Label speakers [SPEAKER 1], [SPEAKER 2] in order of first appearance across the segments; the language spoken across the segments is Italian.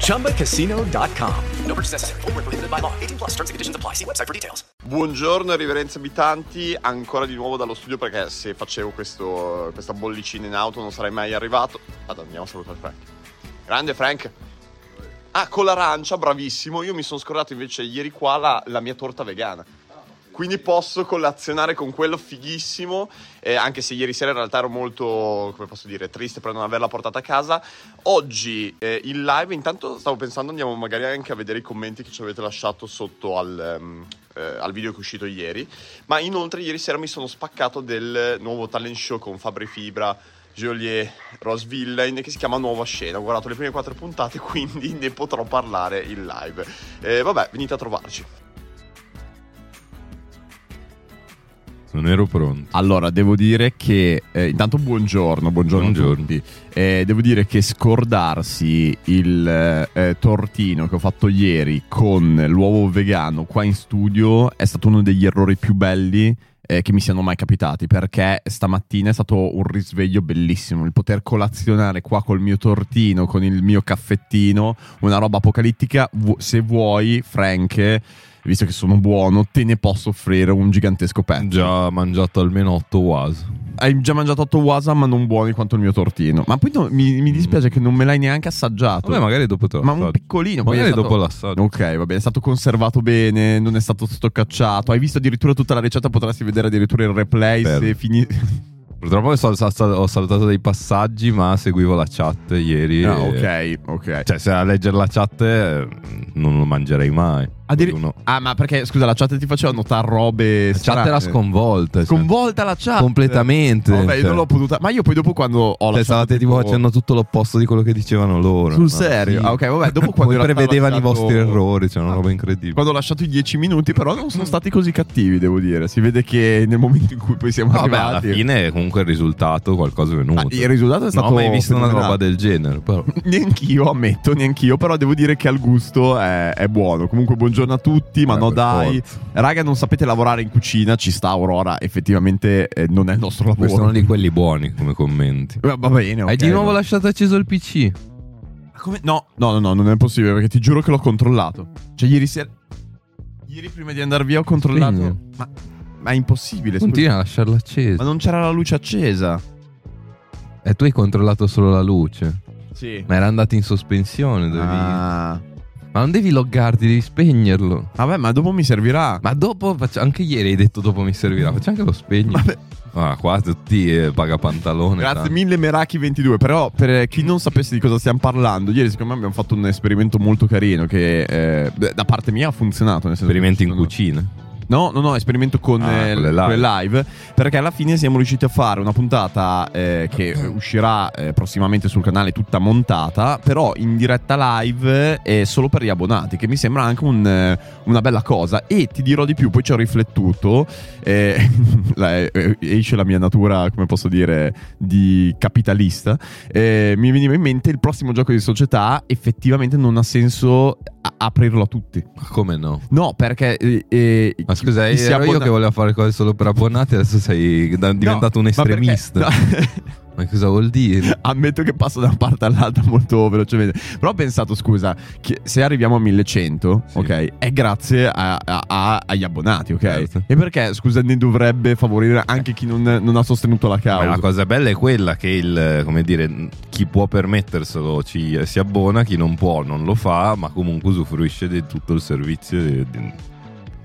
[SPEAKER 1] ChumbaCasino.com. No purchase necessary. Void where prohibited by law. 18 plus terms and conditions apply. See website for details.
[SPEAKER 2] Buongiorno riverenzi abitanti, ancora di nuovo dallo studio perché se facevo questo- questa bollicina in auto non sarei mai arrivato. Vado, andiamo a salutare Frank. Grande Frank. Ah, con l'arancia, bravissimo. Io mi sono scordato invece ieri qua la, la mia torta vegana. Quindi posso collazionare con quello fighissimo, eh, anche se ieri sera in realtà ero molto, come posso dire, triste per non averla portata a casa. Oggi eh, in live, intanto stavo pensando andiamo magari anche a vedere i commenti che ci avete lasciato sotto al, ehm, eh, al video che è uscito ieri. Ma inoltre ieri sera mi sono spaccato del nuovo talent show con Fabri Fibra, Joliet, Rose Villain che si chiama Nuova Scena. Ho guardato le prime quattro puntate, quindi ne potrò parlare in live. Eh, vabbè, venite a trovarci.
[SPEAKER 3] Non ero pronto.
[SPEAKER 4] Allora, devo dire che eh, intanto buongiorno, buongiorno,
[SPEAKER 3] Buongiorno.
[SPEAKER 4] a tutti. Eh, devo dire che scordarsi il eh, tortino che ho fatto ieri con l'uovo vegano qua in studio è stato uno degli errori più belli eh, che mi siano mai capitati perché stamattina è stato un risveglio bellissimo il poter colazionare qua col mio tortino, con il mio caffettino, una roba apocalittica, Vu- se vuoi, Frank, visto che sono buono, te ne posso offrire un gigantesco pezzo.
[SPEAKER 3] Già mangiato almeno 8 was.
[SPEAKER 4] Hai già mangiato 8 wasa ma non buoni quanto il mio tortino. Ma poi no- mi, mi dispiace che non me l'hai neanche assaggiato.
[SPEAKER 3] Mm. Vabbè, magari dopo te lo
[SPEAKER 4] Ma
[SPEAKER 3] assaggio.
[SPEAKER 4] un piccolino. poi
[SPEAKER 3] Magari
[SPEAKER 4] è stato-
[SPEAKER 3] dopo l'assaggio.
[SPEAKER 4] Ok, va bene, è stato conservato bene, non è stato stoccacciato. Hai visto addirittura tutta la ricetta, potresti vedere addirittura il replay
[SPEAKER 3] Bello.
[SPEAKER 4] se fini...
[SPEAKER 3] Purtroppo so- sa- sa- ho saltato dei passaggi, ma seguivo la chat ieri.
[SPEAKER 4] Ah,
[SPEAKER 3] e-
[SPEAKER 4] ok, ok.
[SPEAKER 3] Cioè, se a leggere la chat eh, non lo mangerei mai.
[SPEAKER 4] Addiri-
[SPEAKER 3] Uno-
[SPEAKER 4] Ah, ma perché, scusa, la chat ti faceva notare robe...
[SPEAKER 3] La chat era sconvolta. cioè.
[SPEAKER 4] eh. Sconvolta la chat.
[SPEAKER 3] Completamente.
[SPEAKER 4] Vabbè, io
[SPEAKER 3] Cioè.
[SPEAKER 4] non l'ho potuta... Ma io poi dopo quando ho
[SPEAKER 3] Cioè,
[SPEAKER 4] lasciato
[SPEAKER 3] stavate tipo facendo tutto l'opposto di quello che dicevano loro.
[SPEAKER 4] Sul
[SPEAKER 3] Ma
[SPEAKER 4] serio? Ah, ok, vabbè, dopo quando
[SPEAKER 3] Poi
[SPEAKER 4] in realtà
[SPEAKER 3] prevedevano i
[SPEAKER 4] lasciato-
[SPEAKER 3] vostri errori, cioè una roba incredibile.
[SPEAKER 4] Quando ho lasciato i 10 minuti, però non sono stati così cattivi, devo dire. Si vede che nel momento in cui poi siamo
[SPEAKER 3] Vabbè, alla
[SPEAKER 4] arrivati.
[SPEAKER 3] fine comunque il risultato qualcosa è venuto.
[SPEAKER 4] Ah, il risultato è
[SPEAKER 3] non
[SPEAKER 4] stato.
[SPEAKER 3] ho mai visto una
[SPEAKER 4] fenomenale.
[SPEAKER 3] roba del genere, però.
[SPEAKER 4] Neanch'io, ammetto, neanch'io. Però devo dire che al gusto è, è buono. Comunque, buongiorno a tutti. Ma
[SPEAKER 3] Eh,
[SPEAKER 4] no,
[SPEAKER 3] per
[SPEAKER 4] dai, raga, non sapete lavorare in cucina. Ci sta, Aurora. Effettivamente, eh, non è il nostro lavoro.
[SPEAKER 3] Questo è uno di quelli buoni come commenti.
[SPEAKER 4] Eh, Va bene, ok,
[SPEAKER 3] Hai di nuovo
[SPEAKER 4] no.
[SPEAKER 3] lasciato acceso il PC.
[SPEAKER 4] Ma come- No, no, no, no, non è possibile perché ti giuro che l'ho controllato. Cioè, ieri sera. Ieri prima di andare via ho controllato.
[SPEAKER 3] Spegni.
[SPEAKER 4] Ma, ma è impossibile. scusa.
[SPEAKER 3] Continua a lasciarlo acceso.
[SPEAKER 4] Ma non c'era la luce accesa.
[SPEAKER 3] E tu hai controllato solo la luce.
[SPEAKER 4] Sì.
[SPEAKER 3] Ma era andato in sospensione. dovevi-
[SPEAKER 4] Ah.
[SPEAKER 3] Ma non devi loggarti, devi spegnerlo.
[SPEAKER 4] Vabbè, ma dopo mi servirà.
[SPEAKER 3] Ma dopo, faccio- anche ieri hai detto dopo mi servirà. Faccio anche lo spegno.
[SPEAKER 4] Vabbè.
[SPEAKER 3] Ah, qua tutti eh, paga pantalone.
[SPEAKER 4] Grazie
[SPEAKER 3] tanto.
[SPEAKER 4] mille Meraki22, però per chi non sapesse di cosa stiamo parlando, ieri secondo me abbiamo fatto un esperimento molto carino che eh, beh, da parte mia ha funzionato. nel senso che
[SPEAKER 3] Esperimenti
[SPEAKER 4] ci
[SPEAKER 3] in
[SPEAKER 4] sono-
[SPEAKER 3] cucina.
[SPEAKER 4] No, no, no, esperimento con,
[SPEAKER 3] Ah,
[SPEAKER 4] eh,
[SPEAKER 3] con le
[SPEAKER 4] le
[SPEAKER 3] live.
[SPEAKER 4] live. perché alla fine siamo riusciti a fare una puntata eh, che uscirà eh, prossimamente sul canale tutta montata, però in diretta live eh, solo per gli abbonati, che mi sembra anche un, eh, una bella cosa. E ti dirò di più, poi ci ho riflettuto, eh, la- eh, esce la mia natura, come posso dire, di capitalista, eh, mi veniva in mente il prossimo gioco di società, effettivamente non ha senso a- aprirlo a tutti.
[SPEAKER 3] Ma come no?
[SPEAKER 4] No, perché. eh, eh,
[SPEAKER 3] Ma
[SPEAKER 4] chi-
[SPEAKER 3] scusa,
[SPEAKER 4] chi si
[SPEAKER 3] ero io
[SPEAKER 4] abbona-
[SPEAKER 3] che volevo fare cose solo per abbonati, adesso sei da- diventato
[SPEAKER 4] No,
[SPEAKER 3] un
[SPEAKER 4] ma perché-
[SPEAKER 3] estremista. Ma,
[SPEAKER 4] no,
[SPEAKER 3] cosa vuol dire?
[SPEAKER 4] ammetto che passo da una parte all'altra molto velocemente. Però ho pensato, scusa, che se arriviamo a 1100,
[SPEAKER 3] Sì.
[SPEAKER 4] ok, è grazie a- a- a- agli abbonati, ok?
[SPEAKER 3] Certo.
[SPEAKER 4] E perché, scusa, ne dovrebbe favorire anche chi non, non ha sostenuto la
[SPEAKER 3] Ma
[SPEAKER 4] causa?
[SPEAKER 3] la cosa bella è quella che il, come dire, chi può permetterselo ci- si abbona, chi non può non lo fa, ma comunque usufruisce di tutto il servizio e di,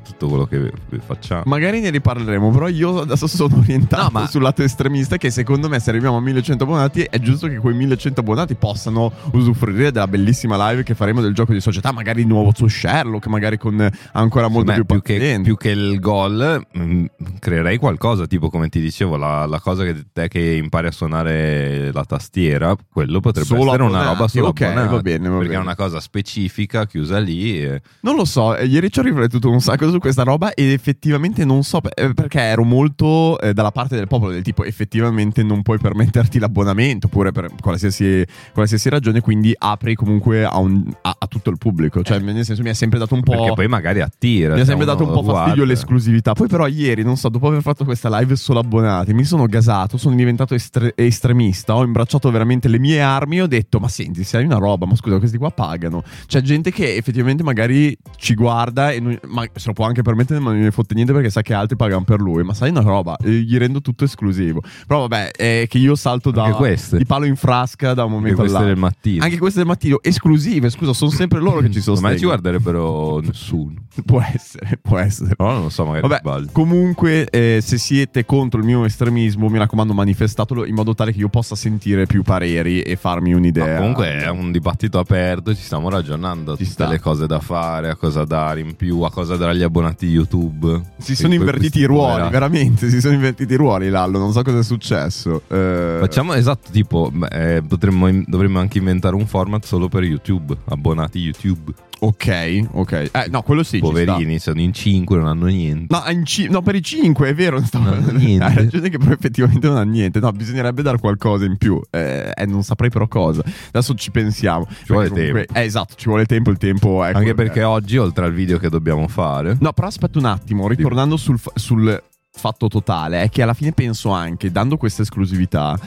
[SPEAKER 3] tutto quello che facciamo.
[SPEAKER 4] Magari ne riparleremo, però io adesso sono orientato
[SPEAKER 3] No, ma-
[SPEAKER 4] sul lato estremista che secondo me se arriviamo a 1100 abbonati è giusto che quei 1100 abbonati possano usufruire della bellissima live che faremo del gioco di società, magari nuovo su Sherlock, magari con ancora molto
[SPEAKER 3] Beh,
[SPEAKER 4] più,
[SPEAKER 3] che,
[SPEAKER 4] pazienza.
[SPEAKER 3] più che il gol, mh, creerei qualcosa, tipo come ti dicevo, la, la cosa che te che impari a suonare la tastiera, quello potrebbe
[SPEAKER 4] Solo
[SPEAKER 3] essere una
[SPEAKER 4] abbonati,
[SPEAKER 3] roba solo
[SPEAKER 4] ok,
[SPEAKER 3] abbonati,
[SPEAKER 4] va bene, va
[SPEAKER 3] perché
[SPEAKER 4] bene.
[SPEAKER 3] è una cosa specifica, chiusa lì. e-
[SPEAKER 4] Non lo so, eh, ieri ci ho riflettuto un sacco su questa roba ed effettivamente non so per- eh, perché ero molto eh, dalla parte del popolo del tipo effettivamente non puoi permetterti l'abbonamento oppure per qualsiasi, qualsiasi ragione quindi apri comunque a, un- a- a tutto il pubblico cioè nel senso mi ha sempre dato un po'
[SPEAKER 3] Eh, Perché poi magari attira.
[SPEAKER 4] Mi ha
[SPEAKER 3] cioè,
[SPEAKER 4] sempre
[SPEAKER 3] uno
[SPEAKER 4] dato un po'
[SPEAKER 3] lo
[SPEAKER 4] fastidio
[SPEAKER 3] guarda.
[SPEAKER 4] l'esclusività. Poi, però, ieri, non so, dopo aver fatto questa live solo abbonati, mi sono gasato, sono diventato estre- estremista. Ho imbracciato veramente le mie armi e ho detto: Ma senti, se hai una roba, ma scusa, questi qua pagano. C'è gente che effettivamente magari ci guarda e non- ma se lo può anche permettere, ma non ne fotte niente perché sa che altri pagano per lui. Ma sai una roba, eh, gli rendo tutto esclusivo. Però, vabbè, è che io salto da
[SPEAKER 3] Anche queste.
[SPEAKER 4] di palo in frasca da un
[SPEAKER 3] Anche
[SPEAKER 4] momento
[SPEAKER 3] queste
[SPEAKER 4] all'altro.
[SPEAKER 3] del mattino.
[SPEAKER 4] Anche queste del mattino, esclusive, scusa, sono sempre loro che ci sono.
[SPEAKER 3] Ma ci guarderebbero nessuno.
[SPEAKER 4] Può essere, può essere.
[SPEAKER 3] No, non lo so, magari
[SPEAKER 4] Vabbè,
[SPEAKER 3] sbaglio.
[SPEAKER 4] comunque, eh, se siete contro il mio estremismo, mi raccomando, manifestatelo in modo tale che io possa sentire più pareri e farmi
[SPEAKER 3] Ma
[SPEAKER 4] un'idea.
[SPEAKER 3] comunque è un dibattito aperto, ci stiamo ragionando a
[SPEAKER 4] Ci
[SPEAKER 3] tutte
[SPEAKER 4] sta.
[SPEAKER 3] le cose da fare, a cosa dare in più, a cosa dare agli abbonati di YouTube.
[SPEAKER 4] Si
[SPEAKER 3] E
[SPEAKER 4] sono
[SPEAKER 3] poi
[SPEAKER 4] invertiti
[SPEAKER 3] questi
[SPEAKER 4] i ruoli,
[SPEAKER 3] poveracci.
[SPEAKER 4] veramente. Si sono invertiti i ruoli, Lallo. Non so cosa è successo. Eh,
[SPEAKER 3] Facciamo esatto, tipo, eh, potremmo, dovremmo anche inventare un format solo per YouTube, abbonati YouTube.
[SPEAKER 4] Ok, ok. Eh, no, quello sì. ci
[SPEAKER 3] Poverini, sono in 5, non hanno
[SPEAKER 4] sta.
[SPEAKER 3] niente.
[SPEAKER 4] No, in ci- no, per i 5 è vero. Stavo...
[SPEAKER 3] Non ha niente.
[SPEAKER 4] Hai ragione che però effettivamente non ha niente. No, bisognerebbe dare qualcosa in più. Eh, eh, non saprei però cosa. Adesso ci pensiamo. Perché
[SPEAKER 3] vuole
[SPEAKER 4] comunque- Eh, esatto, ci vuole tempo. Il tempo è.
[SPEAKER 3] Anche
[SPEAKER 4] quello che è.
[SPEAKER 3] perché oggi, oltre al video che dobbiamo fare,
[SPEAKER 4] No, però aspetta un attimo, ritornando sul, fa- sul fatto totale, è che alla fine penso anche, dando questa esclusività,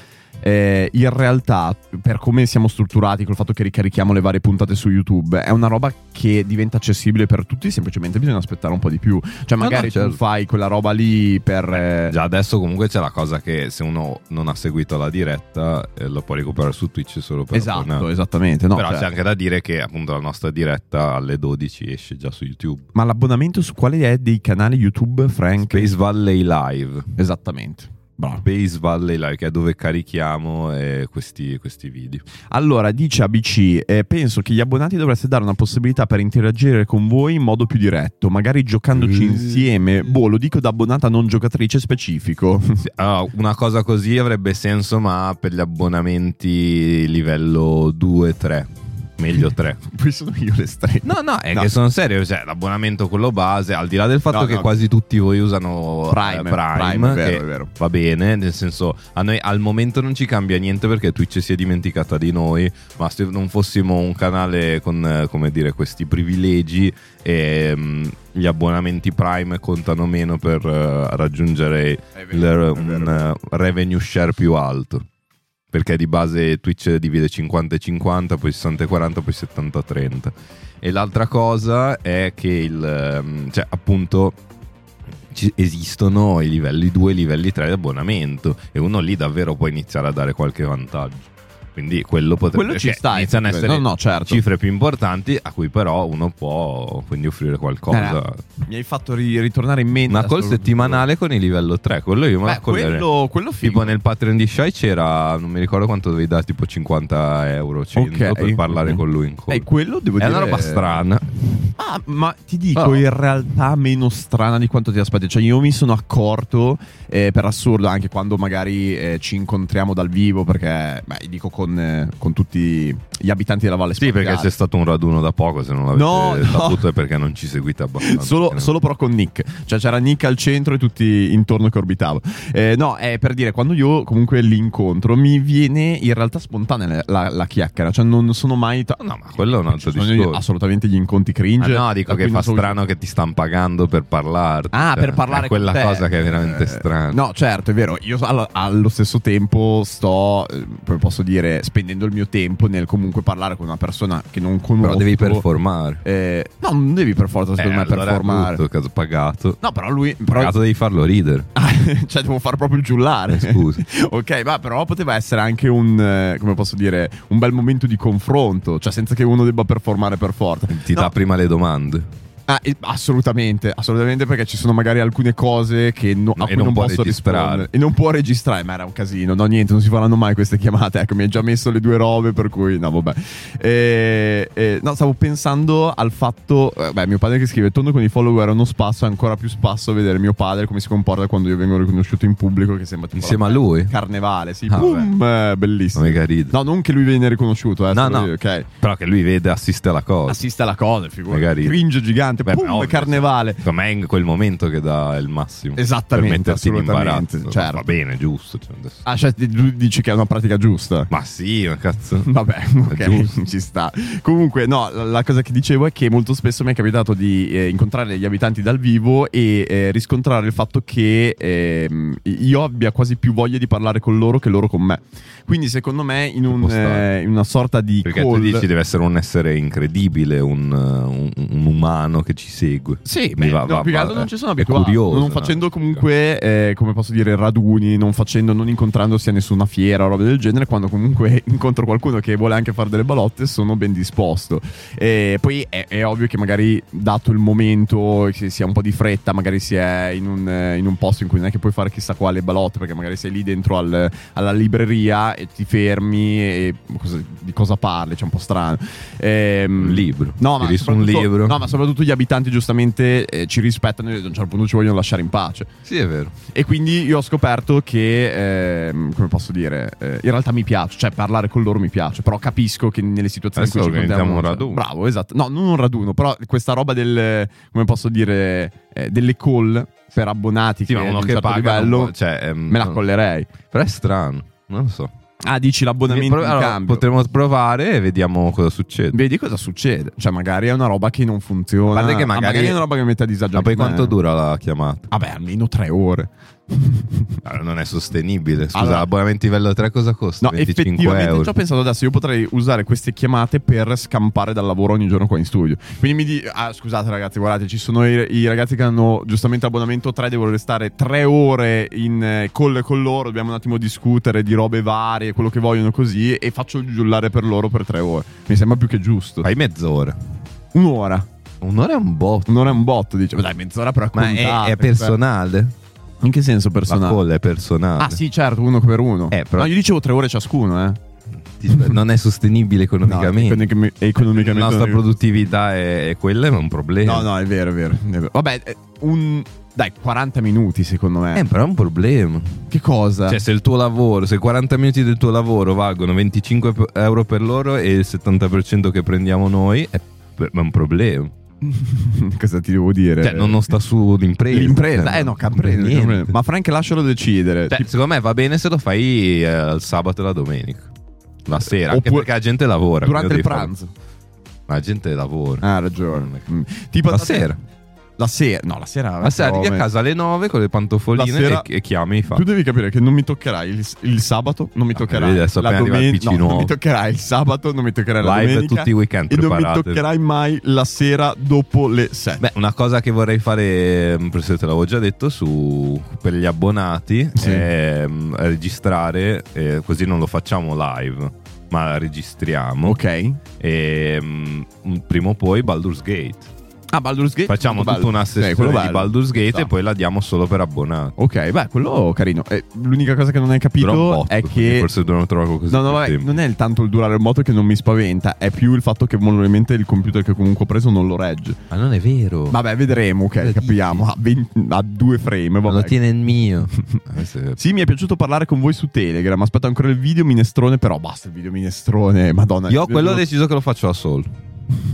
[SPEAKER 4] eh, in realtà, per come siamo strutturati, col fatto che ricarichiamo le varie puntate su YouTube, è una roba che diventa accessibile per tutti, semplicemente bisogna aspettare un po' di più. Cioè,
[SPEAKER 3] No,
[SPEAKER 4] magari
[SPEAKER 3] no, certo.
[SPEAKER 4] tu fai quella roba lì per... eh,
[SPEAKER 3] già adesso comunque c'è la cosa che se uno non ha seguito la diretta eh, lo può recuperare su Twitch solo per
[SPEAKER 4] esatto,
[SPEAKER 3] abbonati.
[SPEAKER 4] esattamente. No,
[SPEAKER 3] Però
[SPEAKER 4] cioè-
[SPEAKER 3] c'è anche da dire che appunto la nostra diretta alle 12 esce già su YouTube.
[SPEAKER 4] Ma l'abbonamento su quale è dei canali YouTube, Frank?
[SPEAKER 3] Base Valley Live.
[SPEAKER 4] Esattamente. Bravo.
[SPEAKER 3] Base Valley Live, che è dove carichiamo eh, questi, questi video.
[SPEAKER 4] Allora, dice ABC, eh, penso che gli abbonati dovreste dare una possibilità per interagire con voi in modo più diretto, magari giocandoci
[SPEAKER 3] Mm.
[SPEAKER 4] insieme. Boh, lo dico da abbonata non giocatrice specifico.
[SPEAKER 3] Sì, allora, una cosa così avrebbe senso, ma per gli abbonamenti livello 2-3, meglio 3.
[SPEAKER 4] Poi sono io le strette.
[SPEAKER 3] No, no, è
[SPEAKER 4] No.
[SPEAKER 3] che sono serio, cioè l'abbonamento quello base, al di là del fatto
[SPEAKER 4] No,
[SPEAKER 3] che
[SPEAKER 4] no.
[SPEAKER 3] quasi tutti voi usano eh,
[SPEAKER 4] Prime, Prime, è vero,
[SPEAKER 3] che
[SPEAKER 4] è vero.
[SPEAKER 3] va bene, nel senso a noi al momento non ci cambia niente perché Twitch si è dimenticata di noi, ma se non fossimo un canale con eh, come dire questi privilegi ehm, gli abbonamenti Prime contano meno per eh, raggiungere il- un eh, revenue share più alto. Perché di base Twitch divide 50 e 50, poi 60 e 40, poi 70 e 30. E l'altra cosa è che il ehm, cioè appunto ci- esistono i livelli 2 e i livelli 3 di abbonamento e uno lì davvero può iniziare a dare qualche vantaggio. Quindi quello potrebbe
[SPEAKER 4] Quello ci
[SPEAKER 3] cioè,
[SPEAKER 4] sta,
[SPEAKER 3] iniziano a essere
[SPEAKER 4] effettivamente. No, no, certo.
[SPEAKER 3] cifre più importanti a cui però uno può quindi offrire qualcosa.
[SPEAKER 4] Eh, Mi hai fatto ri- ritornare in mente...
[SPEAKER 3] Una call settimanale con il livello 3, quello io me
[SPEAKER 4] Beh,
[SPEAKER 3] la collerei.
[SPEAKER 4] quello, quello
[SPEAKER 3] Tipo
[SPEAKER 4] figo.
[SPEAKER 3] nel Patreon di Shai c'era, non mi ricordo quanto dovevi dare, tipo 50 euro 100
[SPEAKER 4] Ok.
[SPEAKER 3] per parlare con lui in call.
[SPEAKER 4] Eh, quello devo
[SPEAKER 3] È
[SPEAKER 4] dire...
[SPEAKER 3] una roba strana.
[SPEAKER 4] Ah, ma ti dico,
[SPEAKER 3] Oh.
[SPEAKER 4] in realtà meno strana di quanto ti aspetti. Cioè, io mi sono accorto, eh, per assurdo, anche quando magari eh, ci incontriamo dal vivo, perché, beh, dico con, eh, con tutti gli abitanti della Valle
[SPEAKER 3] Sì, perché c'è
[SPEAKER 4] Spaziale.
[SPEAKER 3] stato un raduno da poco, se non l'avete
[SPEAKER 4] No, no.
[SPEAKER 3] saputo è perché non ci seguite abbastanza.
[SPEAKER 4] Solo, solo però con Nick, cioè c'era Nick al centro e tutti intorno che orbitavo. Eh, no, è per dire, quando io comunque li incontro, mi viene in realtà spontanea la, la- la chiacchiera, cioè non sono mai. ta-
[SPEAKER 3] No, ma quello è un altro
[SPEAKER 4] Ci sono
[SPEAKER 3] discorso.
[SPEAKER 4] assolutamente gli incontri
[SPEAKER 3] Ah,
[SPEAKER 4] cringe.
[SPEAKER 3] no, dico
[SPEAKER 4] da
[SPEAKER 3] che
[SPEAKER 4] cui
[SPEAKER 3] fa
[SPEAKER 4] non so-
[SPEAKER 3] strano che ti stanno pagando per parlare.
[SPEAKER 4] Ah,
[SPEAKER 3] Cioè,
[SPEAKER 4] per parlare
[SPEAKER 3] È quella
[SPEAKER 4] con te.
[SPEAKER 3] cosa che è veramente
[SPEAKER 4] Eh,
[SPEAKER 3] strana.
[SPEAKER 4] No, certo, è vero. Io allo, allo stesso tempo sto, eh, come posso dire, spendendo il mio tempo nel comunque parlare con una persona che non conosco.
[SPEAKER 3] però devi performare.
[SPEAKER 4] boh. Eh, no, non devi per forza, secondo
[SPEAKER 3] Eh,
[SPEAKER 4] me,
[SPEAKER 3] allora è
[SPEAKER 4] performare.
[SPEAKER 3] brutto, caso pagato.
[SPEAKER 4] No, però lui. Però,
[SPEAKER 3] Pagato devi farlo ridere.
[SPEAKER 4] cioè, devo fare proprio il giullare.
[SPEAKER 3] Eh, scusa.
[SPEAKER 4] ok, ma però poteva essere anche un, eh, come posso dire, un bel momento di confronto. Cioè, senza che uno debba performare per forza.
[SPEAKER 3] Ti
[SPEAKER 4] No,
[SPEAKER 3] dà prima le domande.
[SPEAKER 4] Ah, eh, assolutamente, assolutamente perché ci sono magari alcune cose che no- a
[SPEAKER 3] No, e
[SPEAKER 4] cui
[SPEAKER 3] non
[SPEAKER 4] non,
[SPEAKER 3] può
[SPEAKER 4] posso
[SPEAKER 3] registrare.
[SPEAKER 4] rispondere e non può registrare, ma era un casino, no niente, non si faranno mai queste chiamate, ecco mi hai già messo le due robe per cui no vabbè. Eh, eh, no, stavo pensando al fatto, eh, beh mio padre che scrive, torno con i follower a uno spasso, è ancora più spasso vedere mio padre come si comporta quando io vengo riconosciuto in pubblico che sembra tipo
[SPEAKER 3] Insieme
[SPEAKER 4] la-
[SPEAKER 3] a lui?
[SPEAKER 4] Carnevale, sì,
[SPEAKER 3] Ah,
[SPEAKER 4] boom, eh, bellissimo.
[SPEAKER 3] Non mica ride.
[SPEAKER 4] No, non che lui viene riconosciuto, eh,
[SPEAKER 3] No,
[SPEAKER 4] solo
[SPEAKER 3] no.
[SPEAKER 4] io, ok
[SPEAKER 3] Però che lui vede, assiste alla cosa.
[SPEAKER 4] assiste alla cosa, figura.
[SPEAKER 3] Magari.
[SPEAKER 4] Cringe gigante. ristorante,
[SPEAKER 3] Beh,
[SPEAKER 4] pum,
[SPEAKER 3] ma ovvio,
[SPEAKER 4] carnevale.
[SPEAKER 3] Secondo me è in quel momento che dà il massimo.
[SPEAKER 4] Esattamente,
[SPEAKER 3] Per metterti in
[SPEAKER 4] assolutamente,
[SPEAKER 3] imbarazzo.
[SPEAKER 4] certo.
[SPEAKER 3] Va bene, giusto. cioè, adesso-
[SPEAKER 4] Ah, cioè, tu dici che è una pratica giusta.
[SPEAKER 3] Ma sì, ma cazzo.
[SPEAKER 4] Vabbè,
[SPEAKER 3] È
[SPEAKER 4] ok,
[SPEAKER 3] giusto.
[SPEAKER 4] ci sta. Comunque, no, la, la cosa che dicevo è che molto spesso mi è capitato di eh, incontrare gli abitanti dal vivo e eh, riscontrare il fatto che ehm, io abbia quasi più voglia di parlare con loro che loro con me. Quindi, secondo me, in, un,
[SPEAKER 3] può stare.
[SPEAKER 4] eh, in una sorta di
[SPEAKER 3] Perché
[SPEAKER 4] call-
[SPEAKER 3] tu dici deve essere un essere incredibile, un, un- un umano che ci segue.
[SPEAKER 4] Sì,
[SPEAKER 3] Mi
[SPEAKER 4] beh,
[SPEAKER 3] va-
[SPEAKER 4] no,
[SPEAKER 3] va-
[SPEAKER 4] più che
[SPEAKER 3] va- eh.
[SPEAKER 4] altro non ci sono
[SPEAKER 3] è
[SPEAKER 4] abituato.
[SPEAKER 3] curioso,
[SPEAKER 4] non
[SPEAKER 3] no?
[SPEAKER 4] facendo comunque, eh, come posso dire, raduni, non facendo, non incontrandosi a nessuna fiera o roba del genere, quando comunque incontro qualcuno che vuole anche fare delle balotte, sono ben disposto. E poi è, è ovvio che magari, dato il momento, che si ha un po' di fretta, magari si è in un, eh, in un posto in cui non è che puoi fare chissà quale balotte, perché magari sei lì dentro al- alla libreria e ti fermi e cosa- di cosa parli, c'è un po' strano. Ehm,
[SPEAKER 3] Un libro.
[SPEAKER 4] No, ma
[SPEAKER 3] Tiri su un
[SPEAKER 4] soprattutto-
[SPEAKER 3] libro.
[SPEAKER 4] No, ma soprattutto gli abitanti giustamente eh, ci rispettano e ad un certo punto ci vogliono lasciare in pace.
[SPEAKER 3] Sì, è vero.
[SPEAKER 4] E quindi io ho scoperto che, ehm, come posso dire, eh, in realtà mi piace, cioè parlare con loro mi piace, però capisco che nelle situazioni
[SPEAKER 3] Adesso
[SPEAKER 4] in cui ci
[SPEAKER 3] organizziamo
[SPEAKER 4] incontriamo-
[SPEAKER 3] un raduno.
[SPEAKER 4] Bravo, esatto. No, non un raduno, però questa roba del, come posso dire, eh, delle call per abbonati
[SPEAKER 3] Sì,
[SPEAKER 4] che
[SPEAKER 3] ma
[SPEAKER 4] di
[SPEAKER 3] uno
[SPEAKER 4] un
[SPEAKER 3] che
[SPEAKER 4] certo
[SPEAKER 3] paga
[SPEAKER 4] livello,
[SPEAKER 3] non può- cioè, ehm,
[SPEAKER 4] me la
[SPEAKER 3] no.
[SPEAKER 4] collerei.
[SPEAKER 3] Però è strano, non lo so.
[SPEAKER 4] Ah, dici l'abbonamento
[SPEAKER 3] Allora,
[SPEAKER 4] in cambio.
[SPEAKER 3] potremmo provare e vediamo cosa succede.
[SPEAKER 4] Vedi cosa succede. Cioè, magari è una roba che non funziona.
[SPEAKER 3] A parte che
[SPEAKER 4] Ah,
[SPEAKER 3] magari-
[SPEAKER 4] è una roba che mi mette a disagio.
[SPEAKER 3] Ma poi
[SPEAKER 4] anche me.
[SPEAKER 3] quanto dura la chiamata?
[SPEAKER 4] Vabbè, almeno tre ore.
[SPEAKER 3] Allora, non è sostenibile. Scusa,
[SPEAKER 4] Allora-
[SPEAKER 3] l'abbonamento livello 3 cosa costa?
[SPEAKER 4] No,
[SPEAKER 3] 25
[SPEAKER 4] effettivamente
[SPEAKER 3] euro.
[SPEAKER 4] ci ho pensato adesso. Io potrei usare queste chiamate per scampare dal lavoro ogni giorno qua in studio. Quindi mi di. Ah, scusate, ragazzi, guardate, ci sono i, i ragazzi che hanno giustamente abbonamento 3. Devo restare tre ore in eh, call con loro. Dobbiamo un attimo discutere di robe varie, quello che vogliono così. E faccio il giullare per loro per tre ore. Mi sembra più che giusto.
[SPEAKER 3] Fai mezz'ora.
[SPEAKER 4] Un'ora.
[SPEAKER 3] Un'ora è un botto.
[SPEAKER 4] Un'ora è un botto, dice. Dai, mezz'ora però
[SPEAKER 3] Ma è,
[SPEAKER 4] contate,
[SPEAKER 3] è personale?
[SPEAKER 4] cioè. In che senso
[SPEAKER 3] La
[SPEAKER 4] personale?
[SPEAKER 3] call è personale.
[SPEAKER 4] Ah, sì, certo, uno per uno.
[SPEAKER 3] Eh, però-
[SPEAKER 4] No, io dicevo tre ore ciascuno, eh.
[SPEAKER 3] Ti- Non è sostenibile economicamente.
[SPEAKER 4] economi- economicamente
[SPEAKER 3] La nostra
[SPEAKER 4] non-
[SPEAKER 3] produttività è, è quella, ma è un problema.
[SPEAKER 4] No, no, è vero, è vero. è vero. Vabbè, eh, un... dai, 40 minuti secondo me.
[SPEAKER 3] Eh, però è un problema.
[SPEAKER 4] che cosa?
[SPEAKER 3] Cioè, se il tuo lavoro, se 40 minuti del tuo lavoro valgono 25 pe- euro per loro e il 70% che prendiamo noi, è, per- è un problema.
[SPEAKER 4] cosa ti devo dire?
[SPEAKER 3] Cioè, non, non sta su l'impresa.
[SPEAKER 4] Eh, L'impresa, eh no,
[SPEAKER 3] Non prende
[SPEAKER 4] caprese.
[SPEAKER 3] niente.
[SPEAKER 4] Ma Frank, lascialo decidere.
[SPEAKER 3] Cioè,
[SPEAKER 4] Tipo-
[SPEAKER 3] secondo me va bene se lo fai eh, il sabato e la domenica. La sera, anche
[SPEAKER 4] Oppure-
[SPEAKER 3] perché la gente lavora.
[SPEAKER 4] durante il
[SPEAKER 3] quindi devi
[SPEAKER 4] pranzo.
[SPEAKER 3] farlo. Ma la gente lavora.
[SPEAKER 4] Ah, ragione.
[SPEAKER 3] Mm.
[SPEAKER 4] Mm. Tipo
[SPEAKER 3] La
[SPEAKER 4] andate-
[SPEAKER 3] sera.
[SPEAKER 4] La sera, no, la sera.
[SPEAKER 3] La sera arrivi a
[SPEAKER 4] come-
[SPEAKER 3] casa alle 9 con le pantofoline
[SPEAKER 4] La sera-
[SPEAKER 3] e, e chiami e fa.
[SPEAKER 4] Tu devi capire che non mi toccherai il, il sabato, non mi
[SPEAKER 3] Ah,
[SPEAKER 4] toccherai
[SPEAKER 3] vedi, adesso
[SPEAKER 4] la
[SPEAKER 3] appena arriva il
[SPEAKER 4] domenica,
[SPEAKER 3] PC
[SPEAKER 4] no, non
[SPEAKER 3] nuovo.
[SPEAKER 4] mi toccherai il sabato, non mi toccherai la
[SPEAKER 3] Live
[SPEAKER 4] domenica
[SPEAKER 3] tutti i weekend,
[SPEAKER 4] e non mi
[SPEAKER 3] preparate.
[SPEAKER 4] toccherai mai la sera dopo le 7.
[SPEAKER 3] Beh, una cosa che vorrei fare, mm, forse te l'avevo già detto, su, per gli abbonati
[SPEAKER 4] Sì.
[SPEAKER 3] è mm, registrare, eh, così non lo facciamo live, ma la registriamo.
[SPEAKER 4] ok.
[SPEAKER 3] E, mm, prima o poi Baldur's Gate.
[SPEAKER 4] Ah, Baldur's Gate.
[SPEAKER 3] Facciamo
[SPEAKER 4] molto
[SPEAKER 3] tutta
[SPEAKER 4] bello.
[SPEAKER 3] una
[SPEAKER 4] Sì,
[SPEAKER 3] sessione
[SPEAKER 4] quello esatto.
[SPEAKER 3] di
[SPEAKER 4] bello.
[SPEAKER 3] Baldur's Gate
[SPEAKER 4] Sta.
[SPEAKER 3] e poi la diamo solo per abbonati.
[SPEAKER 4] Ok, beh, quello carino. Eh, l'unica cosa che non hai
[SPEAKER 3] Dura un
[SPEAKER 4] capito
[SPEAKER 3] botto,
[SPEAKER 4] è
[SPEAKER 3] quindi
[SPEAKER 4] che.
[SPEAKER 3] Forse dobbiamo trovare qualcosa
[SPEAKER 4] No, no,
[SPEAKER 3] di più
[SPEAKER 4] vabbè,
[SPEAKER 3] semplice.
[SPEAKER 4] non è il tanto il durare il moto che non mi spaventa, è più il fatto che probabilmente il computer che comunque ho preso non lo regge.
[SPEAKER 3] Ma non è vero.
[SPEAKER 4] Vabbè, vedremo, ok,
[SPEAKER 3] dici?
[SPEAKER 4] capiamo. A, 20 a due frame,
[SPEAKER 3] non lo
[SPEAKER 4] vabbè.
[SPEAKER 3] tiene il mio. Eh, sì.
[SPEAKER 4] Sì, mi è piaciuto parlare con voi su Telegram. Aspetto ancora il video minestrone, però basta il video minestrone, madonna. Cioè,
[SPEAKER 3] Io quello ho
[SPEAKER 4] Non-
[SPEAKER 3] deciso che lo faccio da solo.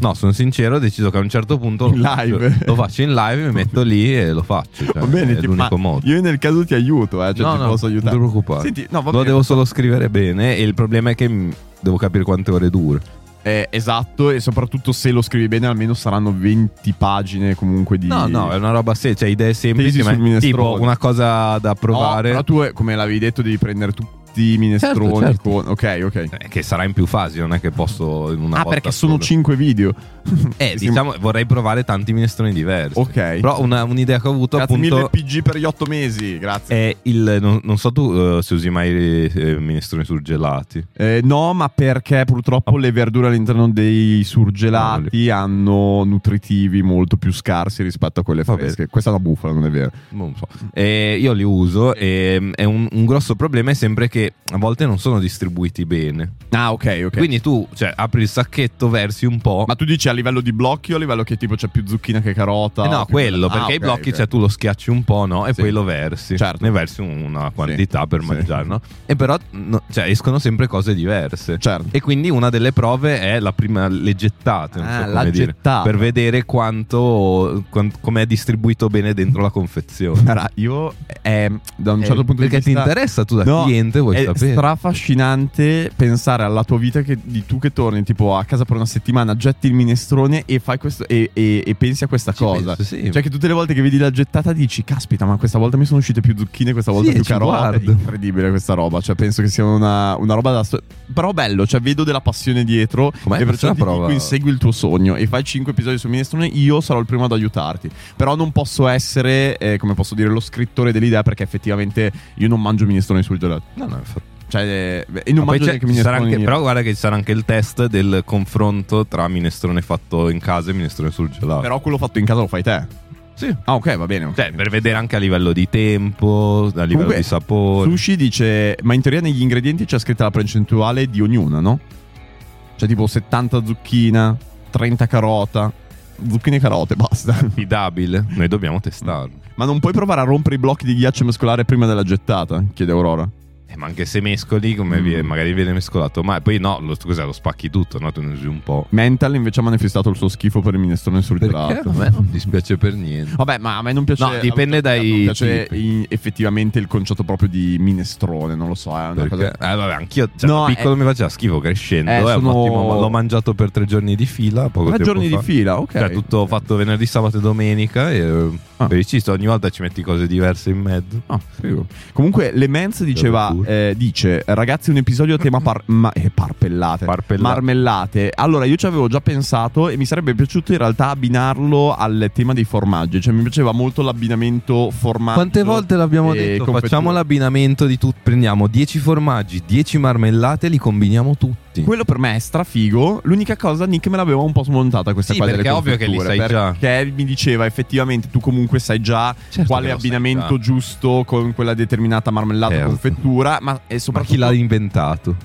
[SPEAKER 3] No, sono sincero, ho deciso che a un certo punto lo
[SPEAKER 4] In
[SPEAKER 3] faccio,
[SPEAKER 4] live.
[SPEAKER 3] lo faccio in live, mi metto lì e lo faccio. Cioè,
[SPEAKER 4] Va bene,
[SPEAKER 3] è
[SPEAKER 4] ti-
[SPEAKER 3] l'unico
[SPEAKER 4] ma
[SPEAKER 3] modo.
[SPEAKER 4] Io nel caso ti aiuto, eh, cioè
[SPEAKER 3] no,
[SPEAKER 4] ti
[SPEAKER 3] no,
[SPEAKER 4] posso aiutare.
[SPEAKER 3] Non ti preoccupare.
[SPEAKER 4] Senti, no, va
[SPEAKER 3] lo
[SPEAKER 4] bene.
[SPEAKER 3] devo solo scrivere bene e il problema è che m- devo capire quante ore dura.
[SPEAKER 4] Eh, esatto, e soprattutto se lo scrivi bene, almeno saranno 20 pagine comunque di.
[SPEAKER 3] No, no, è una roba se cioè idee semplici,
[SPEAKER 4] Tesi sul
[SPEAKER 3] ma
[SPEAKER 4] minestrone.
[SPEAKER 3] tipo una cosa da provare
[SPEAKER 4] No, però tu, eh, come l'avevi detto, devi prendere tutti i minestroni.
[SPEAKER 3] Certo, certo.
[SPEAKER 4] con- Ok, ok.
[SPEAKER 3] eh, che sarà in più fasi, non è che posso in una
[SPEAKER 4] ah,
[SPEAKER 3] volta
[SPEAKER 4] perché sono
[SPEAKER 3] sola.
[SPEAKER 4] 5 video.
[SPEAKER 3] Eh, diciamo, vorrei provare tanti minestroni diversi.
[SPEAKER 4] Ok.
[SPEAKER 3] Però una- un'idea che ho avuto
[SPEAKER 4] Grazie
[SPEAKER 3] appunto
[SPEAKER 4] mille PG per gli 8 mesi, grazie.
[SPEAKER 3] è il non, non so tu eh, se usi mai eh, minestroni surgelati.
[SPEAKER 4] Eh, no, ma perché purtroppo le verdure all'interno dei surgelati
[SPEAKER 3] Ah,
[SPEAKER 4] hanno nutritivi molto più scarsi rispetto a quelle
[SPEAKER 3] Vabbè.
[SPEAKER 4] fresche. Questa è una bufala, non è vero?
[SPEAKER 3] Non so. Eh, io li uso e mm, è un, un grosso problema è sempre che che a volte non sono distribuiti bene.
[SPEAKER 4] Ah, ok, ok.
[SPEAKER 3] Quindi tu cioè, apri il sacchetto, versi un po'.
[SPEAKER 4] ma tu dici a livello di blocchi o a livello che tipo c'è più zucchina che carota?
[SPEAKER 3] Eh no, quello, perché i blocchi cioè, tu lo schiacci un po', no? E
[SPEAKER 4] Ah, Sì.
[SPEAKER 3] poi lo versi.
[SPEAKER 4] Certo.
[SPEAKER 3] Ne versi una quantità per
[SPEAKER 4] Sì.
[SPEAKER 3] mangiare, no? E però no, cioè, escono sempre cose diverse.
[SPEAKER 4] Certo.
[SPEAKER 3] E quindi una delle prove è la prima, le gettate, non
[SPEAKER 4] Ah,
[SPEAKER 3] so
[SPEAKER 4] la
[SPEAKER 3] come dire,
[SPEAKER 4] gettata.
[SPEAKER 3] per vedere quanto, quan- com'è distribuito bene dentro la confezione.
[SPEAKER 4] Guarda, io eh, da un
[SPEAKER 3] Eh,
[SPEAKER 4] certo punto di
[SPEAKER 3] perché
[SPEAKER 4] vista
[SPEAKER 3] ti interessa, tu da cliente vuoi
[SPEAKER 4] è
[SPEAKER 3] sapere.
[SPEAKER 4] strafascinante pensare alla tua vita che- di tu che torni tipo a casa per una settimana, getti il minestrone e fai questo e, e- e pensi a questa
[SPEAKER 3] Ci
[SPEAKER 4] cosa.
[SPEAKER 3] penso, sì.
[SPEAKER 4] Cioè che tutte le volte che vedi la gettata dici "Caspita, ma questa volta mi sono uscite più zucchine, questa volta
[SPEAKER 3] Sì,
[SPEAKER 4] più
[SPEAKER 3] ci
[SPEAKER 4] carote".
[SPEAKER 3] guardo.
[SPEAKER 4] È incredibile questa roba, cioè penso che sia una, una roba da sto- però bello, cioè vedo della passione dietro
[SPEAKER 3] Com'è?
[SPEAKER 4] e perciò
[SPEAKER 3] Facciamo
[SPEAKER 4] ti
[SPEAKER 3] una prova.
[SPEAKER 4] dico insegui il tuo sogno e fai 5 episodi sul minestrone, io sarò il primo ad aiutarti. Però non posso essere, eh, come posso dire, lo scrittore dell'idea perché effettivamente io non mangio minestrone sul gelato.
[SPEAKER 3] No, no, infatti.
[SPEAKER 4] Cioè, eh, beh, e non
[SPEAKER 3] Ma poi
[SPEAKER 4] mangio
[SPEAKER 3] c'è-
[SPEAKER 4] neanche
[SPEAKER 3] ci sarà
[SPEAKER 4] minestrone.
[SPEAKER 3] anche-
[SPEAKER 4] in-
[SPEAKER 3] però guarda che ci sarà anche il test del confronto tra minestrone fatto in casa e minestrone sul gelato.
[SPEAKER 4] Però quello fatto in casa lo fai te.
[SPEAKER 3] Sì.
[SPEAKER 4] Ah, ok, va bene. ok.
[SPEAKER 3] Cioè, per vedere anche a livello di tempo, a livello
[SPEAKER 4] Comunque,
[SPEAKER 3] di sapore.
[SPEAKER 4] Sushi dice, ma in teoria negli ingredienti c'è scritta la percentuale di ognuna, no? Cioè, tipo 70 zucchina, 30 carota. Zucchine e carote, basta.
[SPEAKER 3] Affidabile. Noi
[SPEAKER 4] Mm.
[SPEAKER 3] dobbiamo testarlo.
[SPEAKER 4] ma non puoi provare a rompere i blocchi di ghiaccio muscolare prima della gettata? Chiede Aurora.
[SPEAKER 3] Eh, ma anche se mescoli, come
[SPEAKER 4] Mm.
[SPEAKER 3] vi- magari viene mescolato. Ma poi no, lo, cos'è, lo spacchi tutto, no? Tu ne usi un po'.
[SPEAKER 4] Mental invece ha manifestato il suo schifo per il minestrone sul gelato.
[SPEAKER 3] A me non dispiace per niente.
[SPEAKER 4] Vabbè, ma a me non piace.
[SPEAKER 3] No,
[SPEAKER 4] a
[SPEAKER 3] dipende
[SPEAKER 4] me
[SPEAKER 3] dai
[SPEAKER 4] non piace
[SPEAKER 3] tipi.
[SPEAKER 4] in- effettivamente il concetto proprio di minestrone, non lo so. È una
[SPEAKER 3] Perché?
[SPEAKER 4] cosa.
[SPEAKER 3] Eh, vabbè, anch'io cioè,
[SPEAKER 4] No,
[SPEAKER 3] da piccolo
[SPEAKER 4] eh,
[SPEAKER 3] mi faceva schifo crescendo.
[SPEAKER 4] eh,
[SPEAKER 3] eh,
[SPEAKER 4] sono-
[SPEAKER 3] un attimo, ma l'ho mangiato per tre giorni di fila. Poco
[SPEAKER 4] Tre
[SPEAKER 3] tempo
[SPEAKER 4] giorni
[SPEAKER 3] fa.
[SPEAKER 4] di fila, ok.
[SPEAKER 3] Cioè, tutto fatto venerdì, sabato e domenica. E
[SPEAKER 4] Ah.
[SPEAKER 3] felici, ogni volta ci metti cose diverse in mezzo.
[SPEAKER 4] Ah,
[SPEAKER 3] oh.
[SPEAKER 4] figo. Comunque, Le Mans diceva,
[SPEAKER 3] Dove
[SPEAKER 4] eh, dice, ragazzi, un episodio a tema par- ma- eh, parpellate.
[SPEAKER 3] Parpellate.
[SPEAKER 4] Marmellate. Allora, io ci avevo già pensato e mi sarebbe piaciuto in realtà abbinarlo al tema dei formaggi. Cioè, mi piaceva molto l'abbinamento formaggio.
[SPEAKER 3] Quante volte l'abbiamo
[SPEAKER 4] e
[SPEAKER 3] detto?
[SPEAKER 4] confettura.
[SPEAKER 3] Facciamo l'abbinamento di tutto. Prendiamo 10 formaggi, 10 marmellate, li combiniamo tutti.
[SPEAKER 4] Quello per me è strafigo. L'unica cosa, Nick me l'aveva un po' smontata questa
[SPEAKER 3] Sì,
[SPEAKER 4] qua delle
[SPEAKER 3] perché è ovvio che li
[SPEAKER 4] confetture,
[SPEAKER 3] sai già.
[SPEAKER 4] Perché mi diceva effettivamente tu comunque sai già
[SPEAKER 3] Certo
[SPEAKER 4] quale
[SPEAKER 3] che lo sai
[SPEAKER 4] abbinamento
[SPEAKER 3] già.
[SPEAKER 4] giusto con quella determinata marmellata o
[SPEAKER 3] Certo.
[SPEAKER 4] confettura, ma e
[SPEAKER 3] Ma
[SPEAKER 4] soprattutto
[SPEAKER 3] chi l'ha inventato?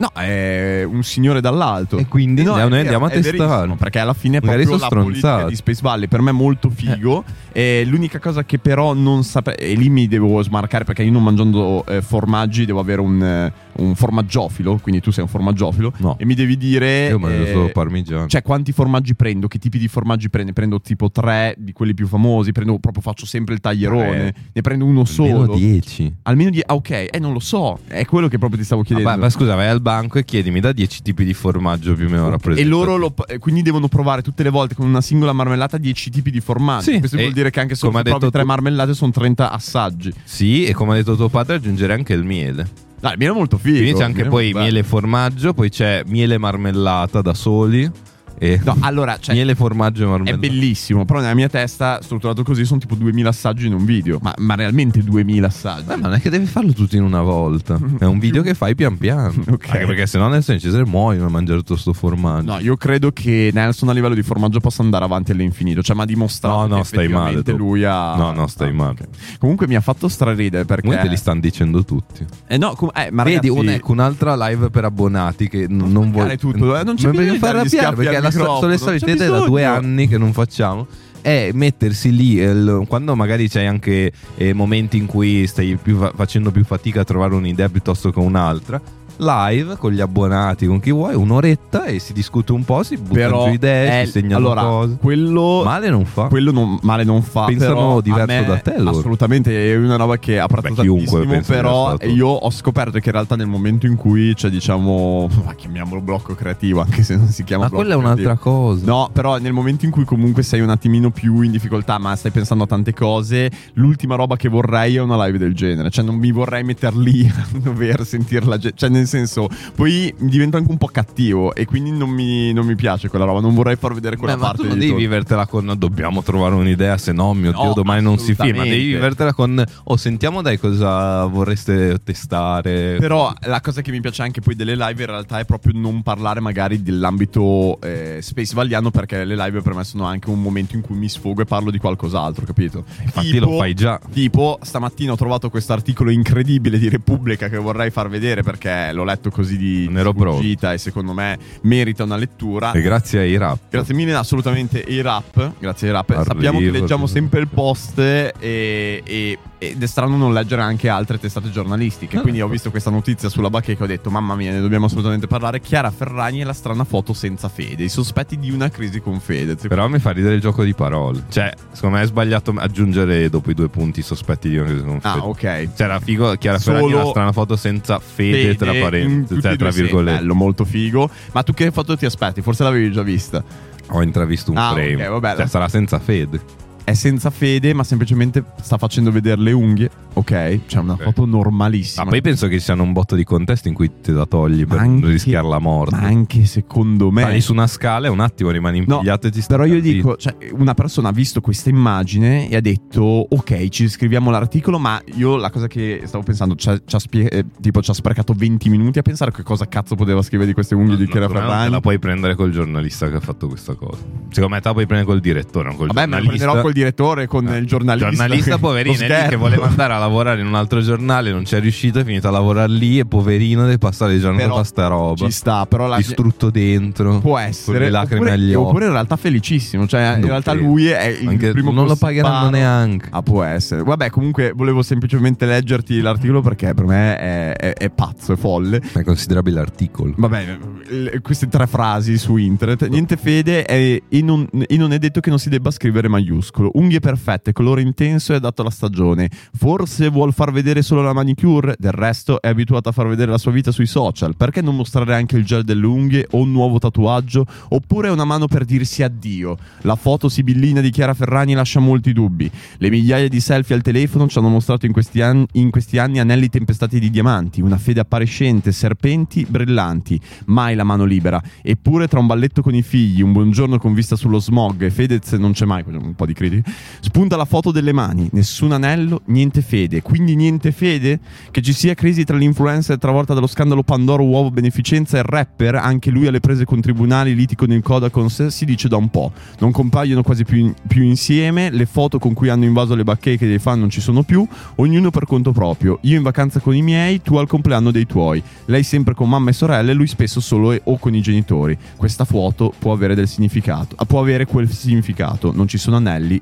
[SPEAKER 4] No, è un signore dall'alto. Eh,
[SPEAKER 3] E quindi
[SPEAKER 4] No,
[SPEAKER 3] noi
[SPEAKER 4] è vero,
[SPEAKER 3] andiamo a
[SPEAKER 4] è verissimo,
[SPEAKER 3] testarlo.
[SPEAKER 4] Perché alla fine è
[SPEAKER 3] Magari
[SPEAKER 4] proprio la
[SPEAKER 3] sono Eh.
[SPEAKER 4] politica
[SPEAKER 3] stronzato.
[SPEAKER 4] di Space Valley. Per me è molto figo. E l'unica cosa che però non saprei... E lì mi devo smarcare perché io non mangiando eh, formaggi devo avere un, eh, un formaggiofilo. Quindi tu sei un formaggiofilo.
[SPEAKER 3] No.
[SPEAKER 4] E mi devi dire...
[SPEAKER 3] Io mangio
[SPEAKER 4] eh,
[SPEAKER 3] solo parmigiano.
[SPEAKER 4] Cioè, quanti formaggi prendo? Che tipi di formaggi prendo? Prendo tipo tre di quelli più famosi. Prendo proprio, faccio sempre il taglierone.
[SPEAKER 3] Eh,
[SPEAKER 4] Ne prendo uno
[SPEAKER 3] Almeno
[SPEAKER 4] solo.
[SPEAKER 3] 10.
[SPEAKER 4] Almeno di... Ah, ok. Eh, non lo so. È quello che proprio ti stavo chiedendo.
[SPEAKER 3] Vabbè, Ah, ma scusa, vai al banco e chiedimi da 10 tipi di formaggio più o meno
[SPEAKER 4] E
[SPEAKER 3] rappresentativi.
[SPEAKER 4] loro lo- eh, quindi devono provare tutte le volte con una singola marmellata 10 tipi di formaggi.
[SPEAKER 3] Sì,
[SPEAKER 4] Questo
[SPEAKER 3] e
[SPEAKER 4] vuol dire che anche solo
[SPEAKER 3] come
[SPEAKER 4] se
[SPEAKER 3] ha
[SPEAKER 4] provi
[SPEAKER 3] detto
[SPEAKER 4] tre
[SPEAKER 3] tu-
[SPEAKER 4] marmellate sono 30 assaggi.
[SPEAKER 3] Sì, e come ha detto tuo padre, aggiungere anche il miele.
[SPEAKER 4] Dai, mi era molto figo.
[SPEAKER 3] Quindi c'è
[SPEAKER 4] mi
[SPEAKER 3] anche
[SPEAKER 4] era
[SPEAKER 3] poi
[SPEAKER 4] molto
[SPEAKER 3] miele e formaggio, poi c'è miele e marmellata da soli. E
[SPEAKER 4] bello. No, allora, cioè,
[SPEAKER 3] miele, formaggio e
[SPEAKER 4] è
[SPEAKER 3] marmellata.
[SPEAKER 4] bellissimo, però nella mia testa, strutturato così, sono tipo 2000 assaggi in un video. Ma, ma realmente 2000 assaggi.
[SPEAKER 3] Eh, ma non è che devi farlo tutto in una volta. È un video che fai pian piano.
[SPEAKER 4] Ok.
[SPEAKER 3] Anche perché sennò nel senso Cesare muoiono a mangiare tutto sto formaggio.
[SPEAKER 4] No, io credo che Nelson a livello di formaggio possa andare avanti all'infinito, cioè ma ha dimostrato
[SPEAKER 3] No, no,
[SPEAKER 4] che
[SPEAKER 3] stai male,
[SPEAKER 4] effettivamente
[SPEAKER 3] tu.
[SPEAKER 4] lui ha
[SPEAKER 3] No, no, stai
[SPEAKER 4] Ah,
[SPEAKER 3] male.
[SPEAKER 4] ok. Comunque mi ha fatto straridere perché
[SPEAKER 3] Comunque te li stanno dicendo tutti.
[SPEAKER 4] Eh no, com- eh, ma
[SPEAKER 3] Vedi,
[SPEAKER 4] ragazzi-
[SPEAKER 3] un- ecco, un'altra live per abbonati che n- non
[SPEAKER 4] fare
[SPEAKER 3] vuoi.
[SPEAKER 4] tutto, eh, non c'è bisogno
[SPEAKER 3] Ma perché
[SPEAKER 4] di dargli
[SPEAKER 3] far arrabbiare,
[SPEAKER 4] schiaffi
[SPEAKER 3] perché
[SPEAKER 4] al
[SPEAKER 3] la so- sono
[SPEAKER 4] microfono, non
[SPEAKER 3] le
[SPEAKER 4] c'è
[SPEAKER 3] solite idee da
[SPEAKER 4] bisogno.
[SPEAKER 3] due anni che non facciamo. È mettersi lì eh, l- quando magari c'hai anche eh, momenti in cui stai più fa- facendo più fatica a trovare un'idea piuttosto che un'altra. Live con gli abbonati, con chi vuoi, un'oretta e si discute un po', si buttano
[SPEAKER 4] però
[SPEAKER 3] giù idee,
[SPEAKER 4] eh,
[SPEAKER 3] si segnano
[SPEAKER 4] allora,
[SPEAKER 3] cose.
[SPEAKER 4] Quello
[SPEAKER 3] Male non fa.
[SPEAKER 4] quello non- male non fa
[SPEAKER 3] Pensano
[SPEAKER 4] però
[SPEAKER 3] diverso
[SPEAKER 4] a me
[SPEAKER 3] da te, loro.
[SPEAKER 4] assolutamente è una roba che ha apprezzato
[SPEAKER 3] chiunque
[SPEAKER 4] tantissimo
[SPEAKER 3] penso
[SPEAKER 4] però
[SPEAKER 3] sia stato.
[SPEAKER 4] io ho scoperto che in realtà nel momento in cui c'è diciamo ma chiamiamolo blocco creativo anche se non si chiama
[SPEAKER 3] Ma
[SPEAKER 4] blocco
[SPEAKER 3] quella è un'altra
[SPEAKER 4] creativo.
[SPEAKER 3] cosa.
[SPEAKER 4] No, però nel momento in cui comunque sei un attimino più in difficoltà, ma stai pensando a tante cose, l'ultima roba che vorrei è una live del genere. Cioè, non mi vorrei metter lì a dover sentire la gente. Cioè, nel senso, poi divento anche un po' cattivo e quindi non mi, non mi piace quella roba. Non vorrei far vedere quella
[SPEAKER 3] Beh, ma
[SPEAKER 4] parte
[SPEAKER 3] tu non
[SPEAKER 4] di
[SPEAKER 3] devi
[SPEAKER 4] tutto.
[SPEAKER 3] vivertela con dobbiamo trovare un'idea, se no, mio
[SPEAKER 4] No,
[SPEAKER 3] Dio, domani non si firma.
[SPEAKER 4] assolutamente.
[SPEAKER 3] Devi vivertela con oh, sentiamo dai cosa vorreste testare.
[SPEAKER 4] Però la cosa che mi piace anche poi delle live in realtà è proprio non parlare magari dell'ambito eh, space vagliano perché le live per me sono anche un momento in cui mi sfogo e parlo di qualcos'altro, capito?
[SPEAKER 3] Infatti lo fai già.
[SPEAKER 4] Tipo, stamattina ho trovato questo articolo incredibile di Repubblica che vorrei far vedere perché l'ho letto così di
[SPEAKER 3] Non ero pronto.
[SPEAKER 4] sfuggita e secondo me merita una lettura.
[SPEAKER 3] E grazie ai rap.
[SPEAKER 4] Grazie mille, assolutamente i rap. Grazie ai rap.
[SPEAKER 3] Arrivo.
[SPEAKER 4] Sappiamo che leggiamo sempre il post e, e- ed è strano non leggere anche altre testate giornalistiche. Quindi ho visto questa notizia sulla bacheca e ho detto: Mamma mia, ne dobbiamo assolutamente parlare. Chiara Ferragni e la strana foto senza fede. I sospetti di una crisi con fede.
[SPEAKER 3] Però mi fa ridere il gioco di parole. Cioè, secondo me è sbagliato aggiungere dopo i due punti i sospetti di una cosa non
[SPEAKER 4] ah,
[SPEAKER 3] fede.
[SPEAKER 4] ok.
[SPEAKER 3] C'era figo Chiara
[SPEAKER 4] Solo-
[SPEAKER 3] Ferragni una strana foto senza fede, tra
[SPEAKER 4] Fede in mm, tutti e
[SPEAKER 3] parentesi, cioè,
[SPEAKER 4] due
[SPEAKER 3] tra
[SPEAKER 4] sensi.
[SPEAKER 3] virgolette.
[SPEAKER 4] Bello, molto figo. Ma tu che foto ti aspetti? Forse l'avevi già vista.
[SPEAKER 3] Ho intravisto un
[SPEAKER 4] Ah,
[SPEAKER 3] frame.
[SPEAKER 4] ok, vabbè.
[SPEAKER 3] Cioè, sarà senza fede.
[SPEAKER 4] è senza fede, ma semplicemente sta facendo vedere le unghie. Ok, c'è una
[SPEAKER 3] Ok.
[SPEAKER 4] foto normalissima.
[SPEAKER 3] Ma poi penso che ci siano un botto di contesti in cui te la togli per
[SPEAKER 4] Ma
[SPEAKER 3] non
[SPEAKER 4] anche-
[SPEAKER 3] rischiare la morte.
[SPEAKER 4] Ma anche secondo me.
[SPEAKER 3] Sali su una scala e un attimo rimani
[SPEAKER 4] No,
[SPEAKER 3] impigliato e ti stai
[SPEAKER 4] però io
[SPEAKER 3] zitto.
[SPEAKER 4] dico, cioè, una persona ha visto questa immagine e ha detto, ok, ci scriviamo l'articolo, ma io la cosa che stavo pensando, c'ha- c'ha spie- eh, tipo ci ha sprecato 20 minuti a pensare che cosa cazzo poteva scrivere di queste unghie di Chiara
[SPEAKER 3] Naturalmente
[SPEAKER 4] Ferragni.
[SPEAKER 3] La puoi prendere col giornalista che ha fatto questa cosa. Secondo me te la puoi prendere col direttore, non col
[SPEAKER 4] Vabbè, me la
[SPEAKER 3] giornalista.
[SPEAKER 4] prenderò col direttore, con
[SPEAKER 3] Eh,
[SPEAKER 4] il giornalista.
[SPEAKER 3] Giornalista poverino
[SPEAKER 4] Lo
[SPEAKER 3] è lì che
[SPEAKER 4] scherzo.
[SPEAKER 3] voleva andare a lavorare in un altro giornale, non ci è riuscito, è finito a lavorare lì e poverino deve passare il giorno a
[SPEAKER 4] Però
[SPEAKER 3] fare sta roba.
[SPEAKER 4] Ci sta, però la
[SPEAKER 3] distrutto dentro.
[SPEAKER 4] Può
[SPEAKER 3] Con
[SPEAKER 4] essere
[SPEAKER 3] le lacrime
[SPEAKER 4] oppure,
[SPEAKER 3] agli occhi.
[SPEAKER 4] oppure in realtà felicissimo. Cioè, in
[SPEAKER 3] Non
[SPEAKER 4] realtà
[SPEAKER 3] credo.
[SPEAKER 4] lui è il
[SPEAKER 3] Anche-
[SPEAKER 4] primo
[SPEAKER 3] non lo
[SPEAKER 4] cosparro.
[SPEAKER 3] pagheranno neanche.
[SPEAKER 4] Ah, può essere. Vabbè, comunque volevo semplicemente leggerti l'articolo perché per me è, è- è pazzo, è folle.
[SPEAKER 3] È considerabile l'articolo.
[SPEAKER 4] Vabbè, l- queste tre frasi su internet. Niente fede è- e, non, e non è detto che non si debba scrivere maiuscolo. Unghie perfette, colore intenso e adatto alla stagione. Forse vuol far vedere solo la manicure, del resto è abituata a far vedere la sua vita sui social. Perché non mostrare anche il gel delle unghie o un nuovo tatuaggio? Oppure una mano per dirsi addio. La foto sibillina di Chiara Ferragni lascia molti dubbi. Le migliaia di selfie al telefono ci hanno mostrato in questi, an- in questi anni anelli tempestati di diamanti, una fede appariscente, serpenti brillanti, mai la mano libera. Eppure tra un balletto con i figli, un buongiorno con vista sullo smog e Fedez non c'è mai, quello è un po' di critica, spunta la foto delle mani, nessun anello, niente fede. Quindi niente fede? Che ci sia crisi tra l'influencer travolta dallo scandalo Pandoro Uovo Beneficenza e il rapper, anche lui alle prese con tribunali, litigano in coda con sé, si dice da un po'. Non compaiono quasi più, più insieme, le foto con cui hanno invaso le bacheche dei fan non ci sono più, ognuno per conto proprio. Io in vacanza con i miei, tu al compleanno dei tuoi. Lei sempre con mamma e sorelle, lui spesso solo e- o con i genitori. Questa foto può avere del significato, ah, può avere quel significato. Non ci sono anelli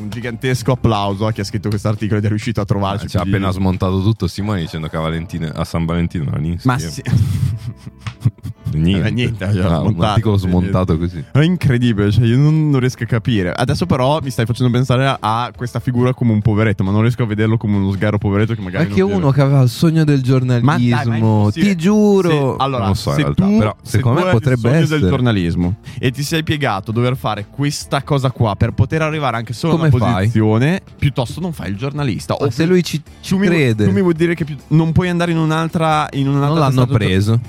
[SPEAKER 4] Un gigantesco applauso a chi ha scritto questo articolo ed è riuscito a trovarci.
[SPEAKER 3] Ah, Ci ha
[SPEAKER 4] quindi-
[SPEAKER 3] appena smontato tutto Simone dicendo che a, Valentino- a San Valentino non insieme.
[SPEAKER 4] Ma sì.
[SPEAKER 3] Niente,
[SPEAKER 4] Eh, niente,
[SPEAKER 3] Ah,
[SPEAKER 4] smontato,
[SPEAKER 3] un articolo
[SPEAKER 4] sì,
[SPEAKER 3] smontato
[SPEAKER 4] niente.
[SPEAKER 3] così.
[SPEAKER 4] È incredibile, cioè io non, non riesco a capire. Adesso però mi stai facendo pensare a, a questa figura come un poveretto, ma non riesco a vederlo come uno sgarro poveretto che magari...
[SPEAKER 3] Anche
[SPEAKER 4] non viene-
[SPEAKER 3] uno che aveva il sogno del
[SPEAKER 4] Ma dai, ma è
[SPEAKER 3] giornalismo,
[SPEAKER 4] impossibile.
[SPEAKER 3] ti giuro.
[SPEAKER 4] Se- allora,
[SPEAKER 3] non lo so in
[SPEAKER 4] se
[SPEAKER 3] realtà,
[SPEAKER 4] tu-
[SPEAKER 3] però
[SPEAKER 4] se
[SPEAKER 3] secondo
[SPEAKER 4] tu
[SPEAKER 3] me
[SPEAKER 4] hai il
[SPEAKER 3] potrebbe
[SPEAKER 4] sogno
[SPEAKER 3] essere
[SPEAKER 4] del giornalismo e ti sei piegato dover fare questa cosa qua per poter arrivare anche solo a
[SPEAKER 3] Come
[SPEAKER 4] una
[SPEAKER 3] fai?
[SPEAKER 4] posizione, piuttosto non fai il giornalista.
[SPEAKER 3] Ma
[SPEAKER 4] O
[SPEAKER 3] se
[SPEAKER 4] pi-
[SPEAKER 3] lui ci, ci
[SPEAKER 4] tu mi,
[SPEAKER 3] crede,
[SPEAKER 4] tu mi vuoi dire che più- non puoi andare in un'altra in un'altra
[SPEAKER 3] non l'hanno
[SPEAKER 4] testata-
[SPEAKER 3] preso.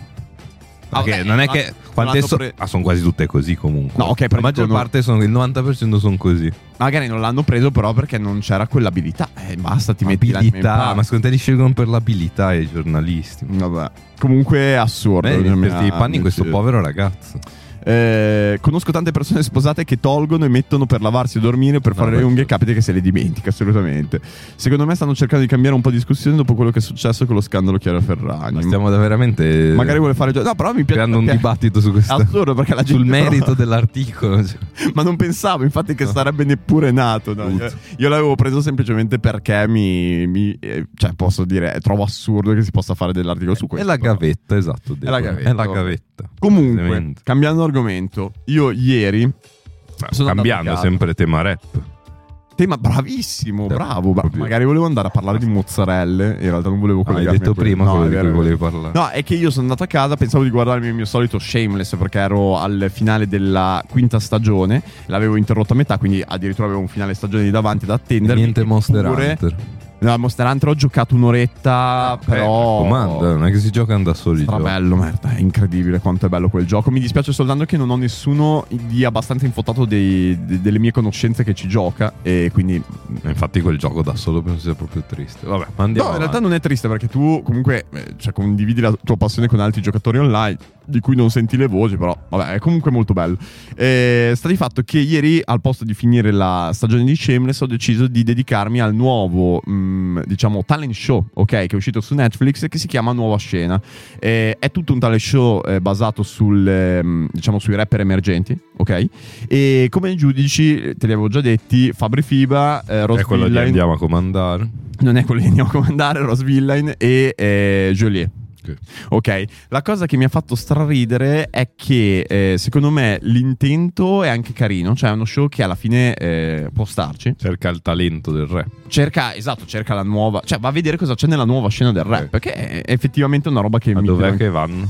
[SPEAKER 3] Perché
[SPEAKER 4] Ah, vabbè,
[SPEAKER 3] non è
[SPEAKER 4] ma-
[SPEAKER 3] che.
[SPEAKER 4] l'hanno
[SPEAKER 3] Quante so-
[SPEAKER 4] pre-
[SPEAKER 3] ah, sono quasi tutte così comunque.
[SPEAKER 4] No, ok,
[SPEAKER 3] La maggior parte sono. Il 90% sono così.
[SPEAKER 4] Magari non l'hanno preso però perché non c'era quell'abilità. Eh, basta, ti metti l'anima in
[SPEAKER 3] Abilità,
[SPEAKER 4] pace.
[SPEAKER 3] ma secondo te li scelgono per l'abilità i giornalisti?
[SPEAKER 4] Vabbè. Comunque assurdo.
[SPEAKER 3] Beh,
[SPEAKER 4] bisogna-
[SPEAKER 3] metterti i panni in questo povero ragazzo.
[SPEAKER 4] Eh, conosco tante persone sposate che tolgono e mettono per lavarsi e dormire o per fare le unghie. Capita che se le dimentica, assolutamente. Secondo me stanno cercando di cambiare un po' di discussione dopo quello che è successo con lo scandalo Chiara Ferragni. Ma
[SPEAKER 3] stiamo da veramente. eh,
[SPEAKER 4] Magari vuole fare. gio- No, però mi piace.
[SPEAKER 3] Creando un
[SPEAKER 4] perché-
[SPEAKER 3] dibattito su questo.
[SPEAKER 4] Assurdo perché la
[SPEAKER 3] Sul
[SPEAKER 4] gente-
[SPEAKER 3] merito dell'articolo. Cioè,
[SPEAKER 4] Ma non pensavo infatti che sarebbe neppure nato. no. Io, io l'avevo preso semplicemente perché mi. mi- eh, cioè, posso dire, eh, trovo assurdo che si possa fare dell'articolo su questo.
[SPEAKER 3] Eh, la
[SPEAKER 4] però.
[SPEAKER 3] gavetta, esatto,
[SPEAKER 4] È la
[SPEAKER 3] Deborah.
[SPEAKER 4] gavetta.
[SPEAKER 3] È la gavetta.
[SPEAKER 4] Comunque,
[SPEAKER 3] Ovviamente.
[SPEAKER 4] cambiando argomento, io ieri. sono andato
[SPEAKER 3] cambiando,
[SPEAKER 4] a casa.
[SPEAKER 3] sempre tema rap.
[SPEAKER 4] Tema bravissimo, bravo. ma- magari volevo andare a parlare di mozzarelle. In realtà non volevo collegarmi
[SPEAKER 3] Ah, detto
[SPEAKER 4] a quello-
[SPEAKER 3] prima
[SPEAKER 4] No,
[SPEAKER 3] quello
[SPEAKER 4] è
[SPEAKER 3] di
[SPEAKER 4] vero,
[SPEAKER 3] cui
[SPEAKER 4] è vero.
[SPEAKER 3] volevi parlare.
[SPEAKER 4] No, è che io sono andato a casa, pensavo di guardarmi il mio solito shameless perché ero al finale della quinta stagione. L'avevo interrotto a metà, quindi addirittura avevo un finale stagione di davanti da attendere.
[SPEAKER 3] Niente Monster
[SPEAKER 4] Eppure-
[SPEAKER 3] Hunter. Ah,
[SPEAKER 4] No, al Monster Hunter ho giocato un'oretta, però.
[SPEAKER 3] raccomando, non è che si giocano da soli.
[SPEAKER 4] bello, merda, è incredibile quanto è bello quel gioco. Mi dispiace soltanto che non ho nessuno di abbastanza infottato dei- de- delle mie conoscenze che ci gioca. E quindi.
[SPEAKER 3] Infatti, quel gioco da solo penso sia proprio triste. Vabbè, ma andiamo.
[SPEAKER 4] no, in realtà
[SPEAKER 3] avanti.
[SPEAKER 4] non è triste perché tu comunque eh, cioè, condividi la tua passione con altri giocatori online di cui non senti le voci, però vabbè, è comunque molto bello. Eh, sta di fatto che ieri, al posto di finire la stagione di Shameless, ho deciso di dedicarmi al nuovo, mm, diciamo, talent show, ok, che è uscito su Netflix che si chiama Nuova Scena. Eh, è tutto un talent show eh, basato sul, ehm, diciamo, sui rapper emergenti, ok? E come giudici, eh, te li avevo già detti, Fabri Fiba, eh, Ross
[SPEAKER 3] È quello di
[SPEAKER 4] Villain-
[SPEAKER 3] andiamo a comandare.
[SPEAKER 4] non è quello che andiamo a comandare, Ross Villain e eh, Joliet. Ok, la cosa che mi ha fatto straridere è che eh, secondo me l'intento è anche carino, cioè è uno show che alla fine eh, può starci.
[SPEAKER 3] Cerca il talento del rap.
[SPEAKER 4] Cerca, esatto, cerca la nuova, cioè va a vedere cosa c'è nella nuova scena del rap, che è effettivamente una roba che mi...
[SPEAKER 3] Dov'è che vanno?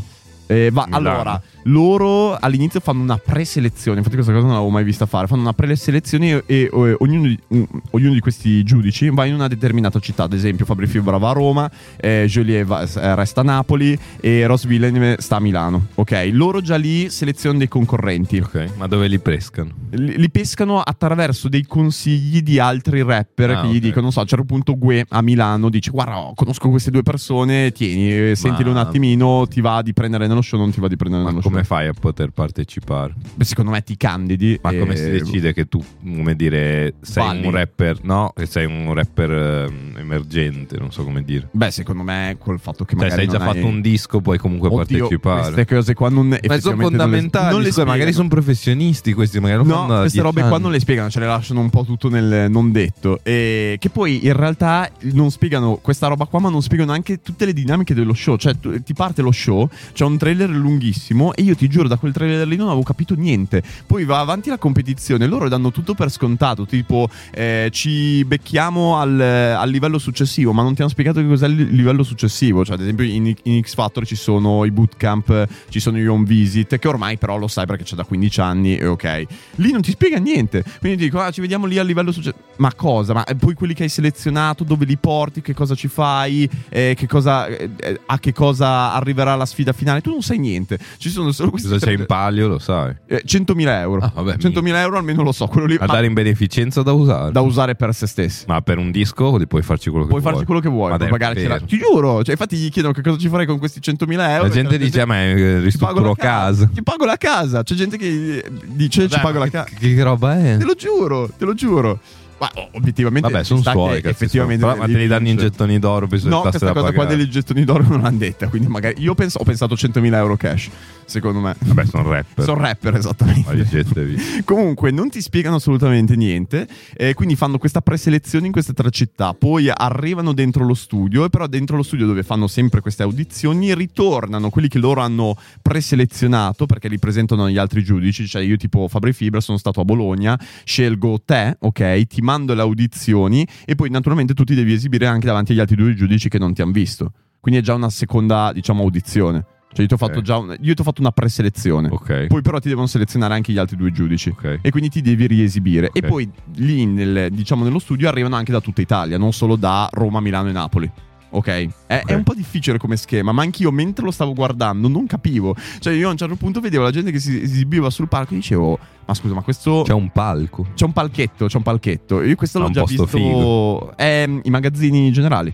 [SPEAKER 4] Eh, va-
[SPEAKER 3] Milano.
[SPEAKER 4] allora, loro all'inizio fanno una preselezione, infatti questa cosa non l'avevo mai vista fare, fanno una preselezione e, e- e ognuno, di, mm, ognuno di questi giudici va in una determinata città, ad esempio Fabri Fibra va a Roma, eh, Joliet va- eh, resta a Napoli e Ross Villain sta a Milano, ok? Loro già lì selezionano dei concorrenti.
[SPEAKER 3] Ok, ma dove li pescano?
[SPEAKER 4] Li li pescano attraverso dei consigli di altri rapper
[SPEAKER 3] Ah,
[SPEAKER 4] che gli
[SPEAKER 3] ok.
[SPEAKER 4] dicono, non so, a un certo punto Gue a Milano dice guarda, oh, conosco queste due persone, tieni, eh, sentile un attimino, ti va di prendere nello show, non ti va di prendere nello show.
[SPEAKER 3] Come fai a poter partecipare?
[SPEAKER 4] Beh, secondo me ti candidi. eh,
[SPEAKER 3] Ma
[SPEAKER 4] e-
[SPEAKER 3] come si decide che tu, come dire, sei
[SPEAKER 4] Valli.
[SPEAKER 3] un rapper? No, che sei un rapper ehm, emergente, non so come dire.
[SPEAKER 4] Beh, secondo me col fatto che
[SPEAKER 3] Cioè,
[SPEAKER 4] magari
[SPEAKER 3] se hai già
[SPEAKER 4] non hai-
[SPEAKER 3] fatto un disco, puoi comunque
[SPEAKER 4] Oddio,
[SPEAKER 3] partecipare.
[SPEAKER 4] Queste cose qua non
[SPEAKER 3] Ma sono
[SPEAKER 4] effettivamente non le-
[SPEAKER 3] fondamentali.
[SPEAKER 4] non le
[SPEAKER 3] scusa, magari sono
[SPEAKER 4] spiegano.
[SPEAKER 3] professionisti questi, magari lo
[SPEAKER 4] No,
[SPEAKER 3] fanno da
[SPEAKER 4] queste
[SPEAKER 3] 10
[SPEAKER 4] robe qua
[SPEAKER 3] anni.
[SPEAKER 4] non le spiegano, ce le lasciano un po' tutto nel non detto. E che poi in realtà non spiegano questa roba qua, ma non spiegano anche tutte le dinamiche dello show. Cioè, tu- ti parte lo show, c'è un trailer lunghissimo e io ti giuro, da quel trailer lì non avevo capito niente. Poi va avanti la competizione, loro danno tutto per scontato, tipo eh, ci becchiamo al, al livello successivo, ma non ti hanno spiegato che cos'è il livello successivo. Cioè, ad esempio, in, in X Factor ci sono i bootcamp, ci sono i home visit, che ormai però lo sai perché c'è da 15 anni e ok. Lì non ti spiega niente. Quindi ti dico, ah, ci vediamo lì al livello successivo. Ma cosa? Ma eh, poi quelli che hai selezionato, dove li porti, che cosa ci fai, Eh, che cosa- eh, eh, a che cosa arriverà la sfida finale? Tu non sai niente. Ci sono solo questi.
[SPEAKER 3] Cosa c'è in
[SPEAKER 4] tre-
[SPEAKER 3] palio, lo sai.
[SPEAKER 4] eh, 100.000 euro. 100.000 euro almeno lo so. Quello lì
[SPEAKER 3] A
[SPEAKER 4] ma
[SPEAKER 3] dare in beneficenza da usare.
[SPEAKER 4] Ah. da usare per se stessi.
[SPEAKER 3] Ma per un disco li puoi farci quello che
[SPEAKER 4] Puoi
[SPEAKER 3] vuoi.
[SPEAKER 4] farci quello che vuoi,
[SPEAKER 3] Ma
[SPEAKER 4] puoi
[SPEAKER 3] dai,
[SPEAKER 4] pagarci
[SPEAKER 3] per-
[SPEAKER 4] la- Ti giuro, cioè, infatti gli chiedono che cosa ci farei con questi 100.000 euro.
[SPEAKER 3] La gente dice: Ma eh,
[SPEAKER 4] pago
[SPEAKER 3] ristrutturo
[SPEAKER 4] la
[SPEAKER 3] casa.
[SPEAKER 4] Ti pago la casa. C'è gente che eh, dice
[SPEAKER 3] Vabbè,
[SPEAKER 4] ci pago la
[SPEAKER 3] ma che-
[SPEAKER 4] casa.
[SPEAKER 3] Che roba è?
[SPEAKER 4] Te lo giuro, te lo giuro. Ma oh, obiettivamente
[SPEAKER 3] Vabbè,
[SPEAKER 4] ci
[SPEAKER 3] sono
[SPEAKER 4] sta che
[SPEAKER 3] suoi. cazzo,
[SPEAKER 4] effettivamente
[SPEAKER 3] sono- Ma te li danno in
[SPEAKER 4] vince.
[SPEAKER 3] gettoni d'oro? penso
[SPEAKER 4] No,
[SPEAKER 3] che tasse
[SPEAKER 4] questa
[SPEAKER 3] da
[SPEAKER 4] cosa qua
[SPEAKER 3] pagare.
[SPEAKER 4] degli gettoni d'oro non l'hanno detta, quindi magari io penso- ho pensato 100.000 euro cash, secondo me.
[SPEAKER 3] Vabbè, sono rapper.
[SPEAKER 4] Sono rapper, esattamente.
[SPEAKER 3] Ma li gettavi.
[SPEAKER 4] Comunque, non ti spiegano assolutamente niente. eh, quindi fanno questa preselezione in queste tre città. Poi arrivano dentro lo studio, e però dentro lo studio dove fanno sempre queste audizioni, ritornano quelli che loro hanno preselezionato perché li presentano agli altri giudici. Cioè, io, tipo Fabri Fibra, sono stato a Bologna, scelgo te, ok? Ti mando le audizioni e poi naturalmente tu ti devi esibire anche davanti agli altri due giudici che non ti hanno visto. Quindi è già una seconda, diciamo, audizione. Cioè, io ti ho fatto
[SPEAKER 3] Ok.
[SPEAKER 4] già un- io ti ho fatto una preselezione.
[SPEAKER 3] Ok.
[SPEAKER 4] Poi però ti devono selezionare anche gli altri due giudici.
[SPEAKER 3] Ok.
[SPEAKER 4] E quindi ti devi riesibire.
[SPEAKER 3] Ok.
[SPEAKER 4] E poi lì, nel- diciamo, nello studio arrivano anche da tutta Italia, non solo da Roma, Milano e Napoli. Ok, è, è un po' difficile come schema, ma anch'io mentre lo stavo guardando non capivo. Cioè, io a un certo punto vedevo la gente che si esibiva sul palco e dicevo: Ma scusa, ma questo. C'è
[SPEAKER 3] un palco.
[SPEAKER 4] C'è un palchetto, c'è un palchetto. Io questo
[SPEAKER 3] Ma
[SPEAKER 4] l'ho
[SPEAKER 3] un
[SPEAKER 4] già
[SPEAKER 3] posto
[SPEAKER 4] visto.
[SPEAKER 3] figo. Ah.
[SPEAKER 4] È, mm, I magazzini generali.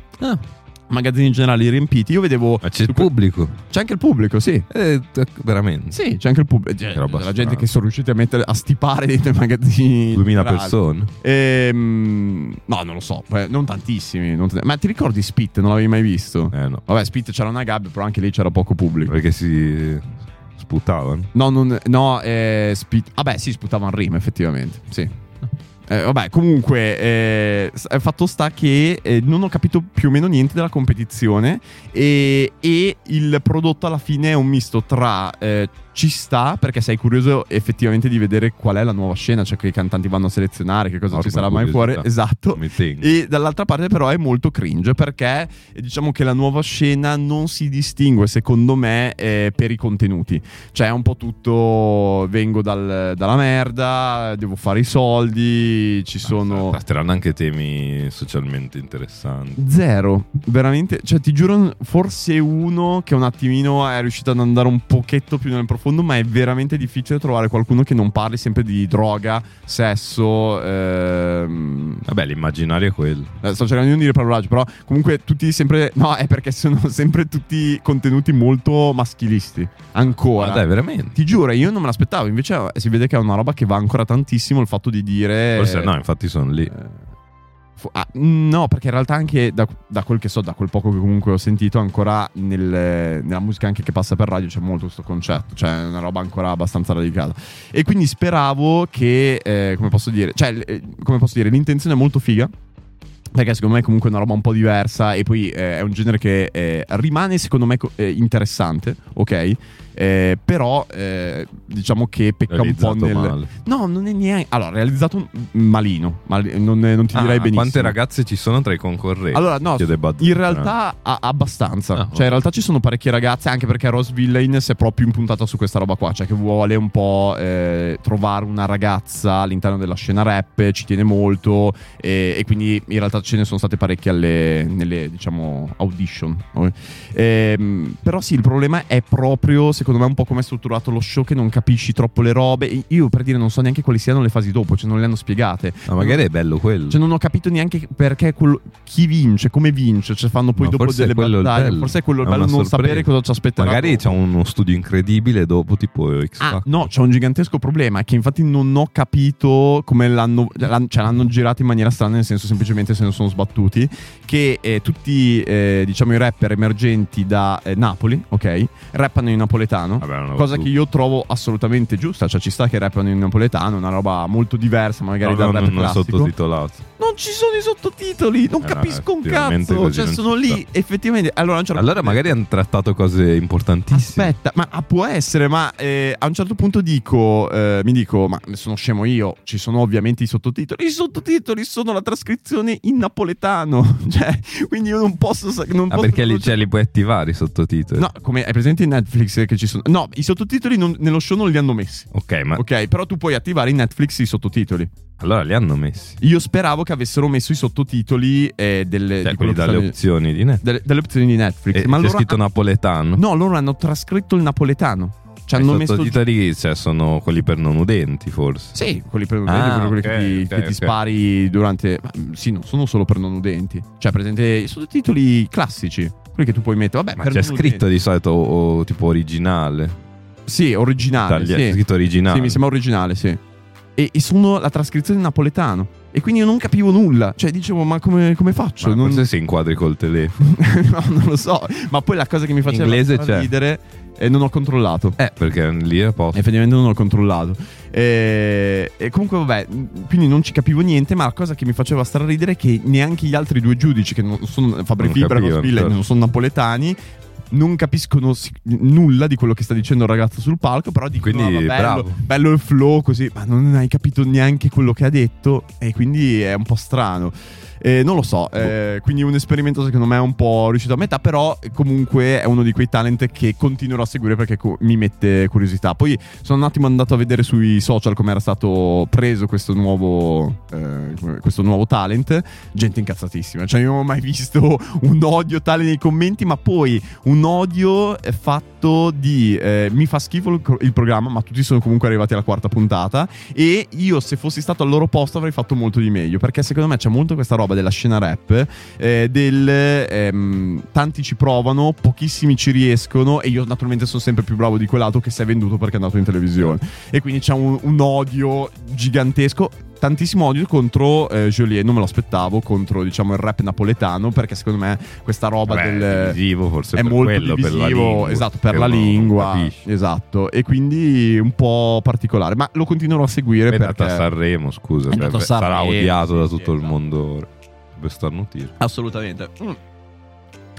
[SPEAKER 4] Magazzini generali riempiti. Io vedevo. Ma
[SPEAKER 3] c'è il pubblico. Eh,
[SPEAKER 4] C'è anche il pubblico, sì.
[SPEAKER 3] veramente.
[SPEAKER 4] Sì, c'è anche il pubblico. Cioè,
[SPEAKER 3] roba
[SPEAKER 4] la gente
[SPEAKER 3] strana.
[SPEAKER 4] che sono riusciti a mettere a stipare dentro i magazzini.
[SPEAKER 3] 2000
[SPEAKER 4] generali.
[SPEAKER 3] persone.
[SPEAKER 4] Ehm, no, non lo so. eh, Non tantissimi. non t- ma ti ricordi Spit? Non l'avevi mai visto?
[SPEAKER 3] Eh no.
[SPEAKER 4] Vabbè, Spit c'era una gabbia, però anche lì c'era poco pubblico.
[SPEAKER 3] Perché si sputavano.
[SPEAKER 4] No, non, no eh, Spit. Vabbè, sì, sputavano rima, effettivamente. Sì. Eh, vabbè, comunque, eh, s- eh, fatto sta che eh, non ho capito più o meno niente della competizione e, e il prodotto alla fine è un misto tra eh, ci sta perché sei curioso effettivamente di vedere qual è la nuova scena, cioè che i cantanti vanno a selezionare, che cosa ci sarà mai fuori. Esatto.
[SPEAKER 3] Mi tengo.
[SPEAKER 4] E dall'altra parte però è molto cringe perché eh, diciamo che la nuova scena non si distingue secondo me eh, per i contenuti. Cioè è un po' tutto vengo dal- dalla merda, devo fare i soldi, ci sono...
[SPEAKER 3] Tratteranno Ah, anche temi socialmente interessanti.
[SPEAKER 4] Zero, veramente, cioè ti giuro forse uno che un attimino è riuscito ad andare un pochetto più nel profondo, ma è veramente difficile trovare qualcuno che non parli sempre di droga, sesso. ehm,
[SPEAKER 3] Vabbè, l'immaginario è quello.
[SPEAKER 4] Eh, Sto cercando di non dire parolacce, però comunque tutti sempre... No, è perché sono sempre tutti contenuti molto maschilisti, ancora.
[SPEAKER 3] Ma Ah, dai, veramente?
[SPEAKER 4] Ti giuro, io non me l'aspettavo, invece eh, si vede che è una roba che va ancora tantissimo il fatto di dire...
[SPEAKER 3] Forse no, infatti sono lì.
[SPEAKER 4] Fu- ah, no, perché in realtà anche da, da quel che so, da quel poco che comunque ho sentito, ancora nel- nella musica anche che passa per radio c'è molto questo concetto, cioè è una roba ancora abbastanza radicata. E quindi speravo che, eh, come posso dire, cioè, l- eh, come posso dire, l'intenzione è molto figa. Perché secondo me è comunque una roba un po' diversa e poi eh, è un genere che eh, rimane secondo me co- eh, interessante, ok? Eh, però eh, diciamo che pecca un po'
[SPEAKER 3] Realizzato
[SPEAKER 4] nel...
[SPEAKER 3] male.
[SPEAKER 4] No, non è neanche... Allora, realizzato un- malino, mal- non, non ti
[SPEAKER 3] Ah,
[SPEAKER 4] direi benissimo.
[SPEAKER 3] Quante ragazze ci sono tra i concorrenti?
[SPEAKER 4] Allora, no,
[SPEAKER 3] Chiede Badun.
[SPEAKER 4] in realtà a- abbastanza.
[SPEAKER 3] Ah, ok.
[SPEAKER 4] cioè, in realtà ci sono parecchie ragazze, anche perché Rose Villain si è proprio impuntata su questa roba qua, cioè che vuole un po' eh, trovare una ragazza all'interno della scena rap, ci tiene molto e, e quindi in realtà ce ne sono state parecchie alle, nelle, diciamo, audition. ok? Ehm, però sì, il problema è proprio, secondo me, un po' come è strutturato lo show, che non capisci troppo le robe. E Io, per dire, non so neanche quali siano le fasi dopo, cioè non le hanno spiegate.
[SPEAKER 3] Ma magari è bello quello.
[SPEAKER 4] Cioè, non ho capito neanche perché quello- chi vince, come vince. Cioè, fanno poi
[SPEAKER 3] Ma
[SPEAKER 4] dopo
[SPEAKER 3] forse è
[SPEAKER 4] delle
[SPEAKER 3] quello il
[SPEAKER 4] battaglie.
[SPEAKER 3] bello.
[SPEAKER 4] Forse è quello il
[SPEAKER 3] È
[SPEAKER 4] bello
[SPEAKER 3] una
[SPEAKER 4] non
[SPEAKER 3] sorpresa.
[SPEAKER 4] sapere cosa ci aspetterà.
[SPEAKER 3] Magari
[SPEAKER 4] dopo.
[SPEAKER 3] c'è uno studio incredibile dopo, tipo X
[SPEAKER 4] Ah,
[SPEAKER 3] Factor.
[SPEAKER 4] no, c'è un gigantesco problema. Che infatti non ho capito come l'hanno. l'han- cioè, l'hanno girato in maniera strana, nel senso, semplicemente se ne sono sbattuti. Che eh, tutti, eh, diciamo, i rapper emergenti da eh, Napoli, ok? Rappano in napoletano.
[SPEAKER 3] no,
[SPEAKER 4] cosa
[SPEAKER 3] tu-
[SPEAKER 4] che io trovo assolutamente giusta. Cioè, ci sta che rappano in napoletano, una roba molto diversa, magari
[SPEAKER 3] No,
[SPEAKER 4] dal
[SPEAKER 3] no,
[SPEAKER 4] rap
[SPEAKER 3] non- non
[SPEAKER 4] classico.
[SPEAKER 3] sottotitolato.
[SPEAKER 4] Non ci sono i sottotitoli, non
[SPEAKER 3] Eh,
[SPEAKER 4] capisco un
[SPEAKER 3] effettivamente
[SPEAKER 4] cazzo.
[SPEAKER 3] così
[SPEAKER 4] Cioè,
[SPEAKER 3] non
[SPEAKER 4] sono
[SPEAKER 3] ci
[SPEAKER 4] lì, effettivamente. Allora, a un certo
[SPEAKER 3] Allora magari hanno trattato cose importantissime.
[SPEAKER 4] Aspetta, ma ah, può essere, ma eh, a un certo punto dico, eh, mi dico, ma sono scemo io, ci sono ovviamente i sottotitoli, i sottotitoli sono la trascrizione in napoletano, cioè, quindi io non posso... sa- Non
[SPEAKER 3] Ah,
[SPEAKER 4] posso
[SPEAKER 3] perché li, cioè, li puoi attivare i sottotitoli?
[SPEAKER 4] No, come hai presente in Netflix che ci sono... No, i sottotitoli non- nello show non li hanno messi.
[SPEAKER 3] Ok, ma
[SPEAKER 4] Ok, però tu puoi attivare in Netflix i sottotitoli.
[SPEAKER 3] allora li hanno messi.
[SPEAKER 4] Io speravo che avessero messo i sottotitoli eh, delle,
[SPEAKER 3] Cioè,
[SPEAKER 4] di
[SPEAKER 3] quelli
[SPEAKER 4] quello che
[SPEAKER 3] dalle
[SPEAKER 4] stanno-
[SPEAKER 3] opzioni di Netflix.
[SPEAKER 4] delle, delle opzioni di Netflix.
[SPEAKER 3] E
[SPEAKER 4] ma
[SPEAKER 3] c'è
[SPEAKER 4] loro
[SPEAKER 3] scritto napoletano.
[SPEAKER 4] No, loro hanno trascritto il napoletano. Ci hanno
[SPEAKER 3] I
[SPEAKER 4] messo.
[SPEAKER 3] sottotitoli cioè, sono quelli per non udenti, forse.
[SPEAKER 4] Sì, quelli per non
[SPEAKER 3] Ah,
[SPEAKER 4] udenti, quelli- quelli
[SPEAKER 3] ok,
[SPEAKER 4] che, ti,
[SPEAKER 3] ok,
[SPEAKER 4] che ti
[SPEAKER 3] ok.
[SPEAKER 4] spari durante. Ma, mm, sì, non sono solo per non udenti. Cioè, presente i sottotitoli classici. Quelli che tu puoi mettere. Vabbè,
[SPEAKER 3] Ma
[SPEAKER 4] per
[SPEAKER 3] c'è
[SPEAKER 4] non
[SPEAKER 3] scritto di solito o- o tipo originale.
[SPEAKER 4] udenti. Sì, originale.
[SPEAKER 3] Taglia-
[SPEAKER 4] Ah, sì.
[SPEAKER 3] c'è scritto originale.
[SPEAKER 4] Sì, mi sembra originale, sì. E, e sono la trascrizione in napoletano. E quindi io non capivo nulla. Cioè, dicevo, ma come, come faccio?
[SPEAKER 3] Ma
[SPEAKER 4] Non-
[SPEAKER 3] forse si inquadri col telefono.
[SPEAKER 4] no, non lo so. Ma poi la cosa che mi faceva
[SPEAKER 3] Inglese c'è.
[SPEAKER 4] ridere e non ho controllato.
[SPEAKER 3] Eh, perché lì è posto.
[SPEAKER 4] Effettivamente non l'ho controllato. E, e comunque, vabbè, mh, quindi non ci capivo niente. Ma la cosa che mi faceva straridere è che neanche gli altri due giudici, che non sono Fabri
[SPEAKER 3] Non
[SPEAKER 4] Fibra e
[SPEAKER 3] capivano,
[SPEAKER 4] Spilla,
[SPEAKER 3] certo.
[SPEAKER 4] non sono napoletani. non capiscono si- nulla di quello che sta dicendo il ragazzo sul palco, però dicono
[SPEAKER 3] Quindi,
[SPEAKER 4] "Ah, ma bello,
[SPEAKER 3] bravo."
[SPEAKER 4] bello il flow così, ma non hai capito neanche quello che ha detto e quindi è un po' strano. Eh, non lo so,
[SPEAKER 3] Boh.
[SPEAKER 4] eh, quindi un esperimento secondo me è un po' riuscito a metà, però eh, comunque è uno di quei talent che continuerò a seguire perché co- mi mette curiosità. Poi sono un attimo andato a vedere sui social come era stato preso questo nuovo, eh, questo nuovo talent, gente incazzatissima, cioè io non ho mai visto un odio tale nei commenti, ma poi un odio è fatto di eh, mi fa schifo il, il programma, ma tutti sono comunque arrivati alla quarta puntata e io se fossi stato al loro posto avrei fatto molto di meglio, perché secondo me c'è molto questa roba della scena rap, eh, del ehm, tanti ci provano, pochissimi ci riescono e io naturalmente sono sempre più bravo di quell'altro che si è venduto perché è andato in televisione e quindi c'è un, un odio gigantesco. Tantissimo odio contro eh, Joliet, non me lo aspettavo, contro diciamo il rap napoletano, perché secondo me questa roba
[SPEAKER 3] Vabbè,
[SPEAKER 4] del
[SPEAKER 3] è divisivo, forse
[SPEAKER 4] è
[SPEAKER 3] per
[SPEAKER 4] molto
[SPEAKER 3] quello, per la
[SPEAKER 4] divisivo,
[SPEAKER 3] lingua,
[SPEAKER 4] esatto, per
[SPEAKER 3] che
[SPEAKER 4] la
[SPEAKER 3] uno non
[SPEAKER 4] lingua,
[SPEAKER 3] capisce.
[SPEAKER 4] esatto, e quindi un po' particolare, ma lo continuerò a seguire
[SPEAKER 3] È andato
[SPEAKER 4] perché
[SPEAKER 3] a Sanremo, scusa,
[SPEAKER 4] È
[SPEAKER 3] cioè,
[SPEAKER 4] andato a
[SPEAKER 3] beh, sarà
[SPEAKER 4] Sanremo,
[SPEAKER 3] odiato
[SPEAKER 4] sì,
[SPEAKER 3] da
[SPEAKER 4] sì,
[SPEAKER 3] tutto il
[SPEAKER 4] esatto.
[SPEAKER 3] mondo. Per starnutire.
[SPEAKER 4] Assolutamente. Mm.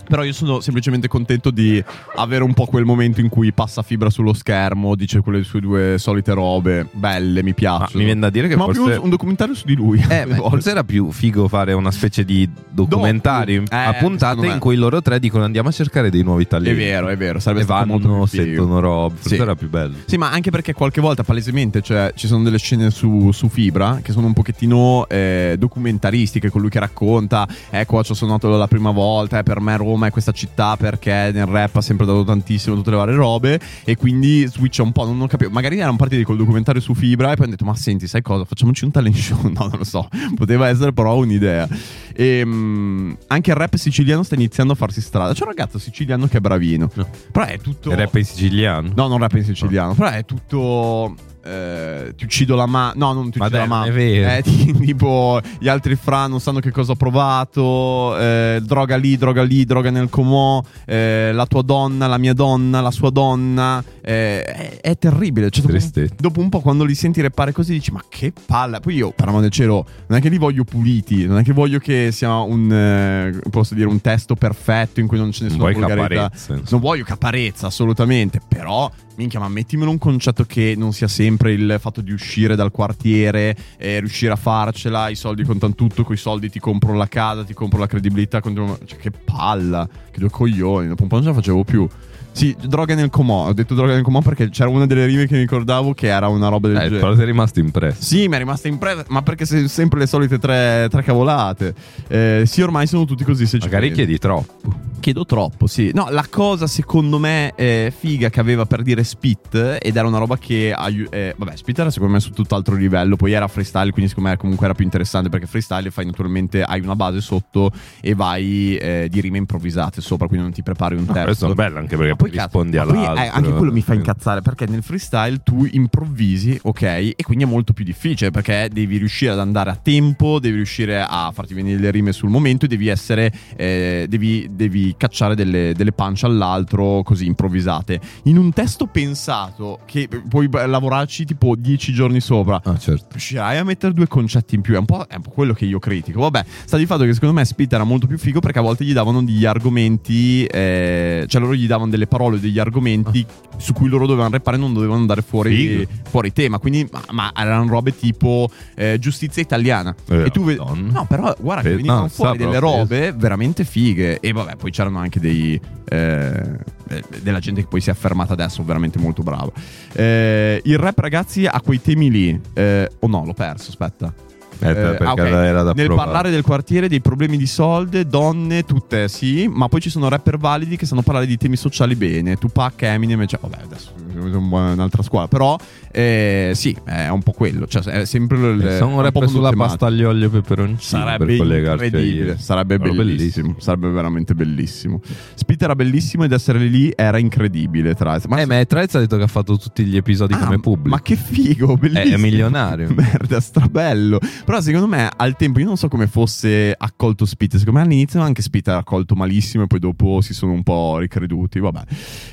[SPEAKER 4] Però io sono semplicemente contento di avere un po' quel momento in cui passa fibra sullo schermo, dice quelle sue due solite robe, belle, mi piacciono.
[SPEAKER 3] mi viene da dire che
[SPEAKER 4] Ma
[SPEAKER 3] forse-
[SPEAKER 4] più un- un documentario su di lui.
[SPEAKER 3] Eh, beh, forse era più figo fare una specie di documentario
[SPEAKER 4] Docu. Eh,
[SPEAKER 3] a puntate
[SPEAKER 4] secondo me.
[SPEAKER 3] in cui loro tre dicono andiamo a cercare dei nuovi talenti.
[SPEAKER 4] È vero, è vero, sarebbe
[SPEAKER 3] e
[SPEAKER 4] stato
[SPEAKER 3] vanno,
[SPEAKER 4] molto più figo.
[SPEAKER 3] sentono rob, forse
[SPEAKER 4] Sì.
[SPEAKER 3] era più bello.
[SPEAKER 4] Sì, ma anche perché qualche volta palesemente cioè, ci sono delle scene su, su Fibra che sono un pochettino eh, documentaristiche, con lui che racconta, ecco, ci ho suonato la prima volta, eh, per me Roma è questa città perché nel rap ha sempre dato tantissimo tutte le varie robe e quindi switcha un po', non ho capito, magari erano partiti col documentario su Fibra e poi hanno detto, ma senti, sai cosa, facciamoci un talent show, no, non lo so, poteva essere però un'idea. E, anche il rap siciliano sta iniziando a farsi strada, c'è un ragazzo siciliano che è bravino, però è tutto...
[SPEAKER 3] Il rap in siciliano?
[SPEAKER 4] No, non rap in siciliano, però è tutto. eh, ti uccido la mano. No, non ti
[SPEAKER 3] Ma
[SPEAKER 4] uccido
[SPEAKER 3] dai,
[SPEAKER 4] la
[SPEAKER 3] non
[SPEAKER 4] mano.
[SPEAKER 3] è vero.
[SPEAKER 4] Eh, ti- tipo, gli altri fra non sanno che cosa ho provato. eh, droga lì, droga lì, droga nel comò. eh, la tua donna, la mia donna, la sua donna. eh, è, è terribile. Cioè, dopo,
[SPEAKER 3] Tristezza.
[SPEAKER 4] dopo un po', quando li senti repare così, dici: Ma che palla! Poi io, per amor del cielo, non è che li voglio puliti, non è che voglio che sia un eh, posso dire un testo perfetto in cui non ce ne
[SPEAKER 3] Non
[SPEAKER 4] sono
[SPEAKER 3] vuoi
[SPEAKER 4] volgarità.
[SPEAKER 3] caparezze, insomma.
[SPEAKER 4] Non voglio caparezza, assolutamente. Però, minchia, ma mettimelo un concetto che non sia sempre il fatto di uscire dal quartiere, eh, riuscire a farcela, i soldi contano tutto, coi soldi ti compro la casa, ti compro la credibilità. continuo- Cioè, che palla, che due coglioni. Dopo un po' non ce la facevo più. Sì, droga nel comò. Ho detto droga nel comò perché c'era una delle rime che mi ricordavo che era una roba del
[SPEAKER 3] Eh,
[SPEAKER 4] genere.
[SPEAKER 3] però sei rimasto impresso.
[SPEAKER 4] Sì, mi è rimasta impresa, ma perché sono sempre le solite tre, tre cavolate. Eh, sì, ormai sono tutti così. Se ci
[SPEAKER 3] Magari
[SPEAKER 4] pensi.
[SPEAKER 3] chiedi troppo.
[SPEAKER 4] Chiedo troppo, sì. No, la cosa secondo me eh, figa che aveva per dire Spit ed era una roba che... aiu- eh, vabbè, Spit era secondo me su tutt'altro livello, poi era freestyle, quindi secondo me comunque era più interessante perché freestyle fai naturalmente, hai una base sotto e vai eh, di rime improvvisate sopra, quindi non ti prepari un
[SPEAKER 3] No,
[SPEAKER 4] testo.
[SPEAKER 3] questo è bello anche perché
[SPEAKER 4] Ma poi cazzo,
[SPEAKER 3] rispondi
[SPEAKER 4] ma poi,
[SPEAKER 3] all'altro.
[SPEAKER 4] eh, anche quello mi fa incazzare perché nel freestyle tu improvvisi, ok, e quindi è molto più difficile perché devi riuscire ad andare a tempo, devi riuscire a farti venire le rime sul momento e devi essere, eh, devi, devi cacciare delle, delle punch all'altro così improvvisate. In un testo pensato che puoi eh, lavorarci tipo 10 giorni sopra,
[SPEAKER 3] Ah, certo.
[SPEAKER 4] riuscirai a mettere due concetti in più. È un, po', è un po' quello che io critico. Vabbè, sta di fatto che secondo me Spit era molto più figo perché a volte gli davano degli argomenti, eh, cioè loro gli davano delle parole, degli argomenti su cui loro dovevano repare, non dovevano andare fuori,
[SPEAKER 3] Figo.
[SPEAKER 4] fuori tema. Quindi, ma, ma erano robe tipo eh, giustizia italiana.
[SPEAKER 3] Eh,
[SPEAKER 4] e tu vedi,
[SPEAKER 3] Madonna.
[SPEAKER 4] no, però guarda che
[SPEAKER 3] Pe-
[SPEAKER 4] venivano
[SPEAKER 3] Eh, no,
[SPEAKER 4] fuori
[SPEAKER 3] sa,
[SPEAKER 4] delle
[SPEAKER 3] però,
[SPEAKER 4] robe veramente fighe. E vabbè, poi c'erano anche dei. eh, eh, della gente che poi si è affermata adesso, veramente molto brava. Eh, il rap, ragazzi, ha quei temi lì. eh, o no, l'ho perso, aspetta.
[SPEAKER 3] Eh, perché
[SPEAKER 4] ah, ok.
[SPEAKER 3] era da
[SPEAKER 4] Nel
[SPEAKER 3] provare.
[SPEAKER 4] parlare del quartiere, dei problemi di soldi, donne, tutte sì, ma poi ci sono rapper validi che sanno parlare di temi sociali bene. Tupac, Eminem, cioè, vabbè, adesso è un buon- un'altra scuola. Però eh, sì, è un po' quello. Cioè, è sempre il.
[SPEAKER 3] Eh, sono
[SPEAKER 4] un
[SPEAKER 3] un rap
[SPEAKER 4] po'
[SPEAKER 3] sulla
[SPEAKER 4] monotematico.
[SPEAKER 3] pasta aglio, olio e peperoncino
[SPEAKER 4] Sarebbe
[SPEAKER 3] per collegarci a
[SPEAKER 4] incredibile,
[SPEAKER 3] ieri.
[SPEAKER 4] sarebbe
[SPEAKER 3] Però
[SPEAKER 4] bellissimo, sarebbe veramente bellissimo. Spit era bellissimo ed essere lì era incredibile, tra l'altro. Ma,
[SPEAKER 3] Eh, ma Trez ha detto che ha fatto tutti gli episodi
[SPEAKER 4] Ah,
[SPEAKER 3] come pubblico.
[SPEAKER 4] ma che figo, bellissimo.
[SPEAKER 3] È milionario.
[SPEAKER 4] Merda, strabello. Però secondo me al tempo io non so come fosse accolto Spit, secondo me all'inizio anche Spit era accolto malissimo e poi dopo si sono un po' ricreduti, vabbè.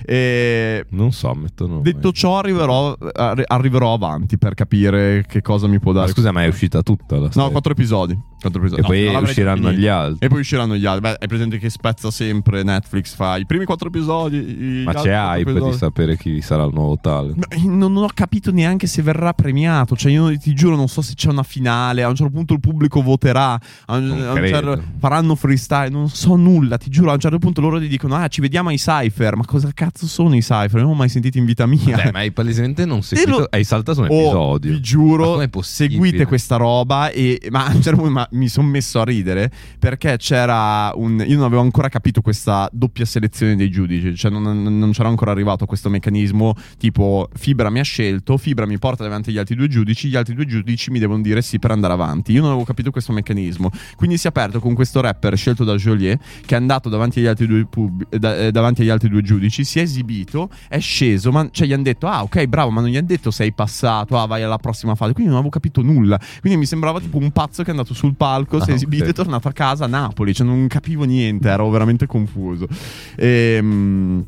[SPEAKER 4] E...
[SPEAKER 3] Non so, metto nome.
[SPEAKER 4] Detto ciò arriverò, arri- arriverò avanti per capire che cosa mi può
[SPEAKER 3] Ma
[SPEAKER 4] dare.
[SPEAKER 3] scusa, ma è uscita tutta la
[SPEAKER 4] No,
[SPEAKER 3] serie?
[SPEAKER 4] quattro episodi. Quattro episodi.
[SPEAKER 3] E poi
[SPEAKER 4] non l'avrei
[SPEAKER 3] usciranno
[SPEAKER 4] finito.
[SPEAKER 3] gli altri.
[SPEAKER 4] E poi usciranno gli altri. Beh, è presente che spezza sempre Netflix, fa i primi quattro episodi. i-
[SPEAKER 3] Ma
[SPEAKER 4] gli altri
[SPEAKER 3] c'è
[SPEAKER 4] quattro
[SPEAKER 3] hype
[SPEAKER 4] episodi.
[SPEAKER 3] di sapere chi sarà il nuovo tale.
[SPEAKER 4] Ma Non ho capito neanche se verrà premiato. Cioè, io ti giuro, non so se c'è una finale. A un certo punto il pubblico voterà. A un- a un
[SPEAKER 3] credo.
[SPEAKER 4] certo- faranno freestyle. Non so nulla. Ti giuro, a un certo punto loro ti dicono: Ah, ci vediamo ai Cypher. Ma cosa cazzo sono i Cypher? Non ho mai sentito in vita mia.
[SPEAKER 3] Beh, ma hai palesemente non
[SPEAKER 4] Te
[SPEAKER 3] seguito.
[SPEAKER 4] lo-
[SPEAKER 3] Hai saltato un
[SPEAKER 4] Oh,
[SPEAKER 3] episodio.
[SPEAKER 4] Vi giuro,
[SPEAKER 3] com'è possibile?
[SPEAKER 4] seguite questa roba. E, ma a un certo punto ma mi sono messo a ridere perché c'era un. Io non avevo ancora capito questa doppia selezione dei giudici, cioè non, non- non c'era ancora arrivato questo meccanismo tipo Fibra mi ha scelto, Fibra mi porta davanti agli altri due giudici, gli altri due giudici mi devono dire sì per andare avanti. Io non avevo capito questo meccanismo. Quindi si è aperto con questo rapper scelto da Joliet che è andato davanti agli altri due, pub- eh, da- eh, davanti agli altri due giudici, si è esibito, è sceso, ma cioè, gli hanno detto ah ok bravo, ma non gli hanno detto sei passato, ah vai alla prossima fase, quindi non avevo capito nulla, quindi mi sembrava tipo un pazzo che è andato sul palco, si è
[SPEAKER 3] Ah,
[SPEAKER 4] esibito
[SPEAKER 3] ok.
[SPEAKER 4] e è tornato a casa a Napoli, cioè non capivo niente, ero veramente confuso. Ehm,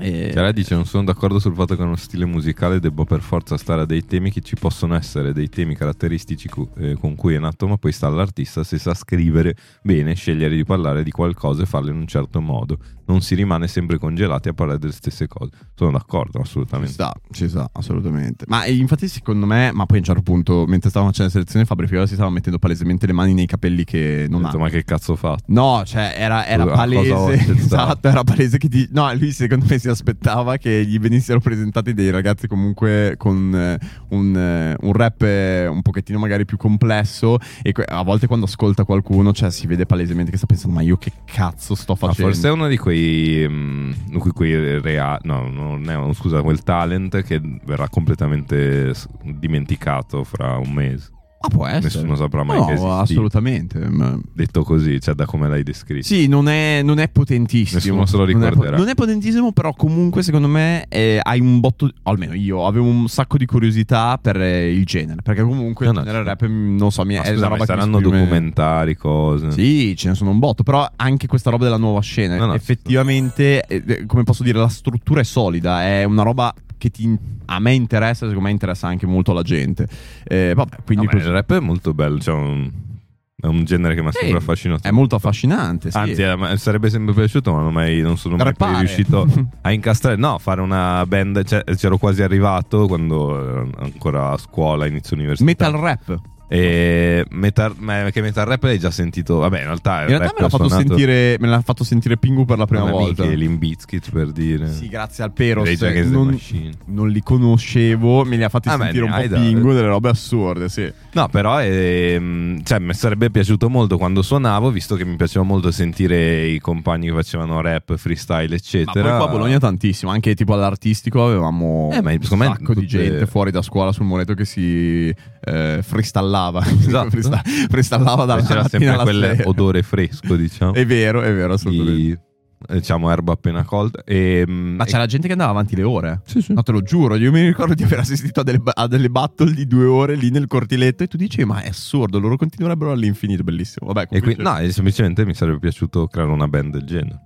[SPEAKER 4] eh,
[SPEAKER 3] Chiara Cioè, dice: Non sono d'accordo sul fatto che uno stile musicale debba per forza stare a dei temi che ci possono essere, dei temi caratteristici cu- eh, con cui è nato, ma poi sta all'artista se sa scrivere bene, scegliere di parlare di qualcosa e farlo in un certo modo. Non si rimane sempre congelati a parlare delle stesse cose. Sono d'accordo,
[SPEAKER 4] Ci
[SPEAKER 3] assolutamente.
[SPEAKER 4] sta, ci sta, assolutamente. Ma eh, infatti, secondo me, ma poi a un certo punto, mentre stavamo facendo la selezione, Fabri Fiola si stava mettendo palesemente le mani nei capelli che
[SPEAKER 3] Ho
[SPEAKER 4] non
[SPEAKER 3] detto,
[SPEAKER 4] ha.
[SPEAKER 3] ma che cazzo ho fatto?
[SPEAKER 4] No, cioè era, era
[SPEAKER 3] Cosa- cosa ho
[SPEAKER 4] palese.
[SPEAKER 3] accettato?
[SPEAKER 4] Esatto, era palese che ti- No, lui secondo me si aspettava che gli venissero presentati dei ragazzi comunque con eh, un, eh, un rap eh, un pochettino magari più complesso. E que- a volte quando ascolta qualcuno, cioè si vede palesemente che sta pensando, ma io che cazzo sto
[SPEAKER 3] Ma
[SPEAKER 4] facendo?
[SPEAKER 3] forse è uno di quei, mm, que- quei rea- no, non è uno, scusa, quel talent che verrà completamente s- dimenticato fra un mese.
[SPEAKER 4] Ah, può essere.
[SPEAKER 3] Nessuno saprà mai
[SPEAKER 4] No,
[SPEAKER 3] che esistì.
[SPEAKER 4] assolutamente. ma-
[SPEAKER 3] Detto così, cioè da come l'hai descritto.
[SPEAKER 4] Sì, non è, non è potentissimo.
[SPEAKER 3] Nessuno se lo
[SPEAKER 4] Non è po- Non
[SPEAKER 3] ricorderà.
[SPEAKER 4] è, potentissimo, però comunque secondo me eh, hai un botto. o almeno io avevo un sacco di curiosità per eh, il genere. Perché comunque
[SPEAKER 3] Eh, No,
[SPEAKER 4] il
[SPEAKER 3] no,
[SPEAKER 4] genere
[SPEAKER 3] sì.
[SPEAKER 4] rap, mm, non so, mi è
[SPEAKER 3] Ma
[SPEAKER 4] una
[SPEAKER 3] scusa, ma
[SPEAKER 4] roba che mi
[SPEAKER 3] saranno
[SPEAKER 4] esprime-
[SPEAKER 3] documentari, cose.
[SPEAKER 4] Sì, ce ne sono un botto, però anche questa roba della nuova scena,
[SPEAKER 3] No, no,
[SPEAKER 4] effettivamente, eh, eh, come posso dire, la struttura è solida, è una roba che ti- a me interessa, secondo me interessa anche molto alla gente. Eh, vabbè, quindi
[SPEAKER 3] No, ma
[SPEAKER 4] così-
[SPEAKER 3] il rap è molto bello, cioè un- è un genere che mi ha sempre
[SPEAKER 4] Sì,
[SPEAKER 3] affascinato.
[SPEAKER 4] È molto affascinante, sì.
[SPEAKER 3] Anzi, eh, ma- sarebbe sempre piaciuto, ma non, mai- non sono mai poi
[SPEAKER 4] Rappare.
[SPEAKER 3] riuscito a incastrare. No, fare una band. cioè, c'ero quasi arrivato quando eh, ancora a scuola, inizio università.
[SPEAKER 4] Metal rap.
[SPEAKER 3] E metal, ma che metal rap l'hai già sentito? Vabbè, in realtà,
[SPEAKER 4] In realtà me l'ha, fatto sentire, me l'ha fatto sentire Pingu per la prima volta.
[SPEAKER 3] Limbizkit per dire.
[SPEAKER 4] Sì, grazie al Peros.
[SPEAKER 3] Rage Against the
[SPEAKER 4] Non,
[SPEAKER 3] Machine.
[SPEAKER 4] non li conoscevo, me li ha fatti
[SPEAKER 3] Ah, beh,
[SPEAKER 4] sentire
[SPEAKER 3] ne
[SPEAKER 4] un
[SPEAKER 3] hai
[SPEAKER 4] po'
[SPEAKER 3] da-
[SPEAKER 4] Pingu, delle robe assurde, sì.
[SPEAKER 3] No, però ehm, cioè, mi sarebbe piaciuto molto quando suonavo, visto che mi piaceva molto sentire i compagni che facevano rap, freestyle,
[SPEAKER 4] Ma
[SPEAKER 3] eccetera.
[SPEAKER 4] poi qua a Bologna tantissimo, anche tipo all'artistico avevamo
[SPEAKER 3] Eh, ma
[SPEAKER 4] un
[SPEAKER 3] secondo me
[SPEAKER 4] sacco di
[SPEAKER 3] tutte-
[SPEAKER 4] gente fuori da scuola sul Moreto che si eh, freestallava.
[SPEAKER 3] Esatto.
[SPEAKER 4] Freesta- freestallava dalla
[SPEAKER 3] c'era
[SPEAKER 4] mattina
[SPEAKER 3] sempre
[SPEAKER 4] alla
[SPEAKER 3] quel
[SPEAKER 4] sera.
[SPEAKER 3] odore fresco, diciamo,
[SPEAKER 4] È vero, è vero, assolutamente.
[SPEAKER 3] di diciamo, erba appena colta. ehm, E,
[SPEAKER 4] Ma c'era gente che andava avanti le ore. No, te lo giuro, io mi ricordo di aver assistito a delle, ba- a delle battle di due ore lì nel cortiletto e tu dici, ma è assurdo, loro continuerebbero all'infinito, bellissimo. Vabbè,
[SPEAKER 3] e qui-
[SPEAKER 4] comunque-
[SPEAKER 3] no, e semplicemente mi sarebbe piaciuto creare una band del genere.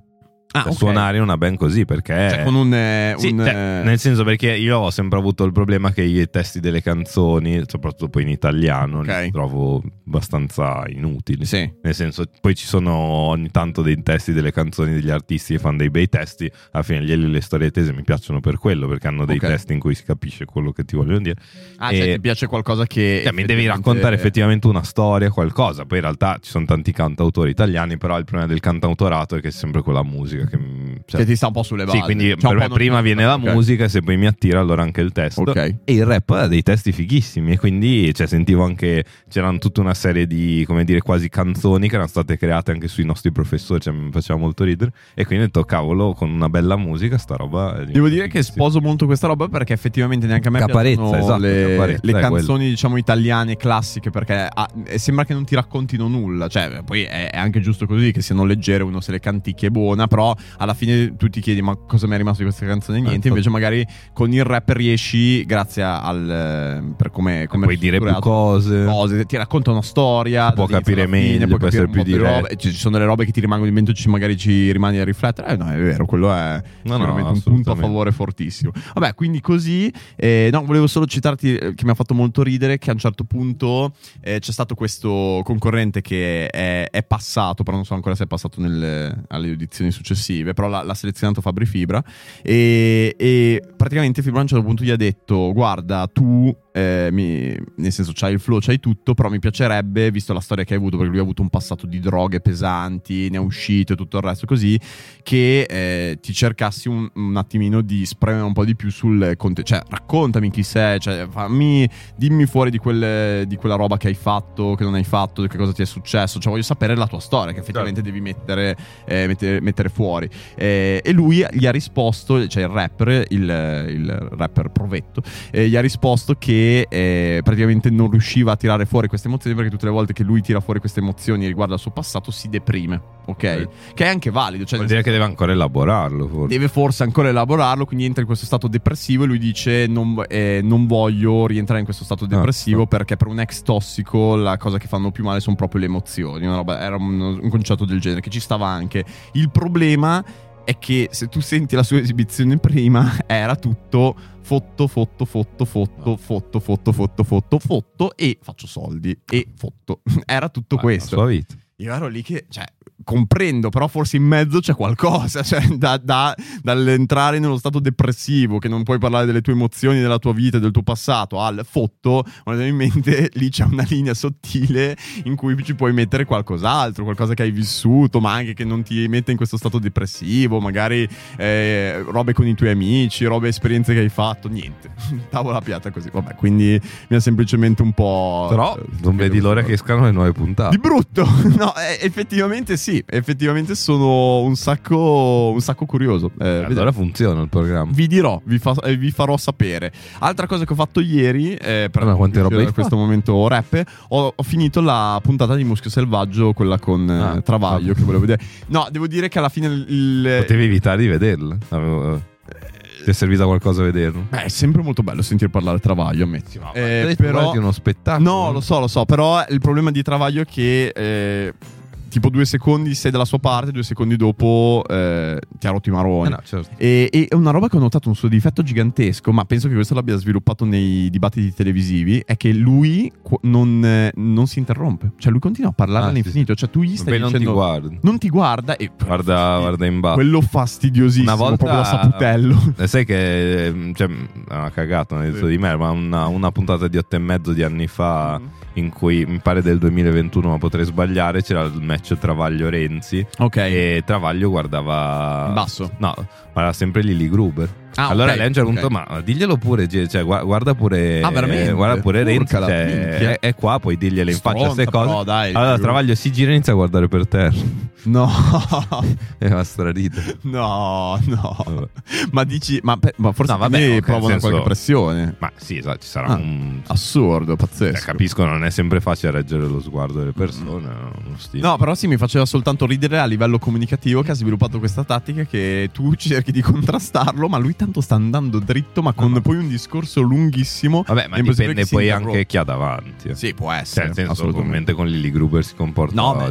[SPEAKER 4] Ah,
[SPEAKER 3] Cioè,
[SPEAKER 4] ok.
[SPEAKER 3] Suonare in una band così perché.
[SPEAKER 4] Cioè, con un... eh,
[SPEAKER 3] Sì,
[SPEAKER 4] un,
[SPEAKER 3] cioè,
[SPEAKER 4] eh,
[SPEAKER 3] nel senso perché io ho sempre avuto il problema che i testi delle canzoni, soprattutto poi in italiano,
[SPEAKER 4] Ok.
[SPEAKER 3] li trovo abbastanza inutili.
[SPEAKER 4] Sì.
[SPEAKER 3] Nel senso, poi ci sono ogni tanto dei testi delle canzoni degli artisti che fanno dei bei testi, alla fine gliele le storie tese mi piacciono per quello, perché hanno dei
[SPEAKER 4] Ok.
[SPEAKER 3] testi in cui si capisce quello che ti vogliono dire.
[SPEAKER 4] Ah, cioè,
[SPEAKER 3] E-
[SPEAKER 4] ti piace qualcosa che...
[SPEAKER 3] cioè, mi devi raccontare effettivamente una storia, qualcosa. Poi in realtà ci sono tanti cantautori italiani, però il problema del cantautorato è che è sempre quella musica che... mi- cioè-
[SPEAKER 4] Che ti sta un po' sulle balle.
[SPEAKER 3] sì, quindi
[SPEAKER 4] Cioè, un
[SPEAKER 3] per me
[SPEAKER 4] po'
[SPEAKER 3] prima
[SPEAKER 4] non-
[SPEAKER 3] viene la
[SPEAKER 4] ok.
[SPEAKER 3] musica, se poi mi attira allora anche il testo.
[SPEAKER 4] Ok.
[SPEAKER 3] E il rap ha dei testi fighissimi e quindi cioè, sentivo anche, c'erano tutta una serie di, come dire, quasi canzoni che erano state create anche sui nostri professori, cioè mi faceva molto ridere. E quindi ho detto, cavolo, con una bella musica sta roba... è
[SPEAKER 4] Devo dire che
[SPEAKER 3] fighissima.
[SPEAKER 4] sposo molto questa roba perché effettivamente neanche a me
[SPEAKER 3] Caparezza,
[SPEAKER 4] piacciono
[SPEAKER 3] esatto,
[SPEAKER 4] le,
[SPEAKER 3] Caparezza,
[SPEAKER 4] le
[SPEAKER 3] è
[SPEAKER 4] canzoni
[SPEAKER 3] quello.
[SPEAKER 4] diciamo italiane classiche perché ah, eh, sembra che non ti raccontino nulla, cioè poi è, è anche giusto così che siano leggere, uno se le canticchia è buona, però alla fine tu ti chiedi ma cosa mi è rimasto di questa canzone?
[SPEAKER 3] Certo.
[SPEAKER 4] Niente, invece magari con il rap riesci, grazie al... eh, per come... come
[SPEAKER 3] Puoi dire più
[SPEAKER 4] cose. Ti racconta una storia.
[SPEAKER 3] Può
[SPEAKER 4] dall'inizio
[SPEAKER 3] capire
[SPEAKER 4] alla fine,
[SPEAKER 3] meglio,
[SPEAKER 4] puoi
[SPEAKER 3] può
[SPEAKER 4] capire
[SPEAKER 3] essere
[SPEAKER 4] un
[SPEAKER 3] più
[SPEAKER 4] po' di
[SPEAKER 3] diretto.
[SPEAKER 4] robe. Ci ci sono le robe che ti rimangono in mente, ci magari ci rimani a riflettere. Eh no, è vero, quello è
[SPEAKER 3] No, no,
[SPEAKER 4] sicuramente un punto a
[SPEAKER 3] assolutamente.
[SPEAKER 4] favore fortissimo. Vabbè, quindi così, eh, no, volevo solo citarti eh, che mi ha fatto molto ridere che a un certo punto eh, c'è stato questo concorrente che è, è passato, però non so ancora se è passato nel- alle edizioni successive, però l'ha, l'ha selezionato Fabri Fibra e, e praticamente Fibra a un certo punto gli ha detto guarda tu... eh, mi- nel senso c'hai il flow, c'hai tutto, però mi piacerebbe, visto la storia che hai avuto, perché lui ha avuto un passato di droghe pesanti, ne è uscito e tutto il resto così, che eh, ti cercassi un, un attimino di spremere un po' di più sul conte. Cioè, raccontami chi sei, cioè, fammi, dimmi fuori di, quel- di quella roba che hai fatto, che non hai fatto, che cosa ti è successo. Cioè, voglio sapere la tua storia, che effettivamente devi mettere, eh, mettere, mettere fuori. Eh, e lui gli ha risposto, cioè il rapper, il, il rapper provetto, eh, gli ha risposto che eh, praticamente non riusciva a tirare fuori queste emozioni perché tutte le volte che lui tira fuori queste emozioni riguardo al suo passato si deprime, ok? Che è anche valido. Cioè
[SPEAKER 3] Vuol dire che deve ancora elaborarlo, forse.
[SPEAKER 4] deve forse ancora elaborarlo, quindi entra in questo stato depressivo e lui dice non, eh, non voglio rientrare in questo stato
[SPEAKER 3] Ah,
[SPEAKER 4] depressivo perché per un ex tossico la cosa che fanno più male sono proprio le emozioni, una roba- era un, un concetto del genere che ci stava anche. Il problema è che se tu senti la sua esibizione prima era tutto fotto, fotto, fotto,
[SPEAKER 3] Ah.
[SPEAKER 4] fotto, fotto, fotto, fotto, fotto, fotto e faccio soldi e fotto. Era tutto
[SPEAKER 3] Beh,
[SPEAKER 4] questo.
[SPEAKER 3] Ah, la sua vita.
[SPEAKER 4] Io ero lì che, cioè, comprendo, però forse in mezzo c'è qualcosa, cioè, da- da- dall'entrare in uno stato depressivo, che non puoi parlare delle tue emozioni, della tua vita, del tuo passato, al fotto, probabilmente lì c'è una linea sottile in cui ci puoi mettere qualcos'altro, qualcosa che hai vissuto, ma anche che non ti mette in questo stato depressivo, magari eh, robe con i tuoi amici, robe, esperienze che hai fatto, niente, tavola piatta così, vabbè, quindi mi ha semplicemente un po'... eh,
[SPEAKER 3] Però non vedi l'ora che escano le nuove puntate.
[SPEAKER 4] Di brutto, no, eh, effettivamente sì, effettivamente sono un sacco, un sacco curioso. Eh,
[SPEAKER 3] Allora
[SPEAKER 4] vediamo.
[SPEAKER 3] funziona il programma.
[SPEAKER 4] vi dirò, vi, fa- eh, vi farò sapere. Altra cosa che ho fatto ieri, eh, per
[SPEAKER 3] Ma quante robe
[SPEAKER 4] uscire da
[SPEAKER 3] hai
[SPEAKER 4] questo momento rap, ho, ho finito la puntata di Muschio Selvaggio, quella con eh,
[SPEAKER 3] Ah,
[SPEAKER 4] Travaglio
[SPEAKER 3] vabbè.
[SPEAKER 4] che volevo vedere. No, devo dire che alla fine il... il-
[SPEAKER 3] Potevi evitare di vederlo. Avevo- Ti è servito a qualcosa vederlo.
[SPEAKER 4] Beh, è sempre molto bello sentire parlare Travaglio, ammetti.
[SPEAKER 3] ma
[SPEAKER 4] Eh,
[SPEAKER 3] devi
[SPEAKER 4] però...
[SPEAKER 3] guardarti uno spettacolo.
[SPEAKER 4] No, lo so, lo so, però il problema di Travaglio è che eh, tipo due secondi sei dalla sua parte, due secondi dopo eh, ti ha rotto i maroni.
[SPEAKER 3] Eh no, certo.
[SPEAKER 4] E, e è una roba che ho notato un suo difetto gigantesco, ma penso che questo l'abbia sviluppato nei dibattiti televisivi, è che lui qu- non, eh, non si interrompe. Cioè lui continua a parlare
[SPEAKER 3] Ah,
[SPEAKER 4] all'infinito, cioè tu gli stai
[SPEAKER 3] Beh, non ti
[SPEAKER 4] dicendo...
[SPEAKER 3] guardi.
[SPEAKER 4] non ti guarda e...
[SPEAKER 3] Guarda, guarda in basso.
[SPEAKER 4] Quello fastidiosissimo,
[SPEAKER 3] Una volta-
[SPEAKER 4] proprio da saputello.
[SPEAKER 3] Eh, Sai che ehm, cioè, mh, è una cagata, non è detto
[SPEAKER 4] Sì. Mm.
[SPEAKER 3] di me, ma una, una puntata di otto e mezzo di anni fa, in cui mi pare del 2021, ma potrei sbagliare, c'era il match Travaglio-Renzi.
[SPEAKER 4] Ok.
[SPEAKER 3] E Travaglio guardava.
[SPEAKER 4] Eh. In basso.
[SPEAKER 3] No, guardava sempre Lily Gruber.
[SPEAKER 4] Ah,
[SPEAKER 3] allora
[SPEAKER 4] ok,
[SPEAKER 3] lei a un certo
[SPEAKER 4] ok.
[SPEAKER 3] punto, ma diglielo pure, Ge- cioè, gua- guarda pure.
[SPEAKER 4] Ah, veramente?
[SPEAKER 3] eh, Guarda pure Renzi,
[SPEAKER 4] Urca la
[SPEAKER 3] cioè,
[SPEAKER 4] minchia.
[SPEAKER 3] è, è qua, poi digliele in faccia
[SPEAKER 4] Stronza,
[SPEAKER 3] queste cose.
[SPEAKER 4] però, dai,
[SPEAKER 3] allora
[SPEAKER 4] Lily
[SPEAKER 3] Travaglio si gira e inizia a guardare per terra.
[SPEAKER 4] No.
[SPEAKER 3] è una stradita.
[SPEAKER 4] No, no. Ma dici, ma, pe- ma forse
[SPEAKER 3] No,
[SPEAKER 4] a
[SPEAKER 3] vabbè,
[SPEAKER 4] me
[SPEAKER 3] ok,
[SPEAKER 4] provano
[SPEAKER 3] nel senso-
[SPEAKER 4] qualche pressione.
[SPEAKER 3] Ma sì, esatto, ci sarà
[SPEAKER 4] Ah,
[SPEAKER 3] un
[SPEAKER 4] Assurdo, pazzesco.
[SPEAKER 3] Cioè, capisco, non è sempre facile reggere lo sguardo delle persone. uno stile.
[SPEAKER 4] Mm-hmm. No, però sì, mi faceva soltanto ridere a livello comunicativo che ha sviluppato questa tattica che tu cerchi di contrastarlo, ma lui tanto sta andando dritto, ma con poi un discorso lunghissimo.
[SPEAKER 3] Vabbè, ma
[SPEAKER 4] È impossibile
[SPEAKER 3] dipende
[SPEAKER 4] che si
[SPEAKER 3] poi
[SPEAKER 4] interrompa.
[SPEAKER 3] anche chi ha davanti. eh.
[SPEAKER 4] Sì, può
[SPEAKER 3] Cioè,
[SPEAKER 4] essere,
[SPEAKER 3] nel senso,
[SPEAKER 4] assolutamente.
[SPEAKER 3] ovviamente con Lily Gruber si comporta
[SPEAKER 4] No, beh,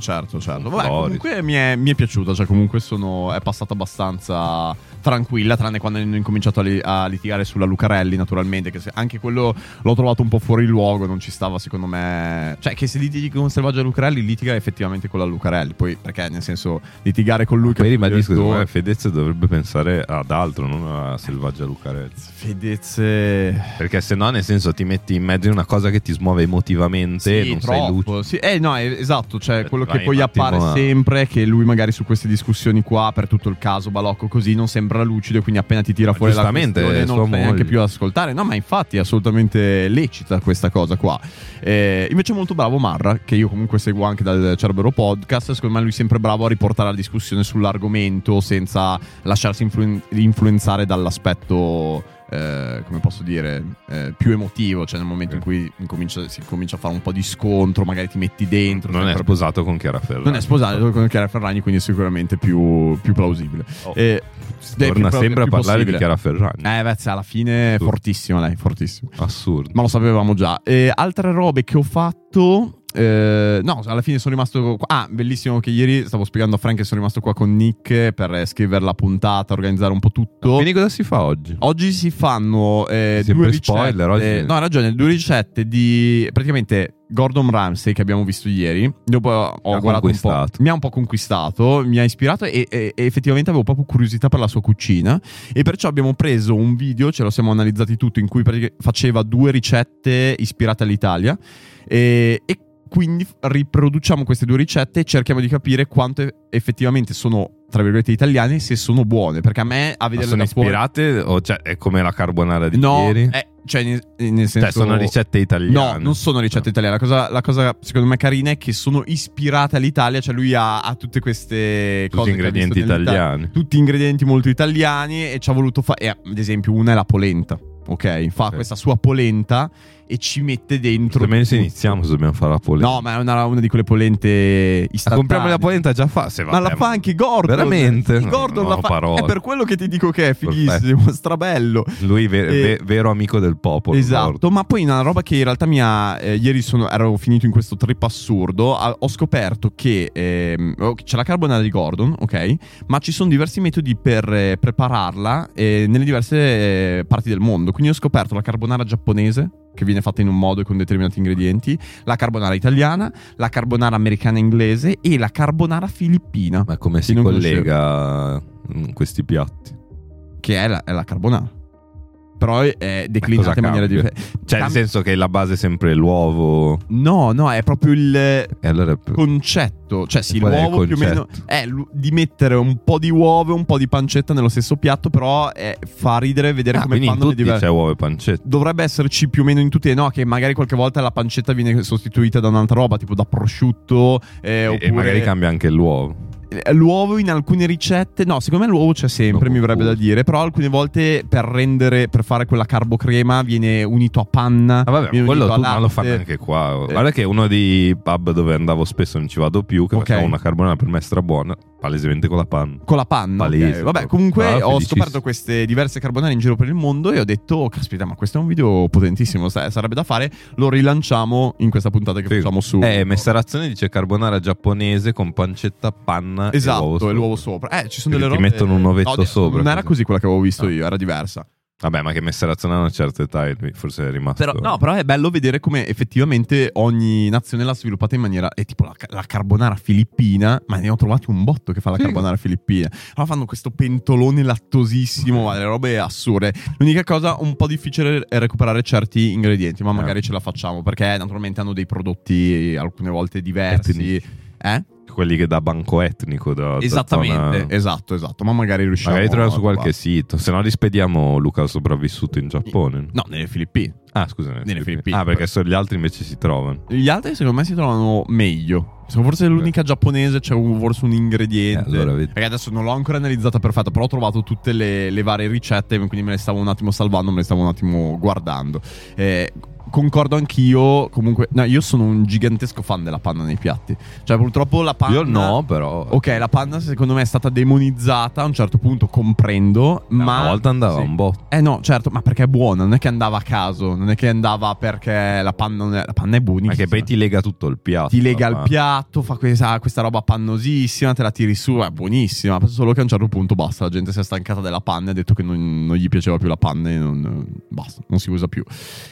[SPEAKER 4] certo, certo, certo. Vabbè,
[SPEAKER 3] Floris.
[SPEAKER 4] comunque mi è, mi è piaciuta, cioè comunque sono, è passata abbastanza tranquilla, tranne quando hanno incominciato a, li- a litigare sulla Lucarelli, naturalmente, che se- anche quello l'ho trovato un po' fuori luogo, non ci stava secondo me... Cioè che se litighi con Selvaggia Lucarelli, litiga effettivamente con la Lucarelli, poi perché nel senso litigare con lui... che
[SPEAKER 3] Poi ribadisco,
[SPEAKER 4] detto-
[SPEAKER 3] secondo me Fedez dovrebbe pensare ad altro, non a Selvaggia Lucarezzi.
[SPEAKER 4] Fedez... eh,
[SPEAKER 3] Perché se no, nel senso, ti metti in mezzo in una cosa che ti smuove emotivamente,
[SPEAKER 4] Sì,
[SPEAKER 3] non sei
[SPEAKER 4] troppo.
[SPEAKER 3] lucido.
[SPEAKER 4] Sì, eh, no, eh, esatto. Cioè,
[SPEAKER 3] Beh,
[SPEAKER 4] quello che
[SPEAKER 3] vai
[SPEAKER 4] poi
[SPEAKER 3] un attimo
[SPEAKER 4] appare
[SPEAKER 3] a-
[SPEAKER 4] sempre è che lui, magari su queste discussioni qua, per tutto il caso Balocco, così non sembra lucido. E quindi appena ti tira
[SPEAKER 3] Ma
[SPEAKER 4] fuori la
[SPEAKER 3] giustamente, eh,
[SPEAKER 4] questione, non
[SPEAKER 3] sua
[SPEAKER 4] stai neanche
[SPEAKER 3] moglie.
[SPEAKER 4] più ad ascoltare. No, ma infatti è assolutamente lecita questa cosa qua. Eh, invece, è molto bravo Marra, che io comunque seguo anche dal Cerbero Podcast. Secondo me, lui è sempre bravo a riportare la discussione sull'argomento senza lasciarsi influen- influenzare dall'aspetto eh, come posso dire, eh, più emotivo, cioè nel momento in cui incomincia- si comincia a fare un po' di scontro, magari ti metti dentro.
[SPEAKER 3] Non
[SPEAKER 4] sai,
[SPEAKER 3] è
[SPEAKER 4] però-
[SPEAKER 3] sposato con Chiara Ferragni.
[SPEAKER 4] non è sposato con Chiara Ferragni, quindi è sicuramente più, più plausibile.
[SPEAKER 3] Oh.
[SPEAKER 4] Eh, è
[SPEAKER 3] Torna
[SPEAKER 4] più-
[SPEAKER 3] sempre a
[SPEAKER 4] più
[SPEAKER 3] parlare
[SPEAKER 4] possibile.
[SPEAKER 3] di Chiara Ferragni.
[SPEAKER 4] Eh, beh, sì, alla fine è fortissima lei, fortissima.
[SPEAKER 3] Assurdo.
[SPEAKER 4] Ma lo sapevamo già. Eh, altre robe che ho fatto. eh, no, alla fine sono rimasto qua. Ah, bellissimo che ieri stavo spiegando a Frank che sono rimasto qua con Nick per eh, scrivere la puntata, organizzare un po' tutto.
[SPEAKER 3] Quindi cosa si fa oggi?
[SPEAKER 4] Oggi si fanno eh,
[SPEAKER 3] Sempre
[SPEAKER 4] due
[SPEAKER 3] spoiler,
[SPEAKER 4] ricette.
[SPEAKER 3] oggi.
[SPEAKER 4] No, hai ragione, due ricette di praticamente Gordon Ramsay che abbiamo visto ieri. Dopo ho
[SPEAKER 3] ha
[SPEAKER 4] guardato un po'.
[SPEAKER 3] conquistato.
[SPEAKER 4] Mi ha un po' conquistato, mi ha ispirato e, e- e effettivamente avevo proprio curiosità per la sua cucina e perciò abbiamo preso un video, ce lo siamo analizzati tutto in cui pratica- faceva due ricette ispirate all'Italia e, e quindi riproduciamo queste due ricette e cerchiamo di capire quanto e- effettivamente sono tra virgolette italiane e se sono buone perché a me a
[SPEAKER 3] Ma
[SPEAKER 4] vederle
[SPEAKER 3] sono
[SPEAKER 4] da fuori
[SPEAKER 3] ispirate? O cioè, è come la carbonara di
[SPEAKER 4] No,
[SPEAKER 3] ieri?
[SPEAKER 4] eh, cioè, nel, nel senso...
[SPEAKER 3] Cioè, sono ricette italiane.
[SPEAKER 4] No, non sono ricette italiane. La cosa, la cosa, secondo me carina è che sono ispirate all'Italia, cioè lui ha, ha tutte queste
[SPEAKER 3] Tutti
[SPEAKER 4] cose. che ha
[SPEAKER 3] ingredienti
[SPEAKER 4] visto nell'Italia.
[SPEAKER 3] italiani.
[SPEAKER 4] Tutti ingredienti molto italiani e ci ha voluto fare... ad esempio una è la polenta, ok? Fa
[SPEAKER 3] Sì.
[SPEAKER 4] questa sua polenta e ci mette dentro...
[SPEAKER 3] Almeno se
[SPEAKER 4] tutto.
[SPEAKER 3] iniziamo, se dobbiamo fare la polenta.
[SPEAKER 4] No, ma è una, una di quelle polente
[SPEAKER 3] Ma
[SPEAKER 4] istantanee.
[SPEAKER 3] compriamo la polenta già fa. Se va
[SPEAKER 4] Ma la
[SPEAKER 3] bene.
[SPEAKER 4] fa anche Gordon.
[SPEAKER 3] Veramente?
[SPEAKER 4] Gordon
[SPEAKER 3] No,
[SPEAKER 4] la fa.
[SPEAKER 3] parole.
[SPEAKER 4] È per quello che ti dico che è
[SPEAKER 3] Perfetto.
[SPEAKER 4] fighissimo, strabello.
[SPEAKER 3] Lui, ve-
[SPEAKER 4] Eh,
[SPEAKER 3] ve- vero amico del popolo.
[SPEAKER 4] Esatto,
[SPEAKER 3] Gordon.
[SPEAKER 4] ma poi una roba che in realtà mi ha. eh, ieri sono- ero finito in questo trip assurdo. ah, ho scoperto che ehm, oh, c'è la carbonara di Gordon, ok? Ma ci sono diversi metodi per eh, prepararla eh, nelle diverse eh, parti del mondo. Quindi ho scoperto la carbonara giapponese, che viene fatta in un modo e con determinati ingredienti, la carbonara italiana, la carbonara americana e inglese e la carbonara filippina,
[SPEAKER 3] Ma come si
[SPEAKER 4] non
[SPEAKER 3] collega mm, questi piatti?
[SPEAKER 4] che è la, è la carbonara. Però è declinata in maniera
[SPEAKER 3] cambia?
[SPEAKER 4] diversa.
[SPEAKER 3] Cioè, nel
[SPEAKER 4] Cam-
[SPEAKER 3] senso che la base è sempre l'uovo.
[SPEAKER 4] No, no, è proprio il.
[SPEAKER 3] E allora.
[SPEAKER 4] concetto, cioè sì,
[SPEAKER 3] qual è il
[SPEAKER 4] l'uovo più o meno
[SPEAKER 3] concetto?
[SPEAKER 4] è l- di mettere un po' di uova e un po' di pancetta nello stesso piatto, però eh, fa ridere vedere
[SPEAKER 3] Ah,
[SPEAKER 4] come
[SPEAKER 3] quindi in
[SPEAKER 4] fanno le
[SPEAKER 3] tutti
[SPEAKER 4] diverse.
[SPEAKER 3] c'è uovo e pancetta.
[SPEAKER 4] Dovrebbe esserci più o meno in tutte, no? Che magari qualche volta la pancetta viene sostituita da un'altra roba, tipo da prosciutto eh,
[SPEAKER 3] E-
[SPEAKER 4] oppure eh,
[SPEAKER 3] E magari cambia anche l'uovo.
[SPEAKER 4] l'uovo in alcune ricette. No, secondo me l'uovo c'è sempre,
[SPEAKER 3] No,
[SPEAKER 4] mi verrebbe da
[SPEAKER 3] pure.
[SPEAKER 4] dire, però alcune volte per rendere per fare quella carbocrema viene unito a panna,
[SPEAKER 3] Ah, vabbè,
[SPEAKER 4] viene
[SPEAKER 3] quello
[SPEAKER 4] unito a
[SPEAKER 3] tu non lo fanno
[SPEAKER 4] latte.
[SPEAKER 3] anche qua.
[SPEAKER 4] Eh.
[SPEAKER 3] Guarda che uno dei pub dove andavo spesso non ci vado più, che
[SPEAKER 4] Ok.
[SPEAKER 3] faceva una carbonara per me strabuona, palesemente con la panna.
[SPEAKER 4] Con la panna.
[SPEAKER 3] Palese,
[SPEAKER 4] ok. Vabbè,
[SPEAKER 3] proprio.
[SPEAKER 4] comunque
[SPEAKER 3] Ah,
[SPEAKER 4] ho
[SPEAKER 3] felicissimo.
[SPEAKER 4] scoperto queste diverse carbonare in giro per il mondo e ho detto, "Oh, caspita, ma questo è un video potentissimo, sa- sarebbe da fare, lo rilanciamo in questa puntata che
[SPEAKER 3] Sì.
[SPEAKER 4] facciamo su...
[SPEAKER 3] Eh, Messerazzone dice carbonara giaponese con pancetta, panna
[SPEAKER 4] Esatto,
[SPEAKER 3] e uovo.
[SPEAKER 4] e l'uovo
[SPEAKER 3] sopra.
[SPEAKER 4] sopra. Eh, ci sono
[SPEAKER 3] Quindi
[SPEAKER 4] delle
[SPEAKER 3] ti
[SPEAKER 4] robe...
[SPEAKER 3] mettono un ovetto
[SPEAKER 4] No, di-
[SPEAKER 3] sopra,
[SPEAKER 4] Non era
[SPEAKER 3] così. Ah.
[SPEAKER 4] così quella che avevo visto io, era diversa.
[SPEAKER 3] Vabbè, ma che Messerazzone ha una certa età e lui forse è rimasto.
[SPEAKER 4] Però, no, però è bello vedere come effettivamente ogni nazione l'ha sviluppata in maniera. È tipo la, la carbonara filippina, ma ne ho trovati un botto che fa la
[SPEAKER 3] Sì.
[SPEAKER 4] carbonara filippina. Allora fanno questo pentolone lattosissimo, ma delle robe assurde. L'unica cosa un po' difficile è recuperare certi ingredienti, ma magari
[SPEAKER 3] Eh.
[SPEAKER 4] ce la facciamo perché naturalmente hanno dei prodotti eh, alcune volte diversi.
[SPEAKER 3] Etnici.
[SPEAKER 4] Eh?
[SPEAKER 3] Quelli che da banco etnico. Da, da zona-
[SPEAKER 4] Esatto, esatto. Ma magari riusciamo
[SPEAKER 3] Magari troviamo su
[SPEAKER 4] a
[SPEAKER 3] qualche
[SPEAKER 4] trovarlo.
[SPEAKER 3] sito. Se no, rispediamo Luca il sopravvissuto in Giappone.
[SPEAKER 4] No, nelle Filippine.
[SPEAKER 3] Ah, scusa, nelle
[SPEAKER 4] Nelle
[SPEAKER 3] Filippine.
[SPEAKER 4] Filippine.
[SPEAKER 3] Ah, perché so- gli altri invece si trovano.
[SPEAKER 4] Gli altri secondo me si trovano meglio. Sono forse l'unica giapponese, c'è un- forse un ingrediente.
[SPEAKER 3] Eh, allora vedi.
[SPEAKER 4] Perché adesso non l'ho ancora analizzata perfetta, però ho trovato tutte le, le varie ricette, quindi me le stavo un attimo salvando, me le stavo un attimo guardando. Eh, concordo anch'io, comunque... No, io sono un gigantesco fan della panna nei piatti. Cioè purtroppo la panna...
[SPEAKER 3] Io no, però.
[SPEAKER 4] Ok, la panna secondo me è stata demonizzata a un certo punto, comprendo,
[SPEAKER 3] Eh,
[SPEAKER 4] ma...
[SPEAKER 3] Una volta andava
[SPEAKER 4] Sì.
[SPEAKER 3] un botto.
[SPEAKER 4] Eh no, certo, ma perché è buona, non è che andava a caso, non è che andava perché la panna, non è- la panna è buonissima.
[SPEAKER 3] Ma che poi ti lega tutto il piatto.
[SPEAKER 4] Ti lega al
[SPEAKER 3] ma- Eh,
[SPEAKER 4] piatto, fa questa, questa roba pannosissima, te la tiri su, è buonissima. Solo che a un certo punto basta, la gente si è stancata della panna e ha detto che non, non gli piaceva più la panna e non, basta, non si usa più.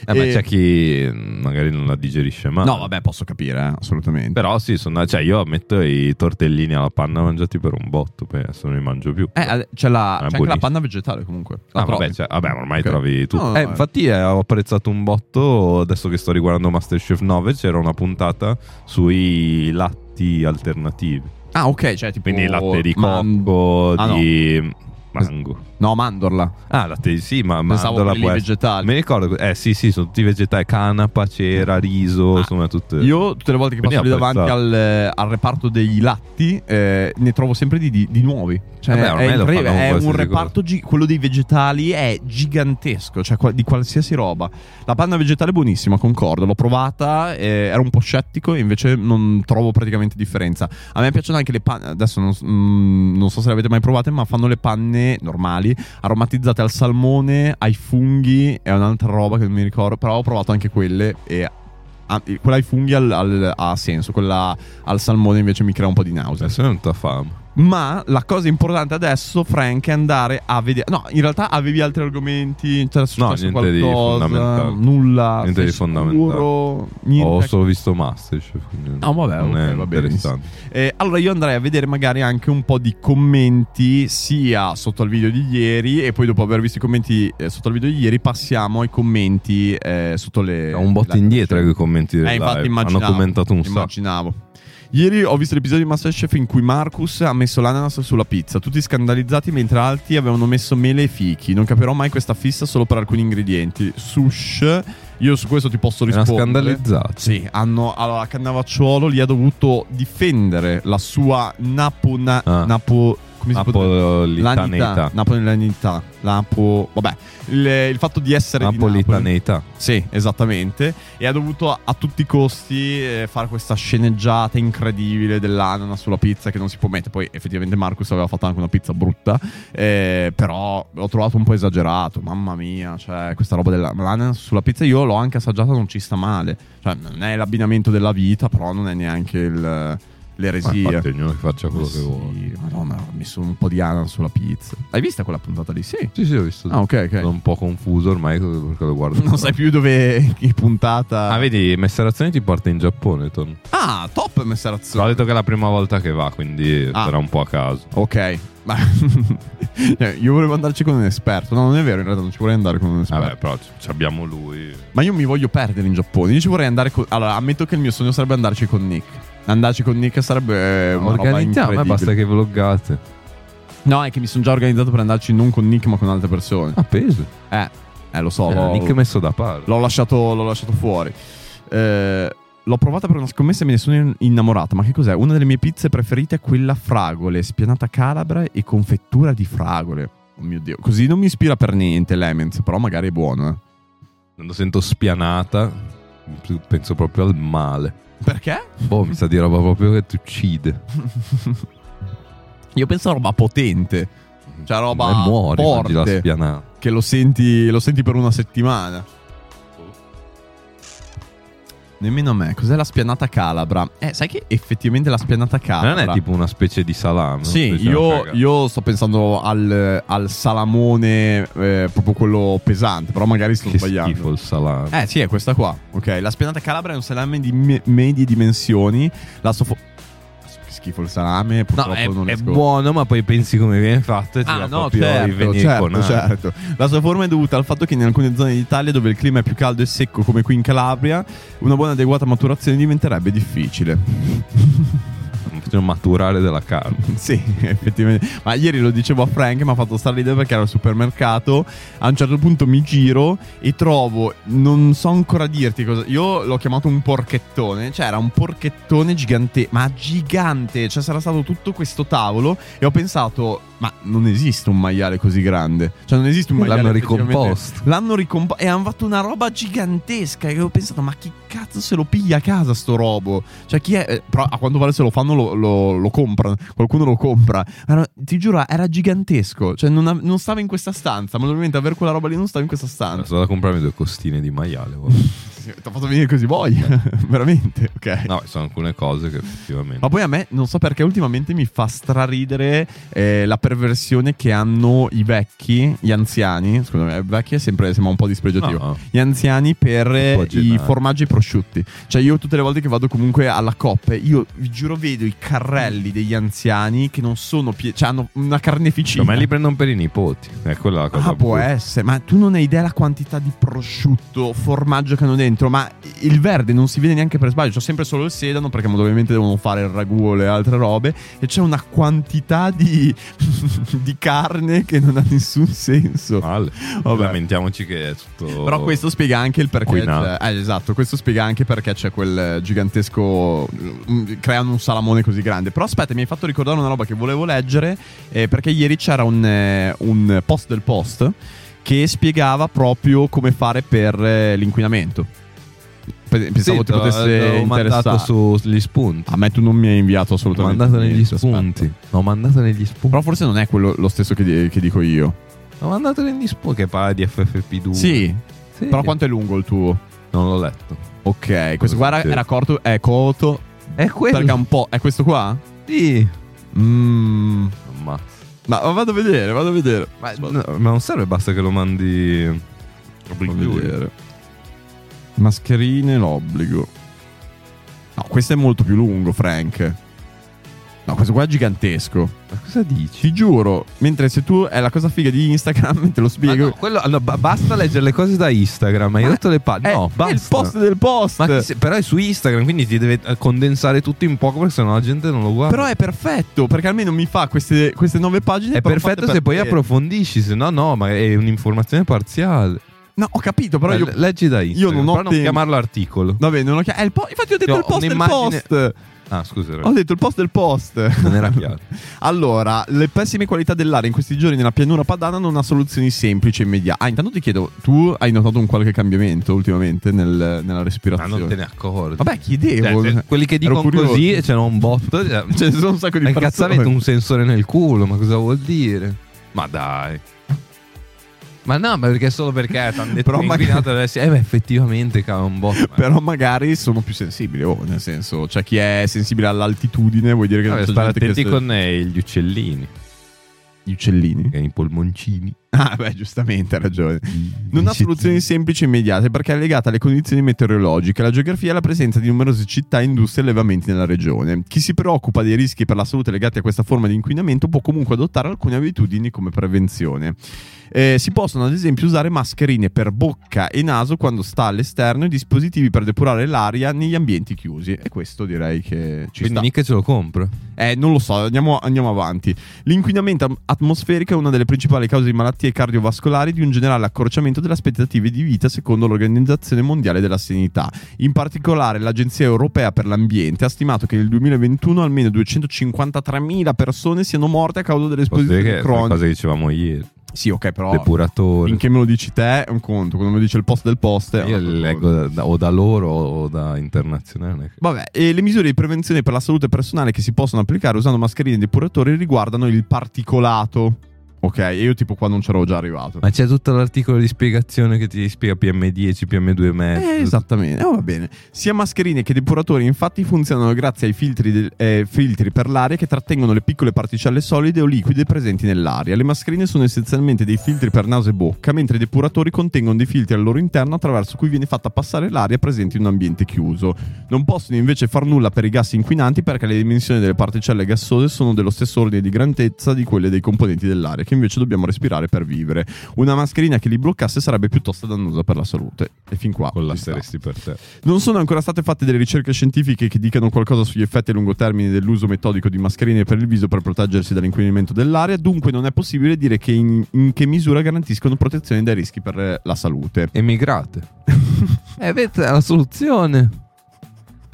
[SPEAKER 3] Eh, ma
[SPEAKER 4] E-
[SPEAKER 3] c'è chi mm, magari non la digerisce mai.
[SPEAKER 4] No, vabbè, posso capire, eh, assolutamente.
[SPEAKER 3] Però sì, sono, cioè io metto i tortellini alla panna mangiati per un botto, poi adesso non li mangio più.
[SPEAKER 4] Eh, ad- c'è la,
[SPEAKER 3] Ah,
[SPEAKER 4] c'è anche la
[SPEAKER 3] buonissimo.
[SPEAKER 4] panna vegetale comunque. La
[SPEAKER 3] Ah, vabbè,
[SPEAKER 4] trovi.
[SPEAKER 3] cioè, vabbè, ormai
[SPEAKER 4] Ok.
[SPEAKER 3] trovi tutto.
[SPEAKER 4] No,
[SPEAKER 3] Eh,
[SPEAKER 4] no,
[SPEAKER 3] infatti eh, ho apprezzato un botto, adesso che sto riguardando Masterchef 9, c'era una puntata sui latti alternativi.
[SPEAKER 4] Ah, ok, cioè tipo...
[SPEAKER 3] Quindi latte di
[SPEAKER 4] ma-
[SPEAKER 3] cocco,
[SPEAKER 4] Ah, no.
[SPEAKER 3] di... Mango.
[SPEAKER 4] No, mandorla.
[SPEAKER 3] Ah, la te- sì, ma
[SPEAKER 4] Pensavo
[SPEAKER 3] mandorla
[SPEAKER 4] quelli
[SPEAKER 3] può
[SPEAKER 4] lì
[SPEAKER 3] essere-
[SPEAKER 4] vegetali.
[SPEAKER 3] Mi ricordo, eh sì, sì, sono tutti vegetali, canapa, cera, riso, insomma, tutte.
[SPEAKER 4] Ah, Io tutte le volte che
[SPEAKER 3] Quindi
[SPEAKER 4] passo lì davanti
[SPEAKER 3] apprezzato.
[SPEAKER 4] al, eh, al reparto dei latti eh, ne trovo sempre di, di- di nuovi. Cioè,
[SPEAKER 3] Vabbè, ormai
[SPEAKER 4] è
[SPEAKER 3] lo
[SPEAKER 4] incredibile,
[SPEAKER 3] fanno
[SPEAKER 4] è
[SPEAKER 3] con
[SPEAKER 4] un
[SPEAKER 3] qualsiasi cosa.
[SPEAKER 4] reparto, gi- quello dei vegetali è gigantesco, cioè qua- di qualsiasi roba. La panna vegetale è buonissima, concordo, l'ho provata, eh, ero un po' scettico e invece non trovo praticamente differenza. A me piacciono anche le panne, adesso non, s- mm, non so se le avete mai provate, ma fanno le panne normali, aromatizzate al salmone, ai funghi, è un'altra roba che non mi ricordo, però ho provato anche quelle e ah, e quella ai funghi al- al- ha senso, quella al salmone invece mi crea un po' di nausea.
[SPEAKER 3] Adesso è venuta fame.
[SPEAKER 4] Ma la cosa importante adesso, Frank, è andare a vedere. No, in realtà avevi altri argomenti. C'era
[SPEAKER 3] No,
[SPEAKER 4] successo
[SPEAKER 3] niente di
[SPEAKER 4] qualcosa,
[SPEAKER 3] fondamentale.
[SPEAKER 4] Nulla.
[SPEAKER 3] Niente
[SPEAKER 4] sei
[SPEAKER 3] di fondamentale.
[SPEAKER 4] sicuro? Niente.
[SPEAKER 3] Ho solo visto Masterchef. quindi
[SPEAKER 4] Ah, vabbè,
[SPEAKER 3] non
[SPEAKER 4] ok,
[SPEAKER 3] è
[SPEAKER 4] va bene.
[SPEAKER 3] interessante.
[SPEAKER 4] Eh, allora io andrei a vedere magari anche un po' di commenti sia sotto al video di ieri e poi dopo aver visto i commenti eh, sotto al video di ieri passiamo ai commenti eh, sotto le...
[SPEAKER 3] Ho un botto
[SPEAKER 4] le-
[SPEAKER 3] indietro con i commenti del
[SPEAKER 4] eh, infatti
[SPEAKER 3] live.
[SPEAKER 4] immaginavo.
[SPEAKER 3] Hanno commentato un sacco.
[SPEAKER 4] Immaginavo. Ieri ho visto l'episodio di Masterchef in cui Marcus ha messo l'ananas sulla pizza, tutti scandalizzati mentre altri avevano messo mele e fichi. Non capirò mai questa fissa solo per alcuni ingredienti. Sush, io su questo ti posso
[SPEAKER 3] Erano
[SPEAKER 4] rispondere.
[SPEAKER 3] scandalizzati.
[SPEAKER 4] Sì, hanno, allora Cannavacciuolo lì ha dovuto difendere la sua napo... na-
[SPEAKER 3] Ah.
[SPEAKER 4] napo come si potrebbe-
[SPEAKER 3] Napolitanità.
[SPEAKER 4] Lanità, Napolitanità, Napo, vabbè, il, il fatto di essere di Napoli.
[SPEAKER 3] Napolitanità.
[SPEAKER 4] Sì, esattamente. E ha dovuto a, a tutti i costi eh, fare questa sceneggiata incredibile dell'anana sulla pizza che non si può mettere. Poi effettivamente Marcus aveva fatto anche una pizza brutta, eh, però l'ho trovato un po' esagerato. Mamma mia, cioè questa roba dell'anana sulla pizza io l'ho anche assaggiata, non ci sta male. Cioè non è l'abbinamento della vita, però non è neanche il,
[SPEAKER 3] Ma
[SPEAKER 4] l'eresia.
[SPEAKER 3] infatti ognuno che faccia quello
[SPEAKER 4] Sì,
[SPEAKER 3] che vuole.
[SPEAKER 4] Madonna, ho messo un po' di anana sulla pizza. Hai vista quella puntata lì? Sì.
[SPEAKER 3] Sì, sì, ho visto.
[SPEAKER 4] Ah, ok, ok.
[SPEAKER 3] Sono un po' confuso ormai perché lo guardo.
[SPEAKER 4] Non sai più dove che puntata.
[SPEAKER 3] Ah, vedi, Messerazione ti porta in Giappone, Ton.
[SPEAKER 4] Ah, top
[SPEAKER 3] Però ho
[SPEAKER 4] Messerazione.
[SPEAKER 3] detto che è la prima volta che va, quindi
[SPEAKER 4] Ah.
[SPEAKER 3] sarà un po' a caso.
[SPEAKER 4] Ok. Ma- Eh, io volevo andarci con un esperto. No, non è vero, in realtà non ci vorrei andare con un esperto.
[SPEAKER 3] Vabbè, però c- abbiamo lui.
[SPEAKER 4] Ma io mi voglio perdere in Giappone. Io ci vorrei andare con. Allora, ammetto che il mio sogno sarebbe andarci con Nick. Andarci con Nick sarebbe eh, una roba
[SPEAKER 3] Organizziamo, eh,
[SPEAKER 4] incredibile.
[SPEAKER 3] basta che vloggate.
[SPEAKER 4] No, è che mi sono già organizzato per andarci non con Nick, ma con altre persone.
[SPEAKER 3] Ah, Appeso.
[SPEAKER 4] Eh, eh, lo so. l'ho-
[SPEAKER 3] Eh, Nick è messo da parte.
[SPEAKER 4] L'ho lasciato, l'ho lasciato fuori. Eh, l'ho provata per una scommessa e me ne sono innamorata. Ma che cos'è? Una delle mie pizze preferite è quella a fragole, spianata calabra e confettura di fragole. Oh mio dio, così non mi ispira per niente Lemons, però magari è buono. eh.
[SPEAKER 3] Quando sento spianata, penso proprio al male.
[SPEAKER 4] Perché?
[SPEAKER 3] Boh, mi sa di roba proprio che ti uccide.
[SPEAKER 4] Io penso a roba potente, cioè roba
[SPEAKER 3] e Eh, muori mangi la
[SPEAKER 4] forte,
[SPEAKER 3] spianata.
[SPEAKER 4] che lo senti, lo senti per una settimana. Nemmeno a me, cos'è la spianata calabra? Eh, sai che effettivamente la spianata calabra
[SPEAKER 3] Non è tipo una specie di salame.
[SPEAKER 4] Sì,
[SPEAKER 3] Specie una
[SPEAKER 4] io,
[SPEAKER 3] cagata.
[SPEAKER 4] io sto pensando al, al salamone, eh, proprio quello pesante, però magari sto
[SPEAKER 3] Che
[SPEAKER 4] sbagliando.
[SPEAKER 3] schifo il salame.
[SPEAKER 4] Eh sì, è questa qua. Ok, la spianata calabra è un salame di me- medie dimensioni. La soffo... Che schifo il salame, purtroppo
[SPEAKER 3] No, è,
[SPEAKER 4] non
[SPEAKER 3] è
[SPEAKER 4] riesco-
[SPEAKER 3] buono, ma poi pensi come viene fatto e ti
[SPEAKER 4] Ah,
[SPEAKER 3] va
[SPEAKER 4] no,
[SPEAKER 3] proprio
[SPEAKER 4] certo,
[SPEAKER 3] i veni
[SPEAKER 4] certo,
[SPEAKER 3] con-
[SPEAKER 4] certo. La sua forma è dovuta al fatto che in alcune zone d'Italia dove il clima è più caldo e secco come qui in Calabria, una buona adeguata maturazione diventerebbe difficile.
[SPEAKER 3] Faccio un maturare della carne.
[SPEAKER 4] Sì, effettivamente. Ma ieri lo dicevo a Frank, mi ha fatto stare l'idea perché ero al supermercato. A un certo punto mi giro e trovo, non so ancora dirti cosa. Io l'ho chiamato un porchettone, cioè era un porchettone gigante, ma gigante. Cioè sarà stato tutto questo tavolo e ho pensato, ma non esiste un maiale così grande. Cioè non esiste un maiale
[SPEAKER 3] L'hanno
[SPEAKER 4] effettivamente-
[SPEAKER 3] ricomposto.
[SPEAKER 4] L'hanno ricomposto e hanno fatto una roba gigantesca. E ho pensato, ma chi cazzo se lo piglia a casa sto robo? Cioè, chi è. eh, Però a quanto pare se lo fanno lo, lo- lo comprano. Qualcuno lo compra. Era- ti giuro, era gigantesco. Cioè, non, av- non stava in questa stanza. Ma ovviamente avere quella roba lì non stava in questa stanza.
[SPEAKER 3] Sono da comprarmi due costine di maiale. guarda.
[SPEAKER 4] Sì, Ti ho fatto venire così voglia. Veramente. Ok.
[SPEAKER 3] No, ci sono alcune cose che effettivamente.
[SPEAKER 4] Ma poi a me, non so perché, ultimamente mi fa straridere eh, la perversione che hanno i vecchi, gli anziani. Scusami, eh, vecchi è sempre sembra un po' dispregiativo.
[SPEAKER 3] No.
[SPEAKER 4] Gli anziani per eh, i
[SPEAKER 3] generico.
[SPEAKER 4] formaggi e i prosciutti. Cioè, io tutte le volte che vado comunque alla coppe, io vi giuro, vedo i carrelli degli anziani che non sono. Pie- cioè, hanno una carneficina.
[SPEAKER 3] Secondo me Cioè, li prendono per i nipoti. È quella la cosa.
[SPEAKER 4] Ah, può
[SPEAKER 3] brutta.
[SPEAKER 4] essere, ma tu non hai idea la quantità di prosciutto, formaggio che hanno dentro, ma il verde non si vede neanche per sbaglio. C'ho sempre solo il sedano perché ovviamente devono fare il ragù o le altre robe. E c'è una quantità di, di carne che non ha nessun senso. Vabbè.
[SPEAKER 3] Lamentiamoci che è tutto.
[SPEAKER 4] Però questo spiega anche il perché.
[SPEAKER 3] Quinato.
[SPEAKER 4] c'è- eh, esatto, questo spiega anche perché c'è quel eh, gigantesco. mm, creano un salamone così grande. Però aspetta, mi hai fatto ricordare una roba che volevo leggere. eh, perché ieri c'era un, eh, un post del post che spiegava proprio come fare per eh, l'inquinamento. Pe- Pensavo
[SPEAKER 3] Sì,
[SPEAKER 4] ti
[SPEAKER 3] te l'ho-
[SPEAKER 4] potesse
[SPEAKER 3] te l'ho mandato
[SPEAKER 4] interessare.
[SPEAKER 3] sugli spunti.
[SPEAKER 4] A me tu non mi hai inviato
[SPEAKER 3] L'ho
[SPEAKER 4] assolutamente.
[SPEAKER 3] mandato negli
[SPEAKER 4] niente, aspetta.
[SPEAKER 3] spunti. L'ho mandato negli spunti.
[SPEAKER 4] Però forse non è quello lo stesso che, di- che dico io.
[SPEAKER 3] L'ho mandato negli spunti che parla di FFP2.
[SPEAKER 4] Sì. Però quanto è lungo il tuo?
[SPEAKER 3] Non l'ho letto.
[SPEAKER 4] Ok, questo qua era,
[SPEAKER 3] succede?
[SPEAKER 4] era corto, è corto.
[SPEAKER 3] È quello.
[SPEAKER 4] Perché è un po'. È questo qua?
[SPEAKER 3] Sì.
[SPEAKER 4] Mm.
[SPEAKER 3] Ma,
[SPEAKER 4] Ma ma vado a vedere, vado a vedere. Vado
[SPEAKER 3] no, ma non serve, basta che lo mandi.
[SPEAKER 4] a vedere. Mascherine, l'obbligo. No, questo è molto più lungo, Frank. No, questo qua è gigantesco.
[SPEAKER 3] Ma cosa dici?
[SPEAKER 4] Ti giuro, mentre se tu è la cosa figa di Instagram, te lo
[SPEAKER 3] Ma
[SPEAKER 4] spiego.
[SPEAKER 3] no, quello- allora, ba- basta leggere le cose da Instagram. Hai
[SPEAKER 4] Ma
[SPEAKER 3] rotto le palle.
[SPEAKER 4] Eh, è-
[SPEAKER 3] No,
[SPEAKER 4] è
[SPEAKER 3] basta.
[SPEAKER 4] il post del post.
[SPEAKER 3] Ma chi se- però è su Instagram, quindi ti deve eh, condensare tutto in poco perché sennò la gente non lo guarda.
[SPEAKER 4] Però è perfetto, perché almeno mi fa queste, queste nove pagine.
[SPEAKER 3] è
[SPEAKER 4] però
[SPEAKER 3] perfetto
[SPEAKER 4] fatte per
[SPEAKER 3] se poi
[SPEAKER 4] te.
[SPEAKER 3] approfondisci, se no, no, ma è un'informazione parziale.
[SPEAKER 4] No, ho capito, però
[SPEAKER 3] Eh,
[SPEAKER 4] io...
[SPEAKER 3] le- leggi da Instagram,
[SPEAKER 4] non ho
[SPEAKER 3] però non
[SPEAKER 4] tempo.
[SPEAKER 3] chiamarlo articolo.
[SPEAKER 4] Vabbè, non ho chiaro. il po- infatti ho detto
[SPEAKER 3] Io
[SPEAKER 4] il
[SPEAKER 3] ho
[SPEAKER 4] post del
[SPEAKER 3] un'immagine-
[SPEAKER 4] post.
[SPEAKER 3] Ah, scusa,
[SPEAKER 4] Ho
[SPEAKER 3] raga.
[SPEAKER 4] detto il post del post.
[SPEAKER 3] non era chiaro.
[SPEAKER 4] Allora, le pessime qualità dell'aria in questi giorni nella pianura padana non ha soluzioni semplici e immediate. Ah, intanto ti chiedo, tu hai notato un qualche cambiamento ultimamente nel- nella
[SPEAKER 3] Ma
[SPEAKER 4] respirazione?
[SPEAKER 3] Ah, non te ne accorgi.
[SPEAKER 4] Vabbè,
[SPEAKER 3] Cioè,
[SPEAKER 4] chiedevo.
[SPEAKER 3] se- quelli che
[SPEAKER 4] Ero
[SPEAKER 3] dicono
[SPEAKER 4] curioso.
[SPEAKER 3] così e ce n'ho un botto. Cioè,
[SPEAKER 4] Cioè, ci sono un sacco di
[SPEAKER 3] ma
[SPEAKER 4] persone.
[SPEAKER 3] incazzavete un sensore nel culo, ma cosa vuol dire? Ma dai. Ma no, ma perché solo perché ti hanno detto
[SPEAKER 4] Però
[SPEAKER 3] che è
[SPEAKER 4] magari-
[SPEAKER 3] inquinato adesso. Eh, beh, effettivamente cava un botto. Ma...
[SPEAKER 4] Però magari sono più sensibili, oh, nel senso, cioè chi è sensibile all'altitudine vuol dire che
[SPEAKER 3] Vabbè,
[SPEAKER 4] c'è
[SPEAKER 3] stare
[SPEAKER 4] gente che se-
[SPEAKER 3] attenti con eh, gli uccellini,
[SPEAKER 4] gli uccellini.
[SPEAKER 3] che i polmoncini.
[SPEAKER 4] Ah, beh, giustamente, ha ragione. Non ha
[SPEAKER 3] Mm. Dici-
[SPEAKER 4] soluzioni semplici e immediate perché è legata alle condizioni meteorologiche, alla geografia e alla presenza di numerose città, industrie e allevamenti nella regione. Chi si preoccupa dei rischi per la salute legati a questa forma di inquinamento può comunque adottare alcune abitudini come prevenzione. Eh, si possono ad esempio usare mascherine per bocca e naso quando sta all'esterno e dispositivi per depurare l'aria negli ambienti chiusi. E questo direi che ci
[SPEAKER 3] Quindi
[SPEAKER 4] sta.
[SPEAKER 3] mica ce lo compro.
[SPEAKER 4] Eh, non lo so, andiamo, andiamo avanti. L'inquinamento am- atmosferico è una delle principali cause di malattie cardiovascolari e di un generale accorciamento delle aspettative di vita secondo l'Organizzazione Mondiale della Sanità. In particolare l'Agenzia Europea per l'Ambiente ha stimato che nel 2021 almeno 253.000 persone siano morte a causa
[SPEAKER 3] Posso dire che
[SPEAKER 4] dell'esposizione
[SPEAKER 3] è una
[SPEAKER 4] cronica.
[SPEAKER 3] cosa che dicevamo ieri.
[SPEAKER 4] Sì, ok, però
[SPEAKER 3] Depuratore.
[SPEAKER 4] finché me lo dici te è un conto, quando me lo dice il post del post è un
[SPEAKER 3] Io
[SPEAKER 4] altro
[SPEAKER 3] leggo da- da- o da loro o da internazionale.
[SPEAKER 4] Vabbè, e le misure di prevenzione per la salute personale che si possono applicare usando mascherine e depuratori riguardano il particolato. Ok, e io tipo qua non c'ero già arrivato.
[SPEAKER 3] Ma c'è tutto l'articolo di spiegazione che ti spiega PM10, PM2,5.
[SPEAKER 4] Eh, esattamente, Eh, va bene. Sia mascherine che depuratori infatti funzionano grazie ai filtri, del- eh, filtri per l'aria che trattengono le piccole particelle solide o liquide presenti nell'aria. Le mascherine sono essenzialmente dei filtri per naso e bocca, mentre i depuratori contengono dei filtri al loro interno attraverso cui viene fatta passare l'aria presente in un ambiente chiuso. Non possono invece far nulla per i gas inquinanti perché le dimensioni delle particelle gassose sono dello stesso ordine di grandezza di quelle dei componenti dell'aria che invece dobbiamo respirare per vivere. Una mascherina che li bloccasse sarebbe piuttosto dannosa per la salute. E fin qua ci sta.
[SPEAKER 3] Collasseresti per te.
[SPEAKER 4] Non sono ancora state fatte delle ricerche scientifiche che dicano qualcosa sugli effetti a lungo termine dell'uso metodico di mascherine per il viso per proteggersi dall'inquinamento dell'aria, dunque non è possibile dire che in, in che misura garantiscono protezione dai rischi per eh, la salute.
[SPEAKER 3] Emigrate. eh, vedi, è la soluzione.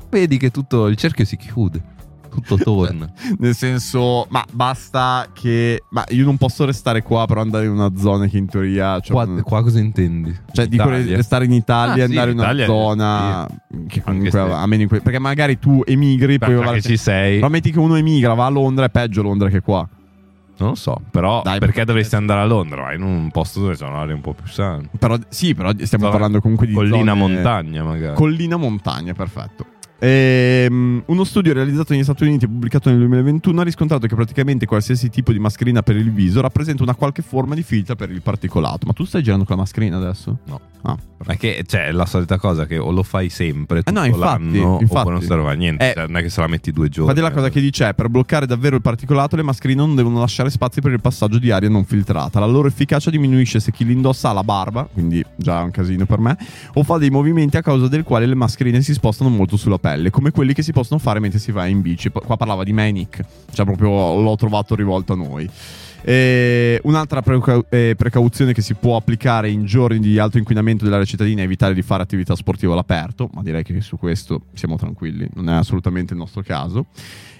[SPEAKER 3] Vedi che tutto il cerchio si chiude. Tutto
[SPEAKER 4] Cioè,
[SPEAKER 3] torna.
[SPEAKER 4] Nel senso, ma basta che... Ma io non posso restare qua, però andare in una zona che in teoria... Cioè,
[SPEAKER 3] qua, qua cosa intendi?
[SPEAKER 4] Cioè, dico
[SPEAKER 3] Italia.
[SPEAKER 4] restare in Italia,
[SPEAKER 3] Ah, sì,
[SPEAKER 4] andare in una
[SPEAKER 3] Italia,
[SPEAKER 4] zona che comunque
[SPEAKER 3] Anche se-
[SPEAKER 4] a meno in que- perché magari tu emigri, poi
[SPEAKER 3] Perché
[SPEAKER 4] va-
[SPEAKER 3] ci sei.
[SPEAKER 4] però metti che uno emigra, va a Londra, è peggio Londra che qua.
[SPEAKER 3] Non lo so, però
[SPEAKER 4] Dai,
[SPEAKER 3] perché
[SPEAKER 4] ma-
[SPEAKER 3] dovresti andare a Londra? Vai in un posto dove c'è un'aria un po' più sana.
[SPEAKER 4] Però, sì, però stiamo
[SPEAKER 3] Zona-
[SPEAKER 4] parlando comunque di
[SPEAKER 3] Collina
[SPEAKER 4] zone-
[SPEAKER 3] montagna, magari.
[SPEAKER 4] Collina montagna, perfetto. Ehm, uno studio realizzato negli Stati Uniti e pubblicato nel 2021 ha riscontrato che praticamente qualsiasi tipo di mascherina per il viso rappresenta una qualche forma di filtro per il particolato. Ma tu stai girando con la mascherina adesso? Ah.
[SPEAKER 3] no. Ma che cioè, è la solita cosa che o lo fai sempre tutto
[SPEAKER 4] no, infatti,
[SPEAKER 3] l'anno
[SPEAKER 4] infatti.
[SPEAKER 3] oppure non serve a niente.
[SPEAKER 4] Eh,
[SPEAKER 3] Cioè, non è che se la metti due giorni. eh.
[SPEAKER 4] Infatti è la cosa che dice è, per bloccare davvero il particolato le mascherine non devono lasciare spazi per il passaggio di aria non filtrata. La loro efficacia diminuisce se chi li indossa ha la barba, quindi già è un casino per me, o fa dei movimenti a causa del quale le mascherine si spostano molto sulla pelle, come quelli che si possono fare mentre si va in bici. P- Qua parlava di me e Nick, cioè proprio l'ho trovato rivolto a noi. E un'altra precau- eh, precauzione che si può applicare in giorni di alto inquinamento dell'area cittadina è evitare di fare attività sportiva all'aperto, ma direi che su questo siamo tranquilli, non è assolutamente il nostro caso.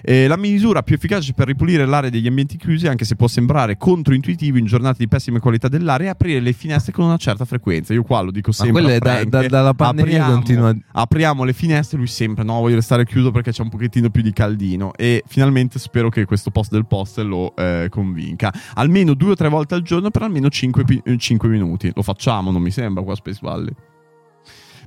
[SPEAKER 4] E Eh, la misura più efficace per ripulire l'area degli ambienti chiusi, anche se può sembrare controintuitivo in giornate di pessima qualità dell'aria, è aprire le finestre con una certa frequenza. Io qua lo dico sempre.
[SPEAKER 5] quello
[SPEAKER 4] a
[SPEAKER 5] è da-
[SPEAKER 4] Frank, eh.
[SPEAKER 5] da- dalla pandemia
[SPEAKER 4] apriamo-
[SPEAKER 5] continua a
[SPEAKER 4] apriamo le finestre lui sempre no voglio restare chiuso perché c'è un pochettino più di caldino e finalmente spero che questo post del post lo eh, convinca almeno due o tre volte al giorno per almeno 5, minuti lo facciamo non mi sembra qua a Space Valley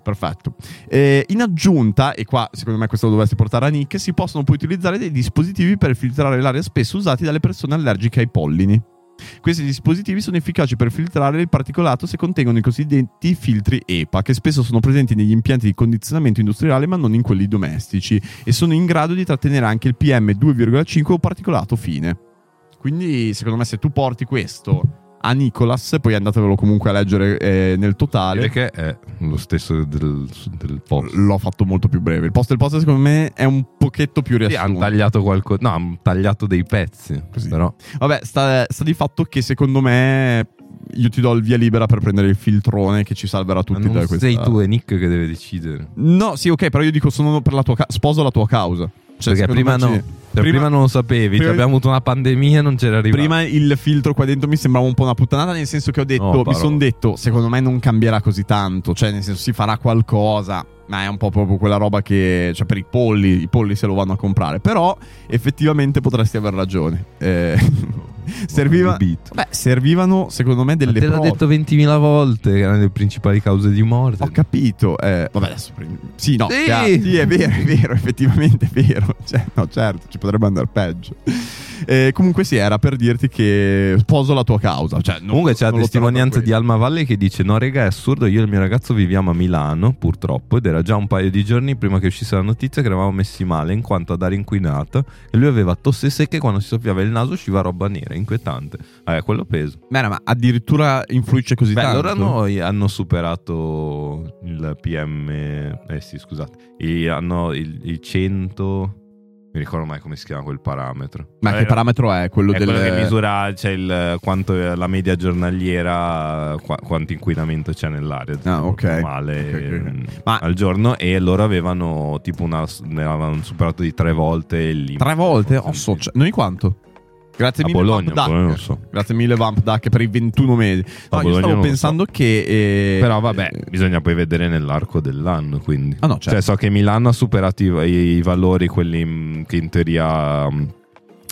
[SPEAKER 4] Perfetto. Eh, in aggiunta, e qua secondo me questo lo dovresti portare a Nick, si possono poi utilizzare dei dispositivi per filtrare l'aria spesso usati dalle persone allergiche ai pollini. Questi dispositivi sono efficaci per filtrare il particolato se contengono i cosiddetti filtri EPA, che spesso sono presenti negli impianti di condizionamento industriale ma non in quelli domestici, e sono in grado di trattenere anche il PM2,5 o particolato fine. Quindi, secondo me, se tu porti questo a Nicolas, poi andatevelo comunque a leggere eh, nel totale.
[SPEAKER 3] Perché è lo stesso del, del post.
[SPEAKER 4] L'ho fatto molto più breve. Il post del post, secondo me, è un pochetto più
[SPEAKER 3] Sì,
[SPEAKER 4] riassunto.
[SPEAKER 3] hanno tagliato qualcosa. No, hanno tagliato dei pezzi. Però.
[SPEAKER 4] Vabbè, sta, sta di fatto che secondo me io ti do il via libera per prendere il filtrone che ci salverà tutti
[SPEAKER 3] non
[SPEAKER 4] da questa.
[SPEAKER 3] sei tu eh. e Nick che deve decidere.
[SPEAKER 4] No, sì, ok, però io dico sono per la tua ca- sposo la tua causa. Cioè,
[SPEAKER 3] Perché
[SPEAKER 4] secondo
[SPEAKER 3] prima
[SPEAKER 4] me
[SPEAKER 3] no.
[SPEAKER 4] ci-
[SPEAKER 3] Cioè, prima, non lo sapevi.
[SPEAKER 4] prima-
[SPEAKER 3] cioè, abbiamo avuto una pandemia e non c'era arrivato.
[SPEAKER 4] Prima il filtro qua dentro mi sembrava un po' una puttanata, nel senso che ho detto,
[SPEAKER 3] No,
[SPEAKER 4] mi
[SPEAKER 3] parola.
[SPEAKER 4] sono detto, secondo me non cambierà così tanto, cioè nel senso si farà qualcosa, ma è un po' proprio quella roba che, cioè per i polli, i polli se lo vanno a comprare, però effettivamente potresti aver ragione. Eh, serviva- beh, servivano secondo me delle
[SPEAKER 3] Ma te l'ho
[SPEAKER 4] prove.
[SPEAKER 3] detto 20.000 volte che erano le principali cause di morte. Ho
[SPEAKER 4] capito. eh, vabbè, adesso Sì, no,
[SPEAKER 3] Sì!
[SPEAKER 4] chiaro. Sì, è vero, è vero, effettivamente è vero. Cioè, no, certo, ci potrebbe andare peggio. Eh, comunque sì, era per dirti che sposo la tua causa. Cioè, non-
[SPEAKER 3] Comunque c'è la
[SPEAKER 4] non lo
[SPEAKER 3] testimonianza di Alma Valle che dice: No, rega, è assurdo. Io e il mio ragazzo viviamo a Milano, purtroppo. Ed era già un paio di giorni prima che uscisse la notizia che eravamo messi male in quanto ad aria inquinata. E lui aveva tosse secche. e Quando si soffiava il naso usciva roba nera, inquietante. Eh, quello peso.
[SPEAKER 4] Beh, ma addirittura influisce così
[SPEAKER 3] Beh,
[SPEAKER 4] tanto.
[SPEAKER 3] allora noi hanno superato il PM. Eh sì, scusate. I- hanno il, il 100. Mi ricordo mai come si chiama quel parametro.
[SPEAKER 4] Ma che
[SPEAKER 3] Era-
[SPEAKER 4] parametro è? Quello
[SPEAKER 3] Eh, è
[SPEAKER 4] del-
[SPEAKER 3] quello che misura cioè, il, quanto è la media giornaliera, qua- quanto inquinamento c'è nell'aria.
[SPEAKER 4] Ah, ok.
[SPEAKER 3] Male
[SPEAKER 4] Ok, ok.
[SPEAKER 3] ehm, al giorno. E loro avevano tipo una. ne avevano superato di tre volte il limite.
[SPEAKER 4] Tre volte? Osso, cioè, noi quanto? Grazie
[SPEAKER 3] A
[SPEAKER 4] mille,
[SPEAKER 3] Bologna,
[SPEAKER 4] Vamp
[SPEAKER 3] a Bologna non
[SPEAKER 4] Duck.
[SPEAKER 3] so.
[SPEAKER 4] Grazie mille, Vamp Duck, per i 21 mesi. No, io
[SPEAKER 3] Bologna non
[SPEAKER 4] stavo
[SPEAKER 3] lo
[SPEAKER 4] pensando che. eh,
[SPEAKER 3] Però vabbè, bisogna poi vedere nell'arco dell'anno, quindi.
[SPEAKER 4] Ah, no, certo.
[SPEAKER 3] Cioè, so che Milano ha superato i, i valori, quelli mm, che in teoria mm,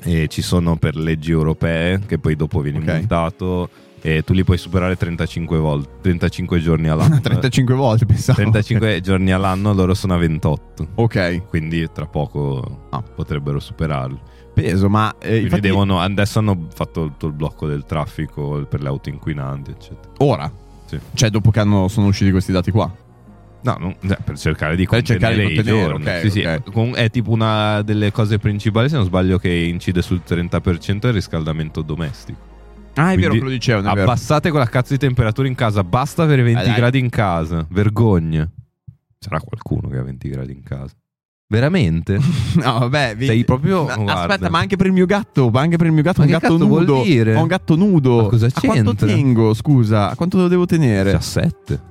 [SPEAKER 3] eh, ci sono per leggi europee, che poi dopo viene multato, e tu li puoi superare 35, volte, 35 giorni all'anno.
[SPEAKER 4] 35 volte pensavo.
[SPEAKER 3] 35 giorni all'anno, loro sono a 28.
[SPEAKER 4] Ok.
[SPEAKER 3] Quindi tra poco potrebbero superarli.
[SPEAKER 4] Peso, ma eh,
[SPEAKER 3] Quindi
[SPEAKER 4] Ah. infatti-
[SPEAKER 3] devono, adesso hanno fatto tutto il blocco del traffico per le auto inquinanti, eccetera.
[SPEAKER 4] Ora?
[SPEAKER 3] Sì.
[SPEAKER 4] Cioè, dopo che hanno- sono usciti questi dati qua.
[SPEAKER 3] No, no, cioè, per cercare di
[SPEAKER 4] Per cercare
[SPEAKER 3] contenere
[SPEAKER 4] di
[SPEAKER 3] i
[SPEAKER 4] contenere,
[SPEAKER 3] giorni.
[SPEAKER 4] ok,
[SPEAKER 3] Sì, sì, com- È tipo una delle cose principali, se non sbaglio, che incide sul 30% è il riscaldamento domestico.
[SPEAKER 4] Ah, è
[SPEAKER 3] Quindi
[SPEAKER 4] vero che lo dicevano. è vero.
[SPEAKER 3] Abbassate quella cazzo di temperatura in casa, basta avere 20
[SPEAKER 4] Dai, dai.
[SPEAKER 3] gradi in casa. Vergogna. Sarà qualcuno che ha 20 gradi in casa. Veramente?
[SPEAKER 4] No, vabbè, vi-
[SPEAKER 3] Sei proprio...
[SPEAKER 4] Ma-
[SPEAKER 3] guarda.
[SPEAKER 4] Aspetta, ma anche per il mio gatto, ma anche per il mio gatto,
[SPEAKER 3] Ma
[SPEAKER 4] un
[SPEAKER 3] che
[SPEAKER 4] gatto
[SPEAKER 3] cazzo vuol
[SPEAKER 4] nudo.
[SPEAKER 3] dire?
[SPEAKER 4] Ho un gatto nudo.
[SPEAKER 3] Ma cosa
[SPEAKER 4] a quanto
[SPEAKER 3] c'entra?
[SPEAKER 4] tengo, scusa? A quanto lo devo tenere?
[SPEAKER 3] 17.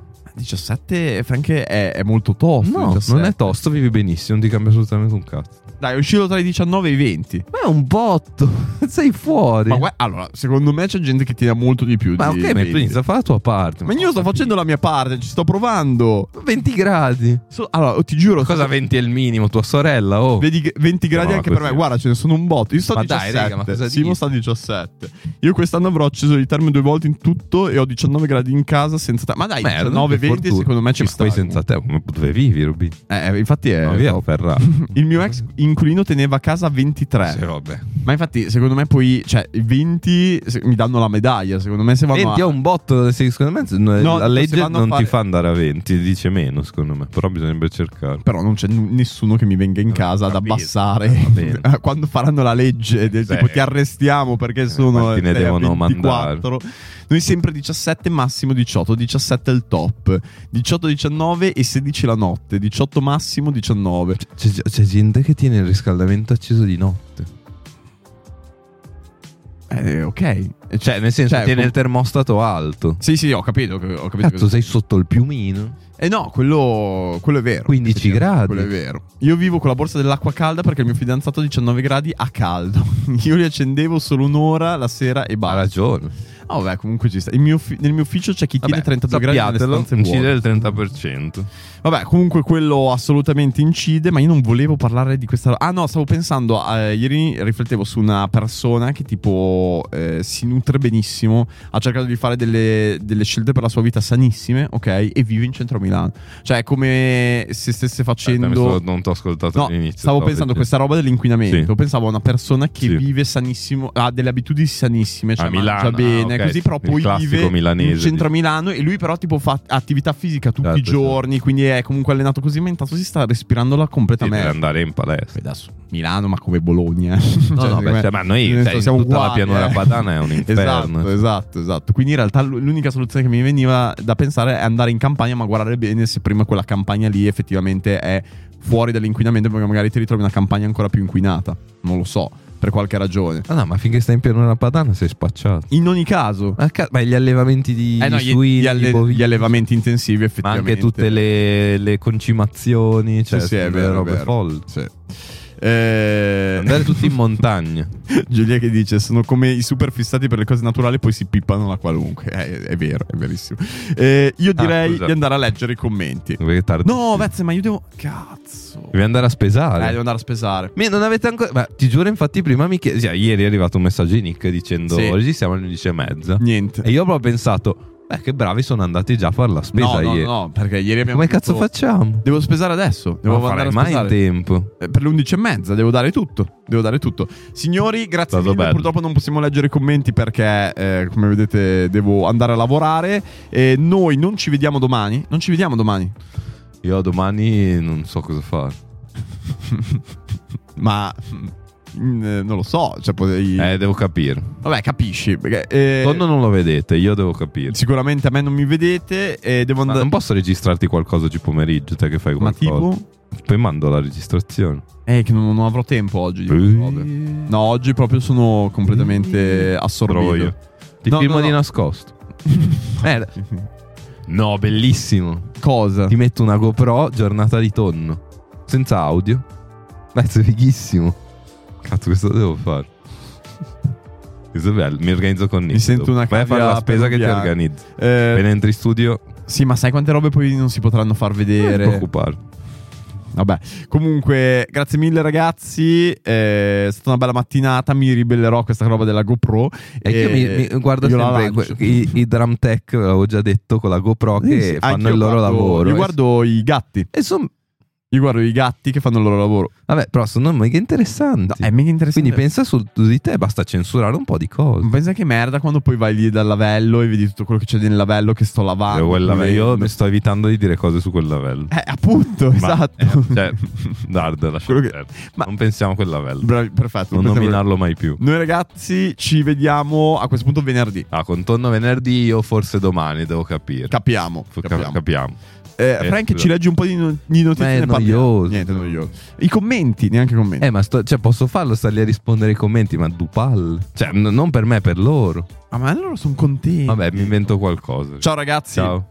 [SPEAKER 4] 17, Franche, è, è molto tosto.
[SPEAKER 3] No,
[SPEAKER 4] 17.
[SPEAKER 3] non è tosto, vivi benissimo, non ti cambia assolutamente un cazzo.
[SPEAKER 4] Dai, è uscito tra i 19 e i 20.
[SPEAKER 3] Ma è un botto, sei fuori.
[SPEAKER 4] Ma guarda, allora, secondo me c'è gente che tira molto di più.
[SPEAKER 3] Ma
[SPEAKER 4] di
[SPEAKER 3] ok, ma
[SPEAKER 4] 20.
[SPEAKER 3] tu inizia a fare la tua parte.
[SPEAKER 4] Ma io sto facendo la mia parte, ci sto provando.
[SPEAKER 3] 20 gradi.
[SPEAKER 4] So- allora, ti giuro.
[SPEAKER 3] Cosa
[SPEAKER 4] sono-
[SPEAKER 3] 20 è il minimo? Tua sorella, oh.
[SPEAKER 4] Vedi che 20 gradi
[SPEAKER 3] No,
[SPEAKER 4] anche
[SPEAKER 3] così.
[SPEAKER 4] per me. Guarda, ce ne sono un botto. Io sto a
[SPEAKER 3] Ma dai,
[SPEAKER 4] 17.
[SPEAKER 3] raga, ma cosa
[SPEAKER 4] Simo
[SPEAKER 3] dici?
[SPEAKER 4] sta a 17. Io quest'anno avrò acceso il termo due volte in tutto e ho 19 gradi in casa senza. ta- ma dai,
[SPEAKER 3] Merda,
[SPEAKER 4] 19, vende,
[SPEAKER 3] fortuna.
[SPEAKER 4] secondo me ci
[SPEAKER 3] Ci
[SPEAKER 4] sta.
[SPEAKER 3] stai senza te, come dove vivi, Rubì?
[SPEAKER 4] Eh, infatti è.
[SPEAKER 3] Ma via, Ferrari.
[SPEAKER 4] Il mio ex inquilino teneva a casa 23.
[SPEAKER 3] Sì, vabbè.
[SPEAKER 4] Ma infatti, secondo me, poi. Cioè, i 20 se- mi danno la medaglia. Secondo me, se vanno
[SPEAKER 3] 20 è
[SPEAKER 4] a.
[SPEAKER 3] un botto, sì, secondo me
[SPEAKER 4] No,
[SPEAKER 3] la
[SPEAKER 4] se
[SPEAKER 3] legge
[SPEAKER 4] vanno a
[SPEAKER 3] non
[SPEAKER 4] fare-
[SPEAKER 3] ti fa andare a 20, dice meno secondo me, però bisognerebbe cercare.
[SPEAKER 4] Però non c'è n- nessuno che mi venga in casa ad
[SPEAKER 3] capito,
[SPEAKER 4] abbassare.
[SPEAKER 3] Eh, va bene. Eh,
[SPEAKER 4] Quando faranno la legge del
[SPEAKER 3] Sì.
[SPEAKER 4] tipo ti arrestiamo perché sono
[SPEAKER 3] quanti ne
[SPEAKER 4] eh,
[SPEAKER 3] devono
[SPEAKER 4] 24. Noi sempre 17 massimo 18, 17 è il top, 18 19 e 16 la notte, 18 massimo 19.
[SPEAKER 3] C'è, c'è gente che tiene il riscaldamento acceso di notte.
[SPEAKER 4] Eh, ok.
[SPEAKER 3] Cioè, nel senso,
[SPEAKER 4] Cioè,
[SPEAKER 3] tiene
[SPEAKER 4] com-
[SPEAKER 3] il termostato alto.
[SPEAKER 4] Sì, sì, ho capito, ho capito.
[SPEAKER 3] Cazzo, sei sotto il piumino.
[SPEAKER 4] Eh no, quello, quello è vero.
[SPEAKER 3] 15 gradi.
[SPEAKER 4] Quello è vero. Io vivo con la borsa dell'acqua calda perché il mio fidanzato ha 19 gradi a caldo. Io li accendevo solo un'ora la sera e
[SPEAKER 3] Ha
[SPEAKER 4] basta.
[SPEAKER 3] ragione.
[SPEAKER 4] Ah, vabbè, comunque ci sta. Il mio fi- nel mio ufficio c'è chi tiene
[SPEAKER 3] Vabbè,
[SPEAKER 4] 32 gradi nelle
[SPEAKER 3] sappiatelo,
[SPEAKER 4] stanze
[SPEAKER 3] incide
[SPEAKER 4] vuote.
[SPEAKER 3] il 30%.
[SPEAKER 4] Vabbè, comunque quello assolutamente incide, ma io non volevo parlare di questa Ah no, stavo pensando, eh, ieri riflettevo su una persona che tipo eh, si nutre benissimo, ha cercato di fare delle, delle scelte per la sua vita sanissime, ok? E vive in centro a Milano. Cioè è come se stesse
[SPEAKER 3] Aspetta, mi
[SPEAKER 4] facendo...
[SPEAKER 3] sto- non ti ho ascoltato
[SPEAKER 4] No,
[SPEAKER 3] all'inizio.
[SPEAKER 4] stavo pensando a questa roba dell'inquinamento.
[SPEAKER 3] Sì.
[SPEAKER 4] Pensavo a una persona che
[SPEAKER 3] Sì.
[SPEAKER 4] vive sanissimo, ha delle abitudini sanissime, cioè
[SPEAKER 3] A Milano,
[SPEAKER 4] mangia bene,
[SPEAKER 3] ah, ok.
[SPEAKER 4] così, però
[SPEAKER 3] Il
[SPEAKER 4] poi
[SPEAKER 3] classico
[SPEAKER 4] vive
[SPEAKER 3] milanese,
[SPEAKER 4] in centro a Milano e lui però tipo fa attività fisica tutti
[SPEAKER 3] Certo,
[SPEAKER 4] i giorni, quindi è comunque allenato così, ma intanto si sta respirando la
[SPEAKER 3] Sì, deve
[SPEAKER 4] completamente.
[SPEAKER 3] andare in palestra.
[SPEAKER 4] Milano, ma come Bologna.
[SPEAKER 3] No,
[SPEAKER 4] Cioè,
[SPEAKER 3] no, beh,
[SPEAKER 4] come-
[SPEAKER 3] cioè, ma noi
[SPEAKER 4] nel
[SPEAKER 3] cioè,
[SPEAKER 4] senso,
[SPEAKER 3] in
[SPEAKER 4] siamo
[SPEAKER 3] tutta la
[SPEAKER 4] uguali,
[SPEAKER 3] pianura
[SPEAKER 4] eh.
[SPEAKER 3] padana è un inferno.
[SPEAKER 4] Esatto, esatto, esatto. Quindi in realtà l- l'unica soluzione che mi veniva da pensare è andare in campagna, ma guardare bene se prima quella campagna lì effettivamente è fuori dall'inquinamento, perché magari ti ritrovi una campagna ancora più inquinata. Non lo so, per qualche ragione.
[SPEAKER 3] Ah, no, ma finché stai in pianura padana sei spacciato.
[SPEAKER 4] In ogni caso,
[SPEAKER 3] Ma, ca- ma gli allevamenti di
[SPEAKER 4] eh no, gli,
[SPEAKER 3] suini,
[SPEAKER 4] gli
[SPEAKER 3] di
[SPEAKER 4] alle-
[SPEAKER 3] bovini,
[SPEAKER 4] gli allevamenti intensivi
[SPEAKER 3] ma
[SPEAKER 4] effettivamente.
[SPEAKER 3] anche tutte le, le concimazioni, cioè
[SPEAKER 4] Sì, sì, è
[SPEAKER 3] sono delle
[SPEAKER 4] vero, è
[SPEAKER 3] robe
[SPEAKER 4] vero.
[SPEAKER 3] folli.
[SPEAKER 4] Sì. Eh,
[SPEAKER 3] Andare tutti in montagna.
[SPEAKER 4] Giulia che dice sono come i super fissati per le cose naturali poi si pippano la qualunque Eh, è, vero è verissimo Eh, io
[SPEAKER 3] Ah,
[SPEAKER 4] direi
[SPEAKER 3] scusa.
[SPEAKER 4] di andare a leggere i commenti
[SPEAKER 3] Perché è tardi.
[SPEAKER 4] no Vezze ma io devo cazzo
[SPEAKER 3] Devi andare a
[SPEAKER 4] eh,
[SPEAKER 3] spesare.
[SPEAKER 4] devo andare a spesare
[SPEAKER 3] Mi- non avete ancora. Ma ti giuro, infatti, prima mi chiede. Sì, ieri è arrivato un messaggio di Nick dicendo:
[SPEAKER 4] Sì.
[SPEAKER 3] Oggi siamo alle 11 e mezza.
[SPEAKER 4] niente
[SPEAKER 3] E io proprio ho pensato: Beh, che bravi sono andati già a fare la
[SPEAKER 4] no
[SPEAKER 3] spesa
[SPEAKER 4] no
[SPEAKER 3] ieri.
[SPEAKER 4] no perché ieri abbiamo
[SPEAKER 3] Come cazzo
[SPEAKER 4] avuto-
[SPEAKER 3] facciamo?
[SPEAKER 4] devo spesare adesso devo
[SPEAKER 3] Non
[SPEAKER 4] andare
[SPEAKER 3] farai
[SPEAKER 4] a
[SPEAKER 3] mai
[SPEAKER 4] spesare
[SPEAKER 3] in tempo.
[SPEAKER 4] Eh, per le 11 e mezza devo dare tutto devo dare tutto signori grazie
[SPEAKER 3] Stato
[SPEAKER 4] mille
[SPEAKER 3] bello.
[SPEAKER 4] purtroppo non possiamo leggere i commenti perché eh, come vedete devo andare a lavorare Eh, noi non ci vediamo domani non ci vediamo domani
[SPEAKER 3] Io domani non so cosa fare.
[SPEAKER 4] Ma mm, eh, non lo so, cioè potrei...
[SPEAKER 3] Eh, devo capire.
[SPEAKER 4] Vabbè, capisci. Perché, eh,
[SPEAKER 3] Quando non lo vedete, io devo capire.
[SPEAKER 4] Sicuramente a me non mi vedete e devo
[SPEAKER 3] Ma
[SPEAKER 4] andare...
[SPEAKER 3] non posso registrarti qualcosa oggi pomeriggio, te che fai
[SPEAKER 4] Ma
[SPEAKER 3] qualcosa.
[SPEAKER 4] tipo...
[SPEAKER 3] Poi mando la registrazione.
[SPEAKER 4] Eh, che non, non avrò tempo oggi. di queste robe. No, oggi proprio sono completamente
[SPEAKER 3] Provo
[SPEAKER 4] assorbito.
[SPEAKER 3] io. Ti
[SPEAKER 4] No,
[SPEAKER 3] filmo
[SPEAKER 4] no,
[SPEAKER 3] di
[SPEAKER 4] no.
[SPEAKER 3] nascosto. Eh, no, bellissimo.
[SPEAKER 4] Cosa?
[SPEAKER 3] Ti metto una GoPro giornata di tonno. Senza audio. Pezzo fighissimo. Cazzo, questo lo devo fare. Questo è bello. Mi organizzo con Nick.
[SPEAKER 4] Mi sento una
[SPEAKER 3] Vai a fare
[SPEAKER 4] cavia
[SPEAKER 3] la spesa che ti
[SPEAKER 4] peruviana.
[SPEAKER 3] organizzo.
[SPEAKER 4] Eh,
[SPEAKER 3] Appena entri in studio,
[SPEAKER 4] sì, ma sai quante robe poi non si potranno far
[SPEAKER 3] non ti
[SPEAKER 4] vedere?
[SPEAKER 3] preoccupare.
[SPEAKER 4] Vabbè, comunque, grazie mille ragazzi. eh, È stata una bella mattinata. Mi ribellerò a questa roba della GoPro.
[SPEAKER 3] E io mi, mi guardo
[SPEAKER 4] Eh, io la
[SPEAKER 3] sempre
[SPEAKER 4] lancio.
[SPEAKER 3] que- i, i drum tech, l'avevo già detto, con la GoPro
[SPEAKER 4] Sì,
[SPEAKER 3] che
[SPEAKER 4] sì,
[SPEAKER 3] fanno
[SPEAKER 4] anch'io
[SPEAKER 3] il loro
[SPEAKER 4] guardo-
[SPEAKER 3] lavoro. eh.
[SPEAKER 4] Io guardo i gatti.
[SPEAKER 3] E son-
[SPEAKER 4] Io guardo i gatti che fanno il loro lavoro.
[SPEAKER 3] vabbè, però sono mega interessanti.
[SPEAKER 4] è mega interessante.
[SPEAKER 3] Quindi pensa su su di te, basta censurare un po' di cose.
[SPEAKER 4] Non pensa che merda quando poi vai lì dal lavello e vedi tutto quello che c'è nel lavello che sto lavando.
[SPEAKER 3] Io, quel lave- io mi
[SPEAKER 4] pulendo.
[SPEAKER 3] sto evitando di dire cose su quel lavello.
[SPEAKER 4] Eh, appunto, esatto.
[SPEAKER 3] eh, cioè, guarda,
[SPEAKER 4] Quello
[SPEAKER 3] lasciamo
[SPEAKER 4] che-
[SPEAKER 3] perdere.
[SPEAKER 4] ma-
[SPEAKER 3] Non pensiamo a quel lavello.
[SPEAKER 4] Bravi, perfetto.
[SPEAKER 3] non
[SPEAKER 4] questo è
[SPEAKER 3] nominarlo mai più.
[SPEAKER 4] quello. Noi ragazzi ci vediamo a questo punto venerdì.
[SPEAKER 3] Ah, con tonno venerdì io forse domani, devo capire.
[SPEAKER 4] Capiamo.
[SPEAKER 3] F- cap-
[SPEAKER 4] capiamo.
[SPEAKER 3] capiamo.
[SPEAKER 4] Eh,
[SPEAKER 3] Eh,
[SPEAKER 4] Frank
[SPEAKER 3] scusa.
[SPEAKER 4] ci legge un po' di, no- di notizie.
[SPEAKER 3] Ma è
[SPEAKER 4] ne parliamo.
[SPEAKER 3] noioso.
[SPEAKER 4] Niente, noioso. I commenti, neanche commenti.
[SPEAKER 3] Eh, ma sto- cioè, posso farlo, star lì a rispondere ai commenti, ma Dupal. Cioè, n- non per me, per loro.
[SPEAKER 4] Ah, ma loro sono contenti.
[SPEAKER 3] Vabbè, mi invento qualcosa.
[SPEAKER 4] Ciao ragazzi.
[SPEAKER 3] Ciao.